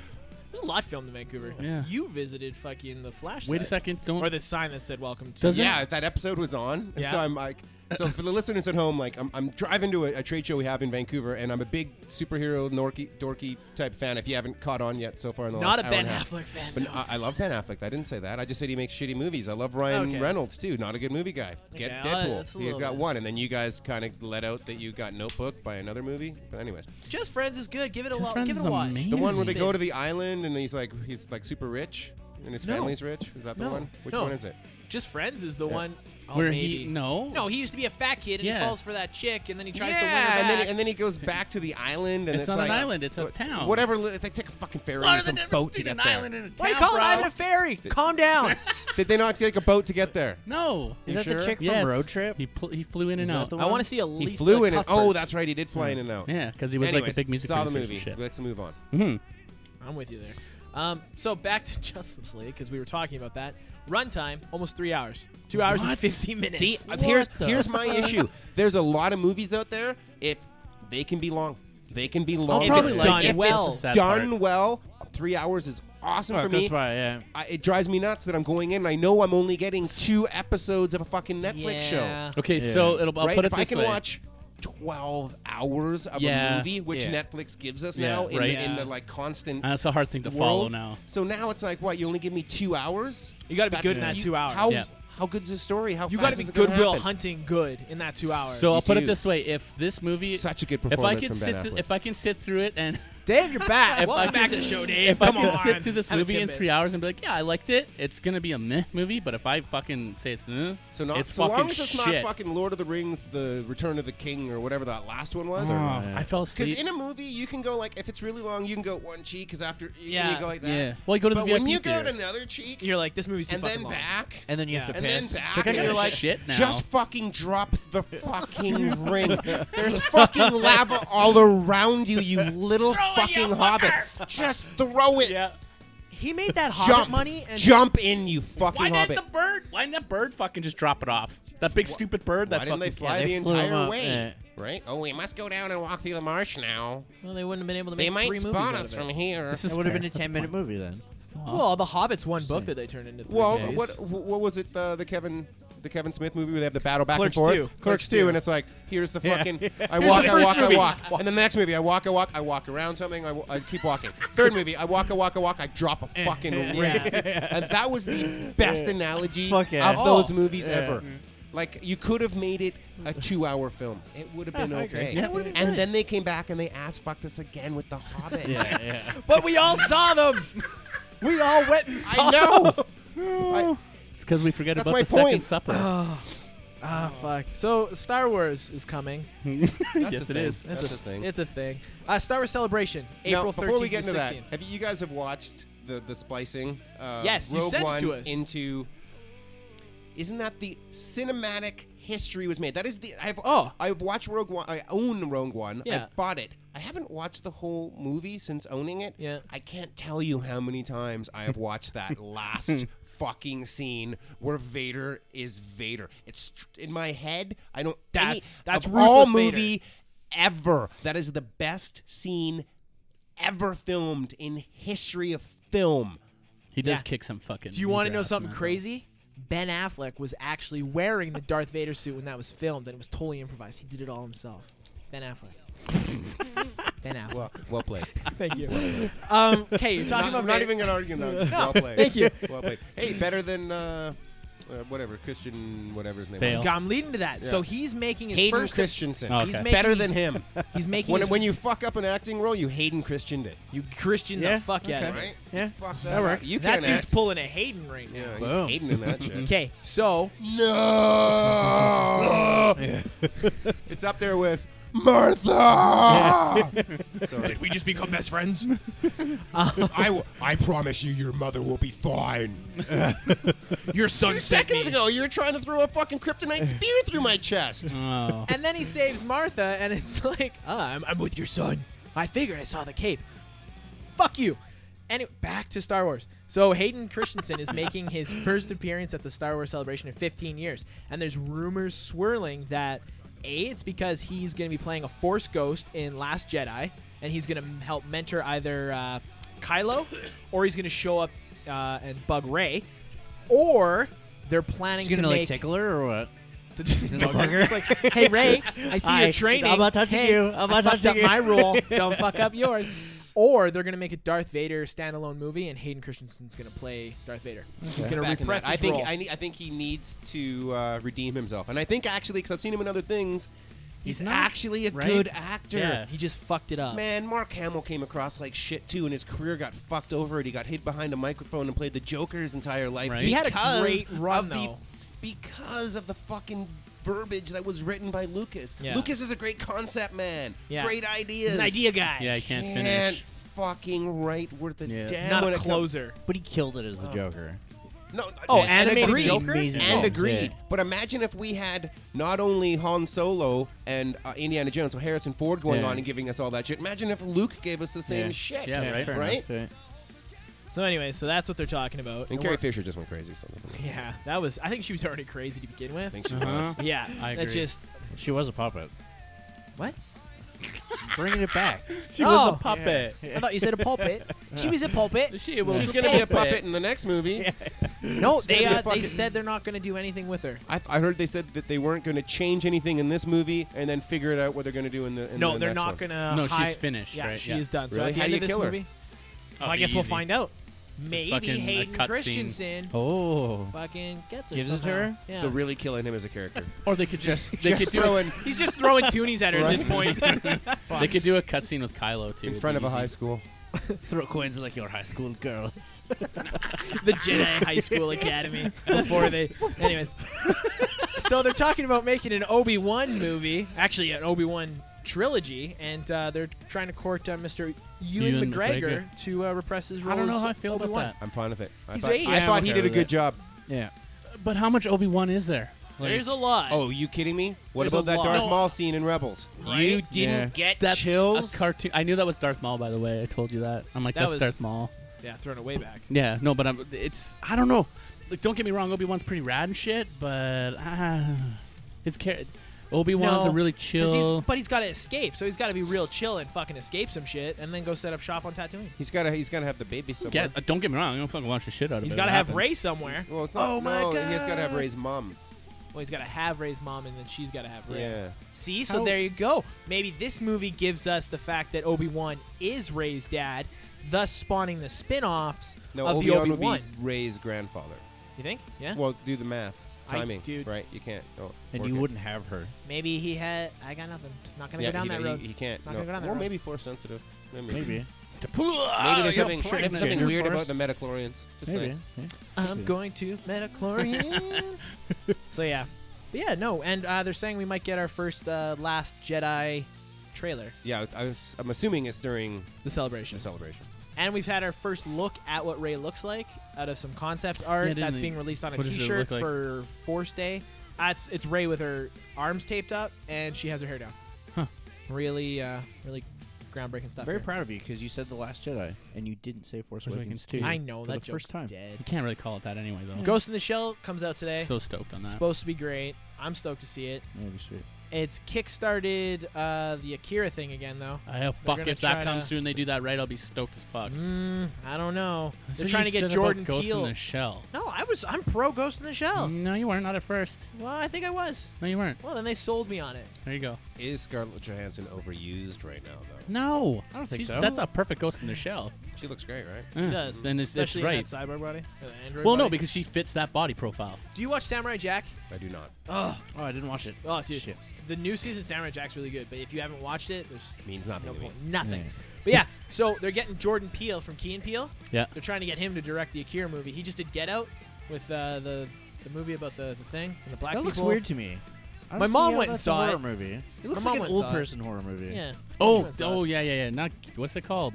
Speaker 3: There's a lot filmed in Vancouver.
Speaker 7: Yeah.
Speaker 3: You visited fucking the flash.
Speaker 7: Wait a
Speaker 3: site.
Speaker 7: second. Don't.
Speaker 3: Or the sign that said "Welcome to."
Speaker 7: Does it-
Speaker 2: yeah, that episode was on. And
Speaker 3: Yeah.
Speaker 2: So I'm like, so for the listeners at home, like, I'm, I'm driving to a, a trade show we have in Vancouver, and I'm a big superhero, norky, dorky type fan. If you haven't caught on yet so far in the last
Speaker 3: Not a
Speaker 2: hour
Speaker 3: Ben
Speaker 2: and half.
Speaker 3: Affleck fan.
Speaker 2: But I, I love Ben Affleck. I didn't say that. I just said he makes shitty movies. I love Ryan
Speaker 3: Okay.
Speaker 2: Reynolds too. Not a good movie guy. Get
Speaker 3: Okay, I- that's a
Speaker 2: Deadpool. He's
Speaker 3: little
Speaker 2: got
Speaker 3: bit.
Speaker 2: one, and then you guys kind of let out that you got Notebook by another movie. But anyways,
Speaker 3: Just Friends is good. Give it a
Speaker 7: Just
Speaker 3: lo-
Speaker 7: Friends
Speaker 3: give it
Speaker 7: is
Speaker 3: a watch.
Speaker 7: amazing.
Speaker 2: the one where they
Speaker 3: Spin.
Speaker 2: go to the island and he's like he's like super rich and his family's rich. Is that the
Speaker 3: No.
Speaker 2: one? Which
Speaker 3: No.
Speaker 2: one is it?
Speaker 3: Just Friends is the one. Oh,
Speaker 7: where
Speaker 3: maybe.
Speaker 7: he no
Speaker 3: No, he used to be a fat kid and
Speaker 7: Yeah.
Speaker 3: he falls for that chick and then he tries
Speaker 2: yeah,
Speaker 3: to win her back.
Speaker 2: and then and then he goes back to the island and
Speaker 7: It's
Speaker 2: it's,
Speaker 7: not an
Speaker 2: like-
Speaker 7: island, it's a
Speaker 2: wha-
Speaker 7: town.
Speaker 2: Whatever, li- they take a fucking ferry or some boat to get there.
Speaker 3: Why you call it Ivan a fairy? Calm down.
Speaker 2: Did they not take a boat to get there?
Speaker 7: No.
Speaker 2: You
Speaker 4: Is that
Speaker 2: sure?
Speaker 4: the chick from
Speaker 7: Yes.
Speaker 4: Road Trip?
Speaker 7: He pl- he flew in
Speaker 4: Is
Speaker 7: and
Speaker 4: that
Speaker 7: out.
Speaker 4: the
Speaker 3: I
Speaker 4: one?
Speaker 3: want to see a
Speaker 2: He
Speaker 3: Lisa
Speaker 2: flew in. And,
Speaker 3: Cuthbert.
Speaker 2: oh, that's right. He did fly in and out.
Speaker 7: Yeah, because he was like
Speaker 2: Anyways,
Speaker 7: a big music
Speaker 2: saw the
Speaker 7: producer and
Speaker 2: movie.
Speaker 7: shit.
Speaker 2: Let's move on.
Speaker 3: I'm with you there. Um, so back to Justice League because we were talking about that. Runtime almost three hours, two hours and
Speaker 7: What?
Speaker 3: fifty minutes.
Speaker 2: See, uh, here's here's my issue. There's a lot of movies out there. If they can be long, they can be long.
Speaker 3: probably
Speaker 2: If it's done
Speaker 3: like it.
Speaker 2: if
Speaker 3: Well.
Speaker 2: it's
Speaker 7: That's the sad
Speaker 2: done
Speaker 7: part.
Speaker 2: well, three hours is awesome
Speaker 3: Oh,
Speaker 4: Fuck,
Speaker 2: for
Speaker 4: that's
Speaker 2: me.
Speaker 4: why, yeah.
Speaker 2: I, it drives me nuts that I'm going in. and I know I'm only getting two episodes of a fucking Netflix
Speaker 3: Yeah.
Speaker 2: show.
Speaker 7: Okay, so
Speaker 4: Yeah.
Speaker 7: it'll, I'll
Speaker 2: right?
Speaker 7: put it
Speaker 2: if I
Speaker 7: this
Speaker 2: can
Speaker 7: way.
Speaker 2: watch. 12 hours of
Speaker 7: Yeah.
Speaker 2: a movie which
Speaker 4: Yeah.
Speaker 2: Netflix gives us
Speaker 7: Yeah,
Speaker 2: now in,
Speaker 7: right.
Speaker 2: the, in the
Speaker 3: Yeah.
Speaker 2: like constant
Speaker 7: Uh, That's a hard thing to follow
Speaker 2: world.
Speaker 7: now.
Speaker 2: So now it's like what you only give me 2 hours?
Speaker 3: You gotta be
Speaker 2: That's-
Speaker 3: good in that
Speaker 2: you-
Speaker 3: two hours.
Speaker 2: How
Speaker 7: Yeah.
Speaker 2: how good's the story? How
Speaker 3: You
Speaker 2: got
Speaker 3: got
Speaker 2: to
Speaker 3: to be Goodwill Hunting good in that two hours.
Speaker 7: So I'll put it
Speaker 2: do.
Speaker 7: this way: if this movie,
Speaker 2: Such a good
Speaker 7: if I
Speaker 2: performance
Speaker 7: can
Speaker 2: from
Speaker 7: sit,
Speaker 2: Ben
Speaker 7: th-
Speaker 2: Affleck.
Speaker 7: if I can sit through it, and
Speaker 3: Dave, you're back.
Speaker 7: if
Speaker 3: Welcome
Speaker 7: I can,
Speaker 3: back to the show, Dave.
Speaker 7: If
Speaker 3: Come
Speaker 7: I can
Speaker 3: on.
Speaker 7: sit through this
Speaker 3: Have a
Speaker 7: movie in
Speaker 3: tidbit.
Speaker 7: three hours and be like, yeah, I liked it. It's gonna be a meh movie, but if I fucking say it's eh,
Speaker 2: So not
Speaker 7: it's
Speaker 2: so
Speaker 7: fucking
Speaker 2: long as it's
Speaker 7: shit.
Speaker 2: not fucking Lord of the Rings, the Return of the King, or whatever that last one was.
Speaker 7: Oh, I fell
Speaker 2: Because
Speaker 7: asleep.
Speaker 2: in a movie, you can go like if it's really long, you can go one cheek. Because after you,
Speaker 3: Yeah.
Speaker 2: you go like that.
Speaker 7: yeah. Well, you go to the
Speaker 2: but
Speaker 7: VIP
Speaker 2: when you go
Speaker 7: theater.
Speaker 2: to another cheek
Speaker 3: You're like, this movie's too
Speaker 2: and then
Speaker 3: fucking long.
Speaker 2: back.
Speaker 4: And then you have
Speaker 3: Yeah.
Speaker 4: to
Speaker 2: And then
Speaker 4: piss.
Speaker 2: back,
Speaker 4: It's like, I
Speaker 2: and
Speaker 4: gotta
Speaker 2: you're like,
Speaker 7: shit now.
Speaker 2: just fucking drop the fucking ring. There's fucking lava all around you, you little fucking hobbit. Just throw it.
Speaker 7: yeah.
Speaker 3: He made that Hobbit
Speaker 2: Jump.
Speaker 3: money and
Speaker 2: Jump in, you fucking
Speaker 7: Why
Speaker 2: hobbit.
Speaker 7: didn't the bird? Why didn't that bird fucking just drop it off? That big stupid bird.
Speaker 2: Why
Speaker 7: that
Speaker 2: didn't
Speaker 7: fucking
Speaker 2: they fly
Speaker 4: yeah,
Speaker 2: the
Speaker 4: they flew 'em
Speaker 2: entire
Speaker 4: up,
Speaker 2: way?
Speaker 4: yeah.
Speaker 2: Right? Oh, we must go down and walk through the marsh now.
Speaker 3: Well, they wouldn't have been able to make
Speaker 2: They might
Speaker 3: three
Speaker 2: spawn
Speaker 3: movies
Speaker 2: us
Speaker 3: out
Speaker 2: from
Speaker 3: of it.
Speaker 2: here.
Speaker 7: This is
Speaker 4: It would have
Speaker 7: fair.
Speaker 4: been a
Speaker 7: That's
Speaker 4: 10 minute movie then.
Speaker 7: fine.
Speaker 3: Well, The Hobbit's one book that they turned into three
Speaker 2: Well,
Speaker 3: movies.
Speaker 2: what what was it? Uh, the Kevin the Kevin Smith movie where they have the battle back
Speaker 3: Clerks
Speaker 2: and forth?
Speaker 3: 2.
Speaker 2: Clerks
Speaker 3: Clerks
Speaker 2: 2.
Speaker 3: 2.
Speaker 2: And it's like, here's the
Speaker 4: Yeah.
Speaker 2: fucking. I
Speaker 4: Here's
Speaker 2: walk,
Speaker 4: the
Speaker 2: I
Speaker 4: first
Speaker 2: walk, I
Speaker 4: movie.
Speaker 2: walk. And then the next movie, I walk, I walk, I walk around something, I, wa- I keep walking. Third movie, I walk, I walk, I walk, I drop
Speaker 4: Eh.
Speaker 2: a fucking ring. And that was the best analogy
Speaker 4: Fuck yeah.
Speaker 2: of
Speaker 4: Oh.
Speaker 2: those movies
Speaker 4: Yeah.
Speaker 2: ever. Like, you could have made it a two hour film, it would have been
Speaker 4: I agree.
Speaker 2: okay.
Speaker 4: Yeah, it would've
Speaker 2: and then they came back and they ass fucked us again with The Hobbit.
Speaker 4: Yeah, yeah.
Speaker 3: But we all saw them. We all went and saw
Speaker 2: I know! I-
Speaker 7: It's because we forget
Speaker 2: That's
Speaker 7: about
Speaker 2: my
Speaker 7: the Second
Speaker 2: point.
Speaker 7: Supper.
Speaker 3: Ah, fuck. So Star Wars is coming.
Speaker 2: That's
Speaker 7: Yes,
Speaker 2: a
Speaker 7: it
Speaker 2: thing.
Speaker 7: is.
Speaker 2: That's, a thing.
Speaker 3: It's a thing. Uh, Star Wars Celebration,
Speaker 2: Now,
Speaker 3: April 13th
Speaker 2: before we get
Speaker 3: to
Speaker 2: into that,
Speaker 3: 16th.
Speaker 2: have you, you guys have watched the the splicing? Uh,
Speaker 3: Yes, you
Speaker 2: Rogue
Speaker 3: sent it
Speaker 2: One
Speaker 3: to us.
Speaker 2: Into isn't that the cinematic history was made? That is the I've
Speaker 3: Oh.
Speaker 2: I've watched Rogue One. I own Rogue One. I
Speaker 3: Yeah.
Speaker 2: bought it. I haven't watched the whole movie since owning it.
Speaker 3: Yeah.
Speaker 2: I can't tell you how many times I have watched that last fucking scene where Vader is Vader. It's tr- in my head. I don't. any-
Speaker 3: That's- that's
Speaker 2: of all
Speaker 3: ruthless Vader.
Speaker 2: movie ever. That is the best scene ever filmed in history of film.
Speaker 7: He does
Speaker 3: Yeah.
Speaker 7: kick some fucking.
Speaker 3: Do you want to
Speaker 7: major
Speaker 3: know
Speaker 7: ass,
Speaker 3: something
Speaker 7: man.
Speaker 3: crazy? Ben Affleck was actually wearing the Darth Vader suit when that was filmed, and it was totally improvised. He did it all himself. Ben Affleck. ben Affleck.
Speaker 2: Well, well played.
Speaker 3: Thank you. um, okay, you're
Speaker 2: not,
Speaker 3: talking about
Speaker 2: I'm not
Speaker 3: Vader-
Speaker 2: even gonna argue that. It's well played.
Speaker 3: thank you.
Speaker 2: Well played. Hey, better than uh, uh, whatever Christian, whatever his name.
Speaker 7: Bale.
Speaker 2: is.
Speaker 3: I'm leading to that. So he's making his
Speaker 2: Hayden
Speaker 3: first.
Speaker 2: Christensen.
Speaker 7: Oh,
Speaker 3: He's
Speaker 7: Okay.
Speaker 3: making,
Speaker 2: Better than him.
Speaker 3: He's making
Speaker 2: when
Speaker 3: his,
Speaker 2: when you fuck up an acting role, you Hayden Christian it,
Speaker 3: you Christian
Speaker 4: Yeah,
Speaker 3: the fuck out of
Speaker 4: okay.
Speaker 3: it.
Speaker 2: right?
Speaker 4: Yeah.
Speaker 2: You fuck
Speaker 4: That
Speaker 2: up.
Speaker 4: works.
Speaker 2: You
Speaker 3: That
Speaker 2: can't
Speaker 3: dude's
Speaker 2: act.
Speaker 3: pulling a Hayden right now.
Speaker 2: Yeah, he's
Speaker 4: Boom.
Speaker 2: Hayden in that shit.
Speaker 3: Okay, so
Speaker 2: No. it's up there with Martha. Sorry.
Speaker 3: we just become best friends.
Speaker 2: I, w- I promise you, your mother will be fine.
Speaker 3: Your son
Speaker 2: Two seconds ago, you were trying to throw a fucking kryptonite spear through my chest.
Speaker 3: Mm.
Speaker 7: Oh.
Speaker 3: And then he saves Martha, and it's like, ah, I'm, I'm with your son. I figured I saw the cape. Fuck you. And it, back to Star Wars. So Hayden Christensen is making his first appearance at the Star Wars celebration in 15 years, and there's rumors swirling that a it's because he's going to be playing a Force ghost in Last Jedi, and he's going to help mentor either uh, Kylo, or he's going to show up uh, and bug Ray, or they're planning
Speaker 4: He's
Speaker 3: to
Speaker 4: gonna like
Speaker 3: make
Speaker 4: tickle her or what?
Speaker 3: to just
Speaker 4: Isn't it
Speaker 3: bug her.
Speaker 4: bugger?
Speaker 3: It's like, hey Ray, I see
Speaker 4: I-
Speaker 3: you're training.
Speaker 4: I'm not touching
Speaker 3: Hey,
Speaker 4: you. I'm
Speaker 3: I
Speaker 4: not
Speaker 3: fucked
Speaker 4: touching
Speaker 3: up
Speaker 4: you."
Speaker 3: my rule. Don't fuck up yours. Or they're gonna make a Darth Vader standalone movie, and Hayden Christensen's gonna play Darth Vader. He's gonna
Speaker 2: Back in
Speaker 3: repress
Speaker 2: that.
Speaker 3: his
Speaker 2: I think
Speaker 3: role.
Speaker 2: I, need, I think he needs to uh, redeem himself, and I think actually, because I've seen him in other things, he's,
Speaker 7: He's not,
Speaker 2: actually a
Speaker 7: right?
Speaker 2: good actor.
Speaker 7: Yeah.
Speaker 3: he just fucked it up.
Speaker 2: Man, Mark Hamill came across like shit too, and his career got fucked over. And he got hid behind a microphone and played the Joker his entire life.
Speaker 7: Right. He
Speaker 3: had a
Speaker 2: because
Speaker 3: great run,
Speaker 2: of the-
Speaker 3: though.
Speaker 2: because of the fucking verbiage that was written by Lucas.
Speaker 3: Yeah.
Speaker 2: Lucas is a great concept man.
Speaker 3: Yeah.
Speaker 2: Great ideas.
Speaker 3: He's an idea guy.
Speaker 7: Yeah, I can't
Speaker 2: Can't
Speaker 7: finish.
Speaker 2: fucking write worth a
Speaker 4: Yeah.
Speaker 2: damn.
Speaker 3: not
Speaker 2: when
Speaker 3: a
Speaker 2: it comes-
Speaker 3: closer.
Speaker 4: But he killed it as the Joker.
Speaker 2: No.
Speaker 3: Oh,
Speaker 2: and
Speaker 3: animated
Speaker 2: agreed.
Speaker 3: Joker?
Speaker 4: Amazing
Speaker 2: And
Speaker 4: films,
Speaker 2: agreed.
Speaker 4: yeah.
Speaker 2: But imagine if we had not only Han Solo and uh, Indiana Jones, so Harrison Ford going
Speaker 4: Yeah.
Speaker 2: on and giving us all that shit. Imagine if Luke gave us the same
Speaker 4: Yeah.
Speaker 2: shit.
Speaker 7: Yeah, right.
Speaker 4: fair
Speaker 2: Right?
Speaker 4: enough, right.
Speaker 3: So anyway, so that's what they're talking about.
Speaker 2: And
Speaker 3: And
Speaker 2: Carrie
Speaker 3: we're-
Speaker 2: Fisher just went crazy. So I
Speaker 3: yeah, that was. I think she was already crazy to begin with.
Speaker 2: think she
Speaker 7: Uh-huh.
Speaker 2: was.
Speaker 3: Yeah,
Speaker 7: I
Speaker 3: that's
Speaker 7: agree.
Speaker 3: just
Speaker 4: She was a puppet.
Speaker 3: what? Oh.
Speaker 4: Bringing it back.
Speaker 7: She
Speaker 3: was
Speaker 7: was
Speaker 3: a
Speaker 7: a puppet.
Speaker 3: I thought you said a pulpit. She was a pulpit.
Speaker 7: She was
Speaker 2: She's gonna be a puppet in the next movie.
Speaker 3: No,
Speaker 2: gonna
Speaker 3: they
Speaker 2: be a
Speaker 3: uh, they
Speaker 2: fucking-
Speaker 3: said they're not gonna do anything with her.
Speaker 2: I, I heard they said that they weren't going to change anything in this movie, and then figure it out what they're going to do in the. In
Speaker 3: No,
Speaker 2: the
Speaker 3: they're
Speaker 2: next
Speaker 3: not
Speaker 2: one.
Speaker 3: gonna.
Speaker 7: No, she's
Speaker 3: hi-
Speaker 7: finished,
Speaker 3: Yeah,
Speaker 7: right?
Speaker 3: she
Speaker 7: Yeah. Oh,
Speaker 3: is done. So
Speaker 2: Really?
Speaker 3: at the
Speaker 2: How
Speaker 3: end
Speaker 2: do
Speaker 3: of
Speaker 2: you
Speaker 3: this
Speaker 2: kill her?
Speaker 3: movie, well, I guess we'll find out. Maybe
Speaker 7: fucking a
Speaker 3: Hayden
Speaker 7: cutscene.
Speaker 3: Christensomen
Speaker 4: Oh.
Speaker 3: fucking gets her.
Speaker 4: Gives it to
Speaker 3: somehow.
Speaker 4: her?
Speaker 3: Yeah.
Speaker 2: So really killing him as a character.
Speaker 7: Or they could just they
Speaker 2: just
Speaker 7: could do
Speaker 2: throwing
Speaker 3: He's just throwing toonies at her at this
Speaker 2: Right.
Speaker 3: point.
Speaker 7: they could do a cutscene with Kylo too
Speaker 2: in
Speaker 7: It'd
Speaker 2: front
Speaker 7: be
Speaker 2: of a
Speaker 7: easy.
Speaker 2: high school.
Speaker 4: Throw coins like your high school girls.
Speaker 3: the Jedi High School Academy before they. Anyways, so they're talking about making an Obi Wan movie, actually an Obi Wan trilogy, and uh, they're trying to court uh, Mr. Ewan,
Speaker 7: Ewan
Speaker 3: McGregor, to uh, repress his role.
Speaker 7: I don't know
Speaker 3: as
Speaker 7: how I feel about
Speaker 3: Obi-Wan.
Speaker 7: that.
Speaker 2: I'm fine with it. I
Speaker 3: He's
Speaker 2: thought,
Speaker 3: eight.
Speaker 2: I
Speaker 3: Yeah,
Speaker 2: thought
Speaker 4: I'm
Speaker 2: he
Speaker 4: okay
Speaker 2: did a
Speaker 4: with
Speaker 2: good
Speaker 4: it.
Speaker 2: job.
Speaker 4: Yeah.
Speaker 7: But how much Obi Wan is there?
Speaker 3: There's a lot.
Speaker 2: Oh, you kidding me? What
Speaker 3: There's a
Speaker 2: about that
Speaker 3: lot.
Speaker 2: Darth
Speaker 3: No.
Speaker 2: Maul scene in Rebels?
Speaker 7: Right?
Speaker 2: You didn't get
Speaker 7: that's
Speaker 2: chills.
Speaker 7: a cartoon. I knew that was Darth Maul, by the way. I told you that. I'm like,
Speaker 3: That
Speaker 7: that's
Speaker 3: was-
Speaker 7: Darth Maul.
Speaker 3: Yeah, thrown it way back.
Speaker 7: Yeah, no, but I'm, it's I don't know. Like, don't get me wrong, Obi Wan's pretty rad and shit, but uh, his character Obi Wan's
Speaker 3: No,
Speaker 7: a really
Speaker 3: 'Cause he's-
Speaker 7: chill.
Speaker 3: but he's got to escape, so he's got to be real chill and fucking escape some shit, and then go set up shop on Tatooine.
Speaker 2: He's gotta. He's gotta have the baby
Speaker 7: Yeah,
Speaker 2: somewhere.
Speaker 7: uh, don't get me wrong, I don't fucking watch the shit out of it.
Speaker 3: He's
Speaker 7: It
Speaker 3: got to have
Speaker 7: happens.
Speaker 3: Ray somewhere.
Speaker 2: Well, it's not,
Speaker 6: Oh my
Speaker 2: no, He has gotta have
Speaker 6: God.
Speaker 2: Ray's mom.
Speaker 3: Well, he's got to have Ray's mom, and then she's got to have Ray.
Speaker 2: Yeah.
Speaker 3: See, so
Speaker 7: How-
Speaker 3: there you go. Maybe this movie gives us the fact that Obi Wan is Ray's dad, thus spawning the spin offs
Speaker 2: No,
Speaker 3: of
Speaker 2: Obi-Wan
Speaker 3: the Obi
Speaker 2: would
Speaker 3: Wan.
Speaker 2: be Ray's grandfather.
Speaker 3: You think? Yeah.
Speaker 2: Well, do the math.
Speaker 3: I-
Speaker 2: Timing,
Speaker 3: dude.
Speaker 2: right? You can't. Oh,
Speaker 4: And
Speaker 2: work
Speaker 4: you
Speaker 2: it.
Speaker 4: wouldn't have her.
Speaker 3: Maybe he had. I got nothing. Not gonna
Speaker 2: Yeah,
Speaker 3: go down
Speaker 2: he,
Speaker 3: that
Speaker 2: he-
Speaker 3: road.
Speaker 2: he can't.
Speaker 3: Not
Speaker 2: no.
Speaker 3: gonna go down that
Speaker 2: or
Speaker 3: road. Ah,
Speaker 2: maybe force sensitive. Maybe.
Speaker 4: Maybe.
Speaker 2: Maybe there's
Speaker 7: you're
Speaker 2: something, there's
Speaker 7: pregnant.
Speaker 2: something
Speaker 4: Gender
Speaker 2: weird
Speaker 4: force?
Speaker 2: about the Metachlorians. Just
Speaker 4: Maybe.
Speaker 2: saying.
Speaker 4: yeah.
Speaker 3: I'm going to Metachlorian. so yeah, but yeah, no, and uh, they're saying we might get our first uh, Last Jedi trailer,
Speaker 2: Yeah, I was, I'm assuming it's during
Speaker 3: the celebration,
Speaker 2: the celebration.
Speaker 3: and we've had our first look at what Ray looks like out of some concept art
Speaker 7: Yeah, didn't
Speaker 3: that's
Speaker 7: they-
Speaker 3: being released on a
Speaker 7: what does it
Speaker 3: T-shirt
Speaker 7: look like?
Speaker 3: for Force Day. Uh, it's it's Ray with her arms taped up and she has her hair down.
Speaker 7: Huh.
Speaker 3: Really, uh, really groundbreaking stuff.
Speaker 4: Very
Speaker 3: here.
Speaker 4: proud of you because you said The Last Jedi and you didn't say Force
Speaker 7: Force
Speaker 4: Awakens
Speaker 7: Awakens
Speaker 4: 2.
Speaker 7: two.
Speaker 3: I know
Speaker 4: for
Speaker 3: that
Speaker 4: the first
Speaker 3: joke's
Speaker 4: time.
Speaker 3: Dead.
Speaker 7: You can't really call it that anyway, though.
Speaker 3: Ghost in the Shell comes out today.
Speaker 7: So stoked on that.
Speaker 3: Supposed to be great. I'm stoked to see it.
Speaker 4: That'd be sweet.
Speaker 3: It's kickstarted uh, the Akira thing again, though.
Speaker 7: I hope fuck
Speaker 3: gonna
Speaker 7: if
Speaker 3: try
Speaker 7: that comes
Speaker 3: to-
Speaker 7: through and they do that right, I'll be stoked as fuck.
Speaker 3: Mm, I don't know.
Speaker 7: That's
Speaker 3: They're
Speaker 7: what
Speaker 3: trying
Speaker 7: you
Speaker 3: to get
Speaker 7: said about
Speaker 3: Jordan
Speaker 7: Ghost
Speaker 3: Peele.
Speaker 7: in the Shell. Mm-hmm.
Speaker 3: no, I was. I'm pro Ghost in the Shell.
Speaker 7: No, you weren't. Not at first.
Speaker 3: Well, I think I was.
Speaker 7: No, you weren't.
Speaker 3: Well, then they sold me on it.
Speaker 7: There you go.
Speaker 2: Is Scarlett Johansson overused right now, though?
Speaker 7: No,
Speaker 4: I don't think
Speaker 7: She's-
Speaker 4: so.
Speaker 7: That's a perfect Ghost in the Shell.
Speaker 2: She looks great, right?
Speaker 7: Yeah.
Speaker 3: She does.
Speaker 7: Then it's, that's
Speaker 3: Especially in
Speaker 7: right.
Speaker 3: that cyborg body. the android
Speaker 7: Well, no,
Speaker 3: body.
Speaker 7: because she fits that body profile.
Speaker 3: do you watch Samurai Jack?
Speaker 2: I do not.
Speaker 3: Oh,
Speaker 4: Oh, I didn't watch it.
Speaker 3: oh, dude.
Speaker 4: Shit.
Speaker 3: The new season of Samurai Jack's really good, but if you haven't watched it, there's
Speaker 2: Means nothing
Speaker 3: no
Speaker 2: to me.
Speaker 3: point. Nothing.
Speaker 4: Yeah.
Speaker 3: But yeah, so they're getting Jordan Peele from Key and Peele.
Speaker 7: Yeah.
Speaker 3: They're trying to get him to direct the Akira movie. He just did Get Out with uh, the the movie about the, the thing and the black
Speaker 4: That
Speaker 3: people.
Speaker 4: looks weird to me. I
Speaker 3: My
Speaker 4: don't
Speaker 3: mom
Speaker 4: see how
Speaker 3: went and
Speaker 4: that's
Speaker 3: saw
Speaker 4: a horror
Speaker 3: it.
Speaker 4: movie. It
Speaker 3: My
Speaker 4: looks
Speaker 3: mom
Speaker 4: like
Speaker 3: went and
Speaker 4: an old
Speaker 3: saw it.
Speaker 4: person horror movie.
Speaker 3: Yeah.
Speaker 7: Oh, oh yeah, yeah, yeah. Not what's it called?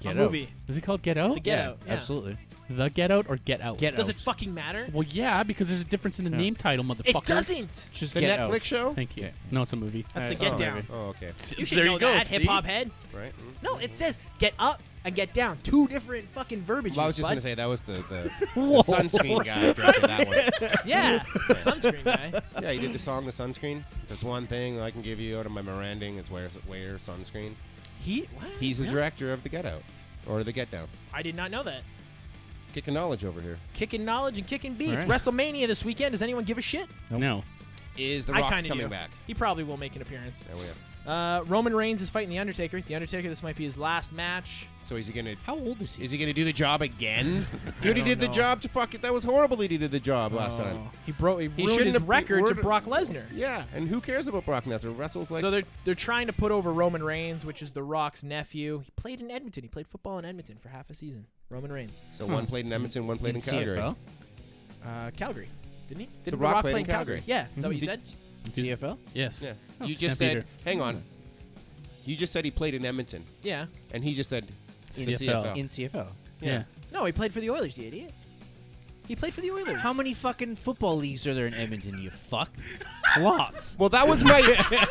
Speaker 4: Get
Speaker 3: a
Speaker 4: Out.
Speaker 3: movie.
Speaker 7: Is it called Get Out?
Speaker 3: The Get Out. Yeah.
Speaker 4: Absolutely.
Speaker 7: The Get Out or Get Out?
Speaker 4: Get
Speaker 3: Does
Speaker 4: Out.
Speaker 3: it fucking matter?
Speaker 7: Well, yeah, because there's a difference in the
Speaker 4: Yeah.
Speaker 7: name title, motherfucker.
Speaker 3: It doesn't.
Speaker 4: Just
Speaker 2: The
Speaker 4: Get
Speaker 2: Netflix
Speaker 4: Out.
Speaker 2: show?
Speaker 7: Thank you.
Speaker 4: Yeah.
Speaker 7: No, it's a movie.
Speaker 3: That's the
Speaker 4: Alright,
Speaker 3: get
Speaker 2: oh,
Speaker 3: down.
Speaker 2: maybe. Oh, okay.
Speaker 3: You should
Speaker 7: there
Speaker 3: know
Speaker 7: you go.
Speaker 3: that,
Speaker 7: see?
Speaker 3: hip hop head.
Speaker 2: Right. Mm.
Speaker 3: No, it says get up and get down. Two different fucking verbiages.
Speaker 2: Well, I was just
Speaker 3: bud.
Speaker 2: gonna say that was the, the, the sunscreen guy who directed that one.
Speaker 3: Yeah, the sunscreen guy.
Speaker 2: Yeah, he did the song "The Sunscreen." That's one thing I can give you out of my Miranding. It's wear wear sunscreen.
Speaker 3: He. What?
Speaker 2: He's the
Speaker 3: No,
Speaker 2: director of the Get Out or the Get Down.
Speaker 3: I did not know that.
Speaker 2: Kicking knowledge over here.
Speaker 3: Kicking knowledge and kicking beats.
Speaker 7: Alright.
Speaker 3: WrestleMania this weekend. Does anyone give a shit?
Speaker 7: No.
Speaker 2: Is the
Speaker 3: I
Speaker 2: Rock
Speaker 3: kind of
Speaker 2: coming
Speaker 3: do.
Speaker 2: back?
Speaker 3: He probably will make an appearance.
Speaker 2: There we go.
Speaker 3: Uh, Roman Reigns is fighting the Undertaker. The Undertaker. This might be his last match.
Speaker 2: So is he gonna
Speaker 4: How old is he?
Speaker 2: is he gonna do the job again? he already
Speaker 3: don't
Speaker 2: did
Speaker 3: know. Oh.
Speaker 2: the job to fuck it. That was horrible. That he did the job last time.
Speaker 3: He broke. He, ruined
Speaker 2: shouldn't
Speaker 3: his
Speaker 2: have-
Speaker 3: record to
Speaker 2: we're-
Speaker 3: Brock Lesnar.
Speaker 2: Yeah, and who cares about Brock Lesnar? Wrestles like
Speaker 3: So they're they're trying to put over Roman Reigns, which is The Rock's nephew. He played in Edmonton. He played football in Edmonton for half a season. Roman Reigns,
Speaker 2: so one played
Speaker 4: Hmm.
Speaker 2: in Edmonton, one played in, Calgary.
Speaker 4: CFL?
Speaker 3: uh, Calgary, didn't he? Didn't
Speaker 2: Rock played in Calgary.
Speaker 3: Yeah, is that what you
Speaker 2: Did-
Speaker 3: said?
Speaker 4: CFL?
Speaker 7: Yes.
Speaker 2: Yeah,
Speaker 7: Oh,
Speaker 2: you
Speaker 7: snap
Speaker 2: just said.
Speaker 7: eater.
Speaker 2: Hang
Speaker 4: Hmm.
Speaker 2: on, you just said he played in Edmonton,
Speaker 3: Yeah.
Speaker 2: and he just said the
Speaker 7: CFL.
Speaker 2: CFL.
Speaker 4: In CFL.
Speaker 7: Yeah.
Speaker 3: No, he played for the Oilers. You idiot. He played for the Oilers.
Speaker 4: How many fucking football leagues are there in Edmonton, you fuck? Lots.
Speaker 2: Well, that was my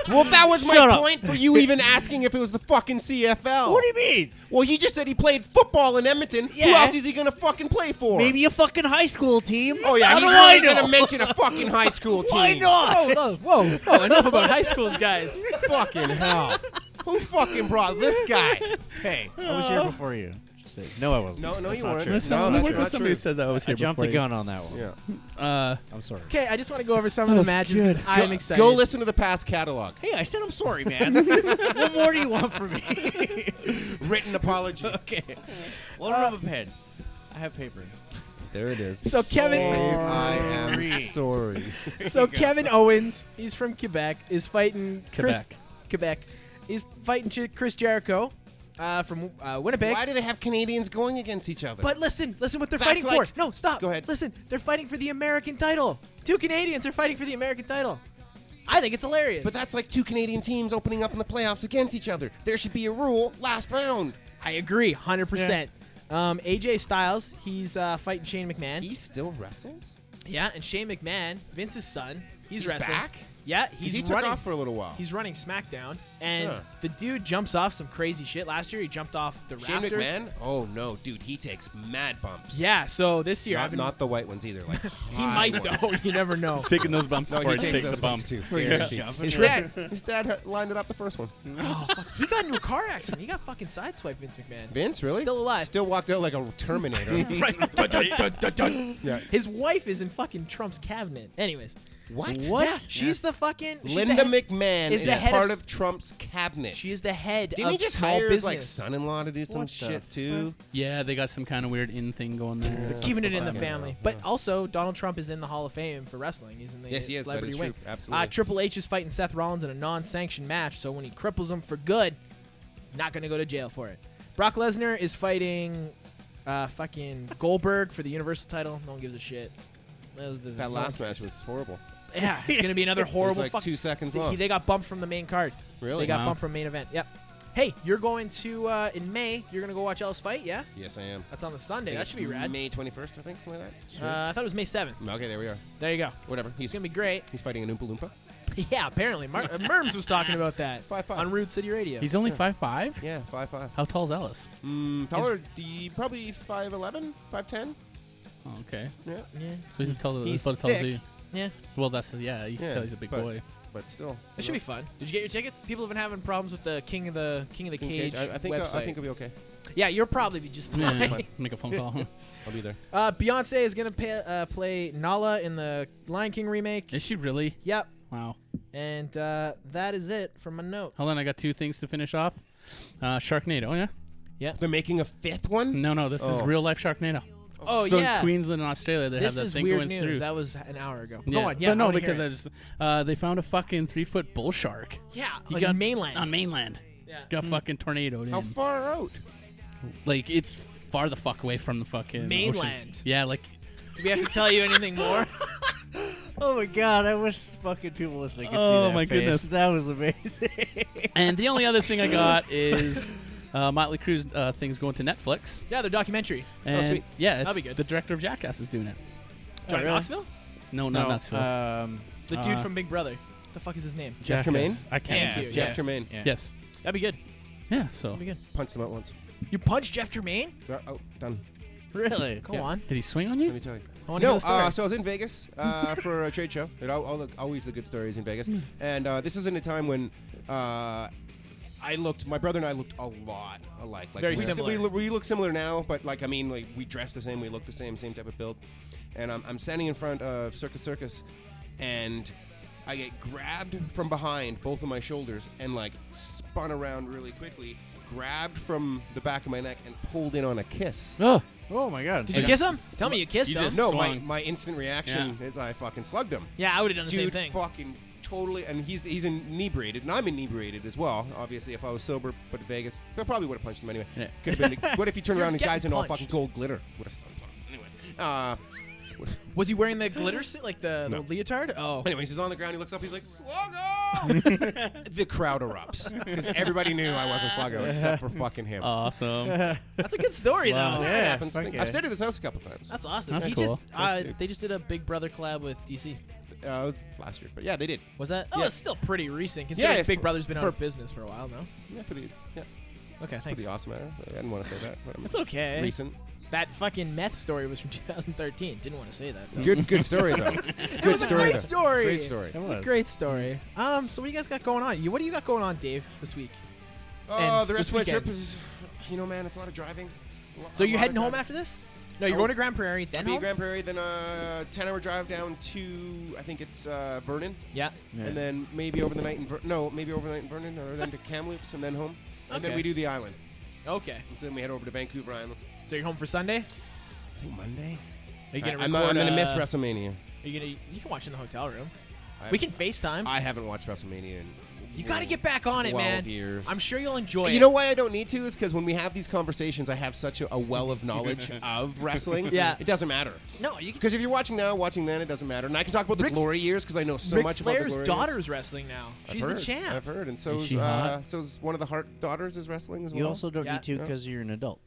Speaker 2: well, that was my
Speaker 4: Shut up.
Speaker 2: point for you even asking if it was the fucking CFL.
Speaker 4: What do you mean?
Speaker 2: well, you just said he played football in Edmonton. Who
Speaker 4: Yeah.
Speaker 2: else is he gonna fucking play for?
Speaker 4: Maybe a fucking high school team.
Speaker 2: Oh yeah,
Speaker 4: How
Speaker 2: he's
Speaker 4: do I
Speaker 2: not
Speaker 4: know?
Speaker 2: gonna mention a fucking high school team.
Speaker 4: Why not?
Speaker 3: Whoa, whoa, whoa, whoa! Enough about high schools, guys.
Speaker 2: Fucking hell. Who fucking brought this guy?
Speaker 4: Hey, I was here before you. Just say- No, I wasn't.
Speaker 2: No, no,
Speaker 4: That's
Speaker 2: you
Speaker 4: not
Speaker 2: weren't.
Speaker 4: true.
Speaker 2: There's someone- that's what if not somebody true.
Speaker 7: said that was
Speaker 4: I jumped the gun on that one.
Speaker 2: Yeah.
Speaker 7: Uh,
Speaker 4: I'm sorry.
Speaker 3: Okay, I just want to go over some of the
Speaker 7: was
Speaker 3: matches.
Speaker 7: good.
Speaker 3: 'cause I'm
Speaker 2: Go-
Speaker 3: excited.
Speaker 2: Go listen to the past catalog.
Speaker 4: Hey, I said I'm sorry, man. what more do you want from me?
Speaker 2: Written apology.
Speaker 4: okay. One uh, of a pen. I have paper.
Speaker 2: there it is.
Speaker 3: So Kevin,
Speaker 2: Dave, I am sorry.
Speaker 3: so Kevin Owens, he's from Quebec, is fighting Chris,
Speaker 7: Quebec.
Speaker 3: Quebec. He's fighting Ch- Chris Jericho uh, from uh, Winnipeg.
Speaker 2: Why do they have Canadians going against each other?
Speaker 3: But listen, listen what they're
Speaker 2: That's
Speaker 3: fighting
Speaker 2: like-
Speaker 3: for. No, stop.
Speaker 2: Go ahead.
Speaker 3: Listen, they're fighting for the American title. Two Canadians are fighting for the American title. I think it's hilarious.
Speaker 2: But that's like two Canadian teams opening up in the playoffs against each other. There should be a rule last round.
Speaker 3: I agree, hundred percent. Um, AJ Styles, he's uh, fighting Shane McMahon.
Speaker 2: He still wrestles?
Speaker 3: yeah, and Shane McMahon, Vince's son, he's,
Speaker 2: He's
Speaker 3: wrestling.
Speaker 2: back?
Speaker 3: Yeah,
Speaker 2: 'Cause
Speaker 3: he's
Speaker 2: he took
Speaker 3: running.
Speaker 2: off for a little while.
Speaker 3: He's running SmackDown, and
Speaker 2: Huh.
Speaker 3: the dude jumps off some crazy shit. Last year, he jumped off the
Speaker 2: Shane
Speaker 3: rafters.
Speaker 2: McMahon? Oh no, dude, he takes mad bumps.
Speaker 3: Yeah, so this year,
Speaker 2: not,
Speaker 3: I've been,
Speaker 2: not the white ones either. Like
Speaker 3: he might though. you never know.
Speaker 7: taking those bumps
Speaker 2: No,
Speaker 7: before
Speaker 2: he
Speaker 7: it
Speaker 2: takes,
Speaker 7: takes
Speaker 2: those
Speaker 7: the bumps.
Speaker 2: ones too.
Speaker 4: Guaranteed.
Speaker 2: Yeah.
Speaker 4: Jumping
Speaker 2: His dad, his dad had lined it up the first one.
Speaker 3: Mm-hmm. he got into a car accident. He got fucking sideswiped, Vince McMahon.
Speaker 2: Vince really
Speaker 3: Still alive.
Speaker 2: Still walked out like a Terminator.
Speaker 7: Dun, dun, dun, dun, dun.
Speaker 2: yeah.
Speaker 3: His wife is in fucking Trump's cabinet. Anyways,
Speaker 2: What?
Speaker 4: What?
Speaker 3: Yeah, she's the fucking she's the
Speaker 2: Linda
Speaker 3: head-
Speaker 2: McMahon
Speaker 3: is
Speaker 2: is,
Speaker 3: the head of
Speaker 2: part
Speaker 3: s-
Speaker 2: of, Trump's cabinet.
Speaker 3: She is the head
Speaker 2: Didn't
Speaker 3: of
Speaker 2: he just
Speaker 3: small
Speaker 2: hire his
Speaker 3: business.
Speaker 2: like son-in-law to do some
Speaker 4: What the
Speaker 2: shit too?
Speaker 7: Yeah, they got some kind of weird in thing going there.
Speaker 2: Yeah.
Speaker 7: It's
Speaker 3: keeping it
Speaker 2: That's
Speaker 3: in the
Speaker 2: what I'm talking
Speaker 3: family.
Speaker 2: about,
Speaker 3: But
Speaker 2: yeah.
Speaker 3: also, Donald Trump is in the Hall of Fame for wrestling. He's in the
Speaker 2: Yes, he is. That
Speaker 3: celebrity
Speaker 2: is
Speaker 3: wing.
Speaker 2: true. Absolutely.
Speaker 3: Uh, Triple H is fighting Seth Rollins in a non-sanctioned match, so when he cripples him for good, he's not going to go to jail for it. Brock Lesnar is fighting uh, fucking Goldberg for the Universal title. No one gives a shit. That, was-
Speaker 2: That last match was horrible.
Speaker 3: yeah, it's going to be
Speaker 2: Horrible. It
Speaker 3: another
Speaker 2: was
Speaker 3: horrible.
Speaker 2: like
Speaker 3: fuck-
Speaker 2: two seconds
Speaker 3: They,
Speaker 2: long.
Speaker 3: they got bumped from the main card.
Speaker 2: Really?
Speaker 3: They got
Speaker 7: Wow.
Speaker 3: bumped from main event. Yep. Hey, you're going to uh, in May. You're going to go watch Ellis fight. Yeah,
Speaker 2: yes, I am.
Speaker 3: that's on the Sunday. That should be rad.
Speaker 2: May 21st, I think, something like
Speaker 3: Uh, I thought it was May 7th.
Speaker 2: that. Okay, there we are.
Speaker 3: There you go.
Speaker 2: Whatever. He's
Speaker 3: It's gonna be great.
Speaker 2: he's fighting an Oompa Loompa.
Speaker 3: Yeah, apparently. Mar- uh, Merms was talking about that
Speaker 2: Five, five.
Speaker 3: on Rude City Radio.
Speaker 7: He's only five five.
Speaker 2: Yeah, five five.
Speaker 7: How tall's Ellis?
Speaker 3: Hmm,
Speaker 2: Mm, taller, the probably 5'11", 5'10".
Speaker 7: Oh, okay,
Speaker 2: Yeah,
Speaker 3: yeah,
Speaker 7: so he's tall.
Speaker 2: He's
Speaker 7: He's tall as
Speaker 2: thick.
Speaker 7: you.
Speaker 3: yeah.
Speaker 7: Well, that's yeah. You can
Speaker 2: Yeah,
Speaker 7: tell he's a big
Speaker 2: but-
Speaker 7: boy.
Speaker 2: but still.
Speaker 3: It should be fun. Did you get your tickets? People have been having problems with the King of the King of the
Speaker 2: King
Speaker 3: Cage,
Speaker 2: I, I think I'll,
Speaker 3: website.
Speaker 2: I think it'll be okay.
Speaker 3: yeah, you'll probably be just fine.
Speaker 7: Yeah, make a phone call.
Speaker 2: I'll be there.
Speaker 3: Uh, Beyonce is gonna pay, uh, play Nala in the Lion King remake.
Speaker 7: Is she really?
Speaker 3: Yep.
Speaker 7: Wow.
Speaker 3: And uh, that is it for my notes.
Speaker 7: Hold on, I got two things to finish off. Uh, Sharknado. Yeah.
Speaker 2: They're making a fifth one.
Speaker 7: No, no, this is
Speaker 2: Oh.
Speaker 7: real life Sharknado.
Speaker 3: Oh
Speaker 7: so
Speaker 3: yeah.
Speaker 7: in Queensland and Australia, they have
Speaker 3: this
Speaker 7: that
Speaker 3: is
Speaker 7: thing
Speaker 3: weird
Speaker 7: going
Speaker 3: news.
Speaker 7: through.
Speaker 3: That was an hour ago.
Speaker 7: yeah.
Speaker 3: Go on. Yeah.
Speaker 7: but
Speaker 3: I
Speaker 7: no,
Speaker 3: wanna hear
Speaker 7: because
Speaker 3: it.
Speaker 7: I just uh, they found a fucking three foot bull shark.
Speaker 3: yeah,
Speaker 7: He
Speaker 3: on
Speaker 7: got
Speaker 3: mainland.
Speaker 7: on mainland.
Speaker 3: Yeah.
Speaker 7: Got fucking tornadoed in.
Speaker 2: How far out?
Speaker 7: like it's far the fuck away from the fucking ocean.
Speaker 3: Mainland.
Speaker 7: Yeah, like
Speaker 3: Do we have to tell you anything more?
Speaker 4: Oh my god, I wish fucking people listening could see
Speaker 7: Oh
Speaker 4: that
Speaker 7: my
Speaker 4: face.
Speaker 7: goodness.
Speaker 4: That was amazing.
Speaker 7: and the only other thing I got is uh, Motley Crue's uh, things going to Netflix.
Speaker 3: yeah, their documentary.
Speaker 7: And
Speaker 2: sweet.
Speaker 7: yeah, it's
Speaker 3: Oh, That'll be good.
Speaker 7: the director of Jackass is doing it.
Speaker 3: Johnny
Speaker 4: really?
Speaker 3: Knoxville.
Speaker 7: No, no, not so.
Speaker 4: um,
Speaker 3: The dude
Speaker 7: Uh,
Speaker 3: from Big Brother. The fuck is his name?
Speaker 2: uh, Jeff Tremaine?
Speaker 7: I can't.
Speaker 3: Thank
Speaker 7: just-
Speaker 3: you.
Speaker 2: Jeff
Speaker 3: Yeah.
Speaker 2: Tremaine.
Speaker 4: Yeah.
Speaker 7: Yes.
Speaker 3: That'd be good.
Speaker 7: Yeah. So
Speaker 3: That'd be good.
Speaker 2: Punched him out once.
Speaker 3: You punched Jeff Tremaine?
Speaker 2: Uh, Oh, done.
Speaker 4: really?
Speaker 3: Go
Speaker 2: Yeah.
Speaker 3: on.
Speaker 7: did he swing on
Speaker 2: Let
Speaker 7: you?
Speaker 2: me tell you.
Speaker 3: I want to
Speaker 2: No,
Speaker 3: hear the story.
Speaker 2: uh, so I was in Vegas uh, for a trade show. It all, all the, always the good stories in
Speaker 3: Hmm.
Speaker 2: Vegas. And uh, this is in a time when uh, I looked, my brother and I looked a lot alike. Like
Speaker 3: Very
Speaker 2: we,
Speaker 3: similar.
Speaker 2: We, look- we look similar now, but like I mean, like we dress the same, we look the same, same type of build. And I'm, I'm standing in front of Circus Circus, and I get grabbed from behind both of my shoulders and like spun around really quickly, grabbed from the back of my neck and pulled in on a kiss.
Speaker 7: Oh,
Speaker 4: Oh my god.
Speaker 3: Did you kiss him? Tell me you kissed
Speaker 7: You
Speaker 3: him.
Speaker 7: just-
Speaker 2: No, my,
Speaker 7: Swung.
Speaker 2: my instant reaction is I fucking slugged him.
Speaker 3: Yeah, I would have done the same
Speaker 2: Dude,
Speaker 3: thing.
Speaker 2: fucking totally, and he's he's inebriated, and I'm inebriated as well. Obviously, if I was sober, but in Vegas, I probably would have punched him anyway.
Speaker 7: Yeah.
Speaker 2: Could have been. The, what if you turn
Speaker 3: You're
Speaker 2: around and the guys
Speaker 3: getting
Speaker 2: in all
Speaker 3: punched.
Speaker 2: fucking gold glitter? Would have. Anyway, uh,
Speaker 3: Was he wearing the glitter suit, like the,
Speaker 2: No.
Speaker 3: the leotard? Oh.
Speaker 2: anyways, he's on the ground. He looks up. He's like, Sluggo! the crowd erupts because everybody knew I wasn't Sluggo except for fucking him.
Speaker 3: Oh.
Speaker 7: awesome.
Speaker 3: That's a good story,
Speaker 7: Wow.
Speaker 3: though.
Speaker 2: That
Speaker 4: yeah,
Speaker 2: happens.
Speaker 4: fuck yeah.
Speaker 2: I've stayed at his house a couple times.
Speaker 3: That's awesome.
Speaker 7: That's
Speaker 3: he
Speaker 7: cool.
Speaker 3: just uh,
Speaker 2: That's good.
Speaker 3: they just did a Big Brother collab with DC.
Speaker 2: Uh, it was last year, but yeah, they did.
Speaker 3: Was that? Oh,
Speaker 2: Yeah.
Speaker 3: it's still pretty recent. Considering
Speaker 2: Yeah,
Speaker 3: Big
Speaker 2: for-
Speaker 3: Brother's been out
Speaker 2: for-
Speaker 3: of business for a while now.
Speaker 2: Yeah, for the yeah,
Speaker 3: Okay,
Speaker 2: for
Speaker 3: thanks.
Speaker 2: the awesome era. I didn't want to say that. But I'm
Speaker 3: It's okay.
Speaker 2: Recent.
Speaker 3: That fucking meth story was from 2013. Didn't want to say that. Though.
Speaker 2: Good, good story though. Good
Speaker 3: It was a
Speaker 2: story.
Speaker 3: great
Speaker 2: though.
Speaker 3: story.
Speaker 2: Great story.
Speaker 4: It
Speaker 3: It's a
Speaker 4: was.
Speaker 3: great story. Um, so what you guys got going on? You, what do you got going on, Dave, this week?
Speaker 2: Oh,
Speaker 3: And
Speaker 2: the rest
Speaker 3: this
Speaker 2: of my
Speaker 3: weekend.
Speaker 2: trip is, you know, man, it's a lot of driving. A lo-
Speaker 3: So
Speaker 2: a
Speaker 3: you're
Speaker 2: lot
Speaker 3: heading
Speaker 2: of
Speaker 3: home
Speaker 2: driving.
Speaker 3: after this? No, you're
Speaker 2: Oh.
Speaker 3: going to Grand Prairie, then
Speaker 2: I'll be
Speaker 3: home.
Speaker 2: at Grand Prairie, then a ten-hour drive down to I think it's uh, Vernon,
Speaker 3: yeah.
Speaker 2: and then maybe over the night in Ver- no, maybe overnight in Vernon, or then to Kamloops, and then home, and
Speaker 3: Okay.
Speaker 2: then we do the island,
Speaker 3: Okay.
Speaker 2: and so then we head over to Vancouver Island.
Speaker 3: So you're home for Sunday.
Speaker 2: I think Monday.
Speaker 3: Are you
Speaker 2: I,
Speaker 3: gonna
Speaker 2: am
Speaker 3: record,
Speaker 2: gonna
Speaker 3: uh,
Speaker 2: miss WrestleMania.
Speaker 3: Are you gonna? You can watch in the hotel room.
Speaker 2: I,
Speaker 3: We can FaceTime.
Speaker 2: I haven't watched WrestleMania. in
Speaker 3: you got to get back on it,
Speaker 2: 12
Speaker 3: man.
Speaker 2: years.
Speaker 3: I'm sure you'll enjoy it.
Speaker 2: You know why I don't need to is because when we have these conversations, I have such a, a well of knowledge of wrestling.
Speaker 3: Yeah.
Speaker 2: it doesn't matter.
Speaker 3: No, you can.
Speaker 2: Because if you're watching now, watching then, it doesn't matter. And I can talk about the
Speaker 3: Ric-
Speaker 2: glory years because I know so
Speaker 3: Ric
Speaker 2: much about the
Speaker 3: Flair's
Speaker 2: glory
Speaker 3: daughter
Speaker 2: years.
Speaker 3: is wrestling now.
Speaker 2: I've
Speaker 3: She's
Speaker 2: heard,
Speaker 3: the champ.
Speaker 2: I've heard, and so
Speaker 7: Is
Speaker 2: is,
Speaker 7: she
Speaker 2: uh,
Speaker 7: hot?
Speaker 2: so is one of the Hart daughters is wrestling as well.
Speaker 4: You also don't
Speaker 3: Yeah.
Speaker 4: need to because you're an adult.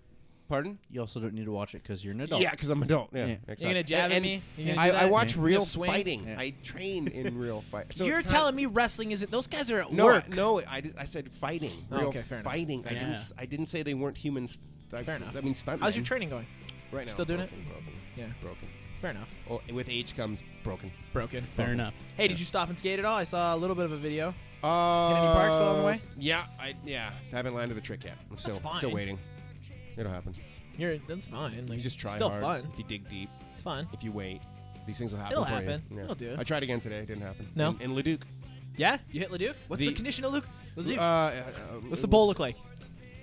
Speaker 2: Pardon?
Speaker 4: You also don't need to watch it because you're an
Speaker 2: Yeah,
Speaker 4: adult.
Speaker 2: Yeah, because I'm an adult. Yeah,
Speaker 4: Yeah.
Speaker 2: exactly.
Speaker 3: You gonna jab
Speaker 2: And-
Speaker 3: at
Speaker 2: and
Speaker 3: me? You gonna
Speaker 2: I,
Speaker 3: do that?
Speaker 2: I watch
Speaker 3: You gonna
Speaker 2: real
Speaker 3: swing?
Speaker 2: fighting.
Speaker 4: Yeah.
Speaker 2: I train in real fight. So
Speaker 3: You're
Speaker 2: it's kinda-
Speaker 3: telling me wrestling isn't? Those guys are at
Speaker 2: no,
Speaker 3: work.
Speaker 2: I- no. I, did- I said fighting.
Speaker 3: Oh,
Speaker 2: real
Speaker 3: okay, fair enough.
Speaker 2: fighting. I didn't.
Speaker 7: Yeah.
Speaker 2: s- I didn't say they weren't humans. I,
Speaker 3: Fair enough.
Speaker 2: I mean, stuntmen.
Speaker 3: How's your training going?
Speaker 2: Right now,
Speaker 3: Still doing it?
Speaker 2: broken, Broken.
Speaker 3: Yeah.
Speaker 2: Broken.
Speaker 3: Fair enough.
Speaker 2: Oh, and with age comes broken.
Speaker 3: Broken.
Speaker 7: Fair enough.
Speaker 3: Hey, did you stop and skate at all? I saw a little bit of a video.
Speaker 2: Uh,
Speaker 3: any parks along the way?
Speaker 2: Yeah, I yeah. I haven't landed the trick yet. I'm still
Speaker 3: fine.
Speaker 2: still waiting. It'll happen.
Speaker 3: You're that's fine. Like,
Speaker 2: You just try
Speaker 3: Still
Speaker 2: hard.
Speaker 3: fun.
Speaker 2: If you dig deep,
Speaker 3: It's fun.
Speaker 2: if you wait, These things will happen
Speaker 3: It'll
Speaker 2: for
Speaker 3: happen.
Speaker 2: you.
Speaker 3: It'll do it.
Speaker 2: I tried again today. It didn't happen.
Speaker 3: No?
Speaker 2: In, in Leduc.
Speaker 3: Yeah, you hit Leduc. What's the,
Speaker 2: The-
Speaker 3: condition of Luke? Leduc.
Speaker 2: Uh, uh,
Speaker 3: What's
Speaker 2: it
Speaker 3: the bowl
Speaker 2: was-
Speaker 3: look like?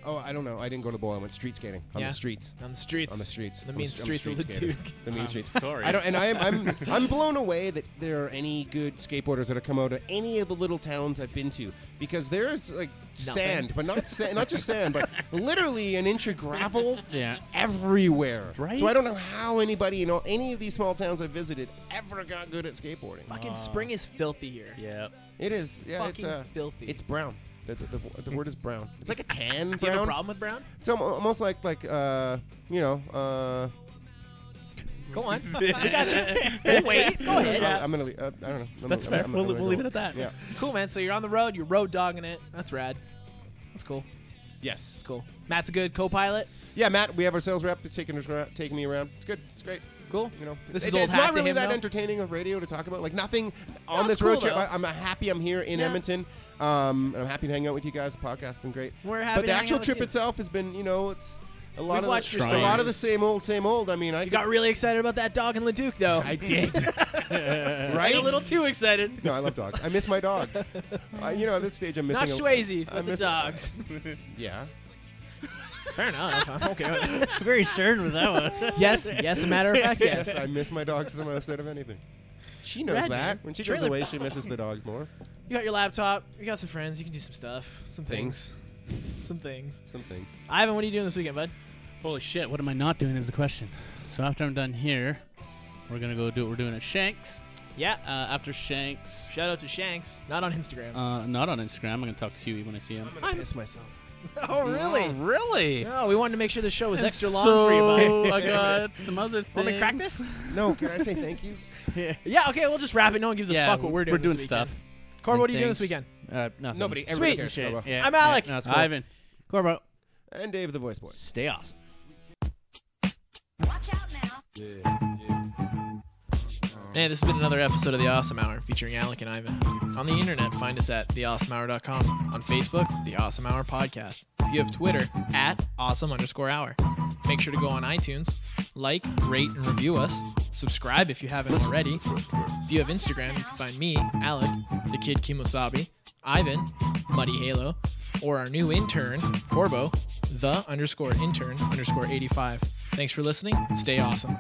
Speaker 2: Oh, I don't know. I didn't go to the bowl. I went street skating on
Speaker 3: Yeah.
Speaker 2: the streets.
Speaker 3: On the streets.
Speaker 2: On the streets.
Speaker 3: The
Speaker 2: I'm
Speaker 3: mean
Speaker 2: a- I'm a
Speaker 3: streets of
Speaker 2: street skater.
Speaker 3: Leduc.
Speaker 2: The mean
Speaker 7: I'm
Speaker 2: streets.
Speaker 7: sorry.
Speaker 2: I don't, and I am, I'm, I'm blown away that there are any good skateboarders that have come out of any of the little towns I've been to because there's like
Speaker 3: Nothing.
Speaker 2: sand, but not sa- not just sand, but literally an inch of gravel
Speaker 7: Yeah.
Speaker 2: everywhere.
Speaker 7: Right?
Speaker 2: So I don't know how anybody in all, any of these small towns I've visited ever got good at skateboarding.
Speaker 3: Fucking spring is filthy here.
Speaker 7: Yeah.
Speaker 2: It is. Yeah, it's
Speaker 3: fucking
Speaker 2: uh,
Speaker 3: filthy.
Speaker 2: It's brown. The, the, the, the word is brown. It's like a tan
Speaker 3: Do you have a
Speaker 2: brown.
Speaker 3: problem with brown?
Speaker 2: It's almo- almost like like uh, you know. Uh,
Speaker 3: Go on. we got you. We'll wait. Go ahead.
Speaker 2: I'm, I'm gonna. leave, uh, I don't know. I'm
Speaker 7: That's
Speaker 2: gonna-
Speaker 7: fair.
Speaker 2: I'm- I'm
Speaker 7: We'll-
Speaker 2: gonna
Speaker 7: we'll
Speaker 2: go
Speaker 7: leave
Speaker 2: on.
Speaker 7: it at that.
Speaker 2: Yeah.
Speaker 3: Cool, man. So you're on the road. You're road dogging it. That's rad. That's cool.
Speaker 2: Yes.
Speaker 3: That's cool. Matt's a good co-pilot.
Speaker 2: Yeah, Matt. We have our sales rep that's taking us ra- taking me around. It's good. It's great.
Speaker 3: Cool.
Speaker 2: You know,
Speaker 3: this
Speaker 2: it-
Speaker 3: is old
Speaker 2: it's
Speaker 3: hat
Speaker 2: not
Speaker 3: to
Speaker 2: really
Speaker 3: him,
Speaker 2: that
Speaker 3: though.
Speaker 2: entertaining of radio to talk about. Like nothing on
Speaker 3: it's
Speaker 2: this road
Speaker 3: cool,
Speaker 2: trip. I,
Speaker 3: though.
Speaker 2: I'm happy I'm here in
Speaker 3: Yeah.
Speaker 2: Edmonton. Um, I'm happy to hang out with you guys. The podcast's been great.
Speaker 3: We're happy
Speaker 2: But
Speaker 3: to
Speaker 2: the
Speaker 3: hang
Speaker 2: actual
Speaker 3: out with
Speaker 2: trip
Speaker 3: you.
Speaker 2: itself has been, you know, it's a lot
Speaker 3: We've
Speaker 2: of
Speaker 3: watched
Speaker 2: the,
Speaker 3: your
Speaker 2: a lot
Speaker 7: stories.
Speaker 2: of the same old, same old. I mean, I
Speaker 3: You got really excited about that dog in Leduc, though.
Speaker 2: I did.
Speaker 3: You're
Speaker 2: right?
Speaker 3: a little too excited.
Speaker 2: No, I love dogs. I miss my dogs. Uh, you know, at this stage, I'm missing.
Speaker 3: Not
Speaker 2: a-
Speaker 3: Swayze,
Speaker 2: I
Speaker 3: but the
Speaker 2: miss-
Speaker 3: dogs.
Speaker 2: yeah.
Speaker 3: Fair enough. huh? okay.
Speaker 4: Very stern with that one.
Speaker 3: yes, yes, a matter of fact, yes.
Speaker 2: Yes, I miss my dogs the most out of anything. She knows
Speaker 3: Right, man.
Speaker 2: that. When she goes
Speaker 3: Trailer
Speaker 2: away, she misses the dogs more.
Speaker 3: You got your laptop. You got some friends. You can do some stuff. Some things. Some things.
Speaker 2: Some things.
Speaker 3: Ivan, what are you doing this weekend, bud?
Speaker 7: Holy shit, what am I not doing is the question. So after I'm done here, we're going to go do what we're doing at Shanks.
Speaker 3: Yeah.
Speaker 7: Uh, after Shanks,
Speaker 3: Shout out to Shanks. Not on Instagram.
Speaker 7: uh, not on Instagram. I'm going to talk to Huey when I see him.
Speaker 2: I miss myself.
Speaker 3: oh,
Speaker 7: Oh, really?
Speaker 3: No, we wanted to make sure the show was
Speaker 7: And
Speaker 3: extra
Speaker 7: so
Speaker 3: long for you, bud.
Speaker 7: I got some other things.
Speaker 3: Want me to crack this?
Speaker 2: No, can I say thank you?
Speaker 3: Yeah, okay, we'll just wrap it. No one gives a
Speaker 7: Yeah,
Speaker 3: fuck what we're doing.
Speaker 7: We're doing
Speaker 3: this weekend.
Speaker 7: stuff.
Speaker 3: Corb, what are you
Speaker 4: and
Speaker 3: doing this
Speaker 4: things.
Speaker 3: weekend?
Speaker 4: Uh, nothing.
Speaker 2: Nobody ever
Speaker 3: Sweet.
Speaker 2: cares.
Speaker 4: Shit.
Speaker 2: about-
Speaker 4: Yeah,
Speaker 3: I'm
Speaker 4: yeah,
Speaker 3: Alec.
Speaker 4: no, it's cool.
Speaker 7: Ivan,
Speaker 4: Corbo,
Speaker 2: And Dave the Voice Boy.
Speaker 4: stay awesome.
Speaker 5: Watch out now.
Speaker 3: Hey, this has been another episode of The Awesome Hour featuring Alec and Ivan. On the internet, find us at theawesomehour.com. On Facebook, The Awesome Hour Podcast. If you have Twitter, at awesome underscore hour. Make sure to go on iTunes, like, rate, and review us. Subscribe if you haven't already. If you have Instagram, you can find me, Alec, the kid Kimosabi, Ivan, Muddy Halo, or our new intern, Corbo, the underscore intern underscore 85. Thanks for listening. and Stay awesome.